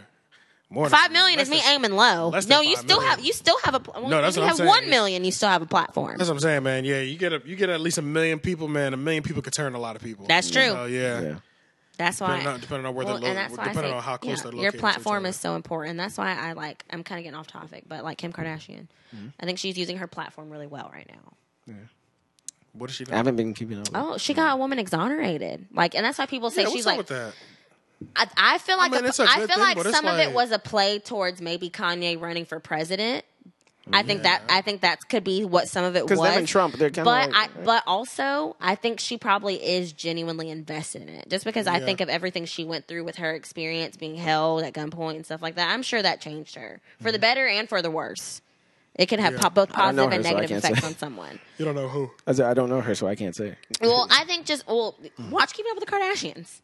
Speaker 2: More than-
Speaker 3: Five million
Speaker 2: less
Speaker 3: is me
Speaker 2: than-
Speaker 3: aiming low.
Speaker 2: less than
Speaker 3: No, you
Speaker 2: five
Speaker 3: still
Speaker 2: million.
Speaker 3: have you still have a. Well,
Speaker 2: No, that's
Speaker 3: if you
Speaker 2: what I'm
Speaker 3: have
Speaker 2: saying.
Speaker 3: one million, you still have a platform.
Speaker 2: That's what I'm saying, man. Yeah, you get a you get at least a million people, man. A million people could turn a lot of people.
Speaker 3: That's true.
Speaker 2: Oh yeah.
Speaker 1: Yeah.
Speaker 3: That's why.
Speaker 2: Depending on- depending on where they're
Speaker 3: and
Speaker 2: lo-
Speaker 3: that's why I
Speaker 2: depending
Speaker 3: say,
Speaker 2: on how close
Speaker 3: yeah,
Speaker 2: they're
Speaker 3: Your
Speaker 2: located to each
Speaker 3: platform
Speaker 2: other.
Speaker 3: is so important. That's why I like. I'm kind of getting off topic, but like Kim Kardashian,
Speaker 2: Mm-hmm.
Speaker 3: I think she's using her platform really well right now.
Speaker 2: What is she?
Speaker 1: I haven't been keeping up. with it.
Speaker 3: Oh, she got a woman exonerated. Like, and that's why people say
Speaker 2: yeah, what's
Speaker 3: she's
Speaker 2: up
Speaker 3: like.
Speaker 2: with that?
Speaker 3: I, I feel like
Speaker 2: mean,
Speaker 3: a-
Speaker 2: it's a
Speaker 3: I
Speaker 2: good
Speaker 3: feel
Speaker 2: thing,
Speaker 3: like
Speaker 2: but it's
Speaker 3: some of it
Speaker 2: like-
Speaker 3: was a play towards maybe Kanye running for president. I think that I think that could be what some of it was.
Speaker 1: 'Cause them and Trump, they're kinda
Speaker 3: But
Speaker 1: like-
Speaker 3: I, but also, I think she probably is genuinely invested in it, just because I
Speaker 2: Yeah.
Speaker 3: think of everything she went through with her experience being held at gunpoint and stuff like that. I'm sure that changed her for the better and for the worse. It can have po- both
Speaker 1: don't know
Speaker 3: positive
Speaker 1: her, so Mm-hmm.
Speaker 3: and
Speaker 1: I
Speaker 3: negative
Speaker 1: can't say.
Speaker 3: effects on someone.
Speaker 2: You don't know who.
Speaker 1: I said, I don't know her, so I can't say.
Speaker 3: Well, I think just well, watch Keeping Up with the Kardashians.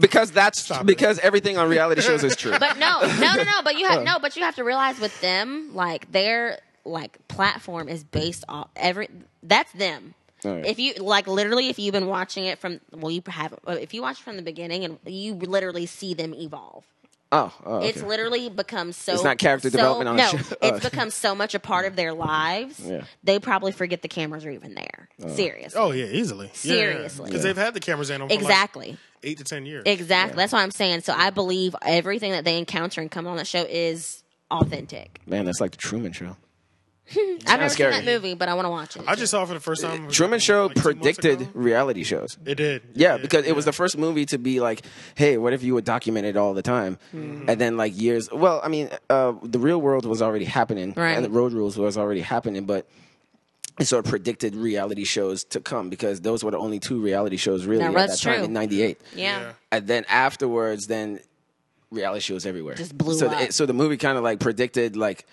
Speaker 1: Because that's
Speaker 2: Stop
Speaker 1: because everything on reality shows is true.
Speaker 3: But no, no, no, no. But you
Speaker 1: Oh.
Speaker 3: have no. But you have to realize with them, like their like platform is based off every. That's them.
Speaker 1: Alright.
Speaker 3: If you like, literally, if you've been watching it from well, you have. uh, If you watch it from the beginning, and you literally see them evolve.
Speaker 1: oh, oh, okay.
Speaker 3: It's literally become so.
Speaker 1: It's not character
Speaker 3: so-
Speaker 1: development on the
Speaker 3: no,
Speaker 1: show.
Speaker 3: it's
Speaker 1: Oh, okay.
Speaker 3: become so much a part of their lives.
Speaker 1: Yeah.
Speaker 3: They probably forget the cameras are even there. Seriously.
Speaker 2: Oh yeah, easily.
Speaker 3: Seriously.
Speaker 2: because they've had the cameras in them for
Speaker 3: Exactly.
Speaker 2: like eight to ten years.
Speaker 3: Exactly. That's what I'm saying. So I believe everything that they encounter and come on that show is authentic.
Speaker 1: Man, that's like the Truman Show.
Speaker 3: I've never
Speaker 1: scary.
Speaker 3: seen that movie, but I want to watch it.
Speaker 2: I just saw it for the first time.
Speaker 1: Truman Show
Speaker 2: like, two months
Speaker 1: predicted
Speaker 2: ago.
Speaker 1: reality shows.
Speaker 2: It did.
Speaker 1: Yeah,
Speaker 2: It did.
Speaker 1: because it was the first movie to be like, hey, what if you would document it all the time? And then like years, well, I mean, uh, the real world was already happening,
Speaker 3: Right.
Speaker 1: and the road rules was already happening, but it sort of predicted reality shows to come because those were the only two reality shows really
Speaker 3: Now,
Speaker 1: at that
Speaker 3: that's
Speaker 1: time
Speaker 3: true.
Speaker 1: in '98.
Speaker 3: yeah.
Speaker 2: Yeah.
Speaker 1: And then afterwards, then reality shows everywhere
Speaker 3: Just blew
Speaker 1: so
Speaker 3: up.
Speaker 1: The, so the movie kind of like predicted like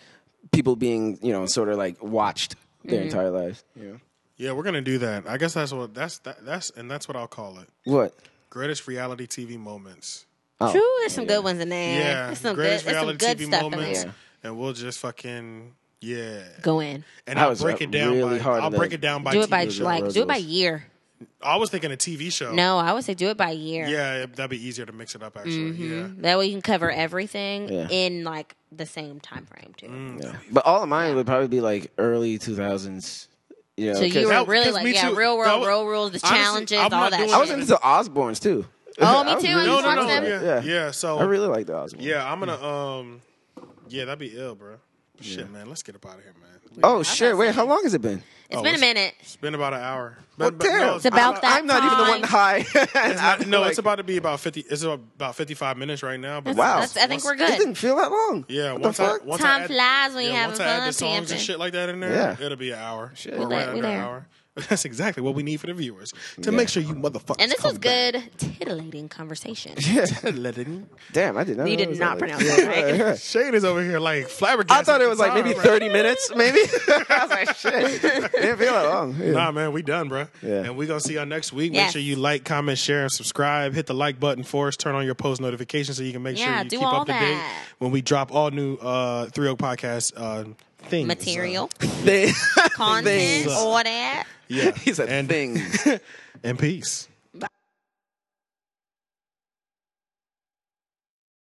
Speaker 1: people being you know sort of like watched their
Speaker 3: Mm-hmm.
Speaker 1: entire lives. Yeah.
Speaker 2: Yeah, we're gonna do that. I guess that's what that's that, that's and that's what I'll call it.
Speaker 1: What?
Speaker 2: Greatest reality TV moments.
Speaker 1: Oh.
Speaker 3: True, there's some good ones in there.
Speaker 2: Yeah,
Speaker 3: there's some good,
Speaker 2: greatest
Speaker 3: there's some
Speaker 2: reality
Speaker 3: good
Speaker 2: TV
Speaker 3: stuff
Speaker 2: moments,
Speaker 3: in there.
Speaker 2: and we'll just fucking yeah.
Speaker 3: Go in,
Speaker 2: And
Speaker 1: I
Speaker 2: I'll
Speaker 1: was,
Speaker 2: break
Speaker 1: uh,
Speaker 2: it down.
Speaker 1: really
Speaker 2: by,
Speaker 1: hard
Speaker 2: I'll
Speaker 1: to-
Speaker 2: break it down by.
Speaker 3: do it by
Speaker 2: TV.
Speaker 3: like, do it by
Speaker 1: Rose.
Speaker 3: year.
Speaker 2: I was thinking a TV show.
Speaker 3: No, I would say do it by year.
Speaker 2: Oh. Yeah, it- that'd be easier to mix it up actually. Yeah.
Speaker 3: That way Mm-hmm. you can cover everything
Speaker 1: Yeah.
Speaker 3: in like the same time frame too.
Speaker 2: Mm.
Speaker 1: But all of mine would probably be like early 2000s. You know,
Speaker 3: So you
Speaker 1: 'cause
Speaker 3: were
Speaker 2: That-
Speaker 3: really
Speaker 2: 'cause
Speaker 3: like
Speaker 2: me
Speaker 3: yeah,
Speaker 2: too.
Speaker 3: real
Speaker 2: That
Speaker 3: world,
Speaker 2: was-
Speaker 3: road rules, the
Speaker 2: honestly,
Speaker 3: challenges,
Speaker 2: I'm
Speaker 3: all
Speaker 2: not
Speaker 3: that.
Speaker 2: doing
Speaker 1: I was
Speaker 3: shit.
Speaker 1: into the Osbournes too.
Speaker 3: Oh, me
Speaker 1: I was
Speaker 3: too.
Speaker 1: really
Speaker 3: I'm
Speaker 2: No, no,
Speaker 1: fucking
Speaker 2: no.
Speaker 3: Foxman.
Speaker 1: with it.
Speaker 2: Yeah,
Speaker 1: Yeah.
Speaker 2: yeah. So
Speaker 1: I really like the Osmond.
Speaker 2: yeah, I'm gonna um, yeah, that'd be ill, bro. Shit, man, let's get up out of here, man. We-
Speaker 1: Oh shit! Wait, how long has it been?
Speaker 3: It's
Speaker 2: Oh,
Speaker 3: been a
Speaker 2: it's-
Speaker 3: minute.
Speaker 2: It's been about an hour.
Speaker 1: Well,
Speaker 2: But- but no,
Speaker 1: damn.
Speaker 2: it's-
Speaker 3: It's about
Speaker 1: I'm,
Speaker 3: that
Speaker 1: I'm not even the one
Speaker 3: time.
Speaker 1: high.
Speaker 2: it's not- no, it's about to be about fifty. It's about fifty-five minutes right now. But
Speaker 1: Wow.
Speaker 3: That's, I think we're
Speaker 1: It
Speaker 3: good.
Speaker 1: didn't feel that long.
Speaker 2: Yeah,
Speaker 1: What
Speaker 2: once
Speaker 1: the
Speaker 2: I
Speaker 1: fuck?
Speaker 2: once
Speaker 3: Time
Speaker 2: I add,
Speaker 3: flies when you're
Speaker 2: yeah,
Speaker 3: having
Speaker 2: once I add
Speaker 3: fun
Speaker 2: the songs and
Speaker 3: pimping.
Speaker 2: shit like that in there,
Speaker 1: Yeah.
Speaker 2: it'll be an hour. Shit,
Speaker 1: We
Speaker 2: or
Speaker 3: there-
Speaker 2: right
Speaker 3: we
Speaker 2: under an
Speaker 3: there.
Speaker 2: hour. That's exactly what we need for the viewers to make sure you motherfuckers.
Speaker 3: And this
Speaker 2: come
Speaker 3: was good, titillating conversation.
Speaker 2: back. Let it in.
Speaker 1: Damn, I did not.
Speaker 3: We
Speaker 1: know it
Speaker 3: did
Speaker 1: was
Speaker 3: not
Speaker 1: that late.
Speaker 3: pronounce it right.
Speaker 1: Yeah.
Speaker 2: Shane is over here like flabbergasted.
Speaker 1: I thought it was like
Speaker 2: Sorry,
Speaker 1: maybe
Speaker 2: bro.
Speaker 1: 30 minutes, maybe. I was like, shit. didn't feel that long. Yeah.
Speaker 2: Nah, man, we done, bro.
Speaker 1: Yeah.
Speaker 2: And we gonna see y'all next week. Make
Speaker 3: Yes.
Speaker 2: sure you like, comment, share, and subscribe. Hit the like button for us. Turn on your post notifications so you can make
Speaker 3: Yeah,
Speaker 2: sure you
Speaker 3: do
Speaker 2: keep
Speaker 3: all
Speaker 2: up to date
Speaker 3: that.
Speaker 2: when we drop all new uh, Three Oak Podcast uh, things.
Speaker 3: Material,
Speaker 1: They-
Speaker 3: content,
Speaker 2: Things.
Speaker 3: all that.
Speaker 2: Uh, yeah.
Speaker 1: he said,
Speaker 2: and,
Speaker 1: things.
Speaker 2: and peace.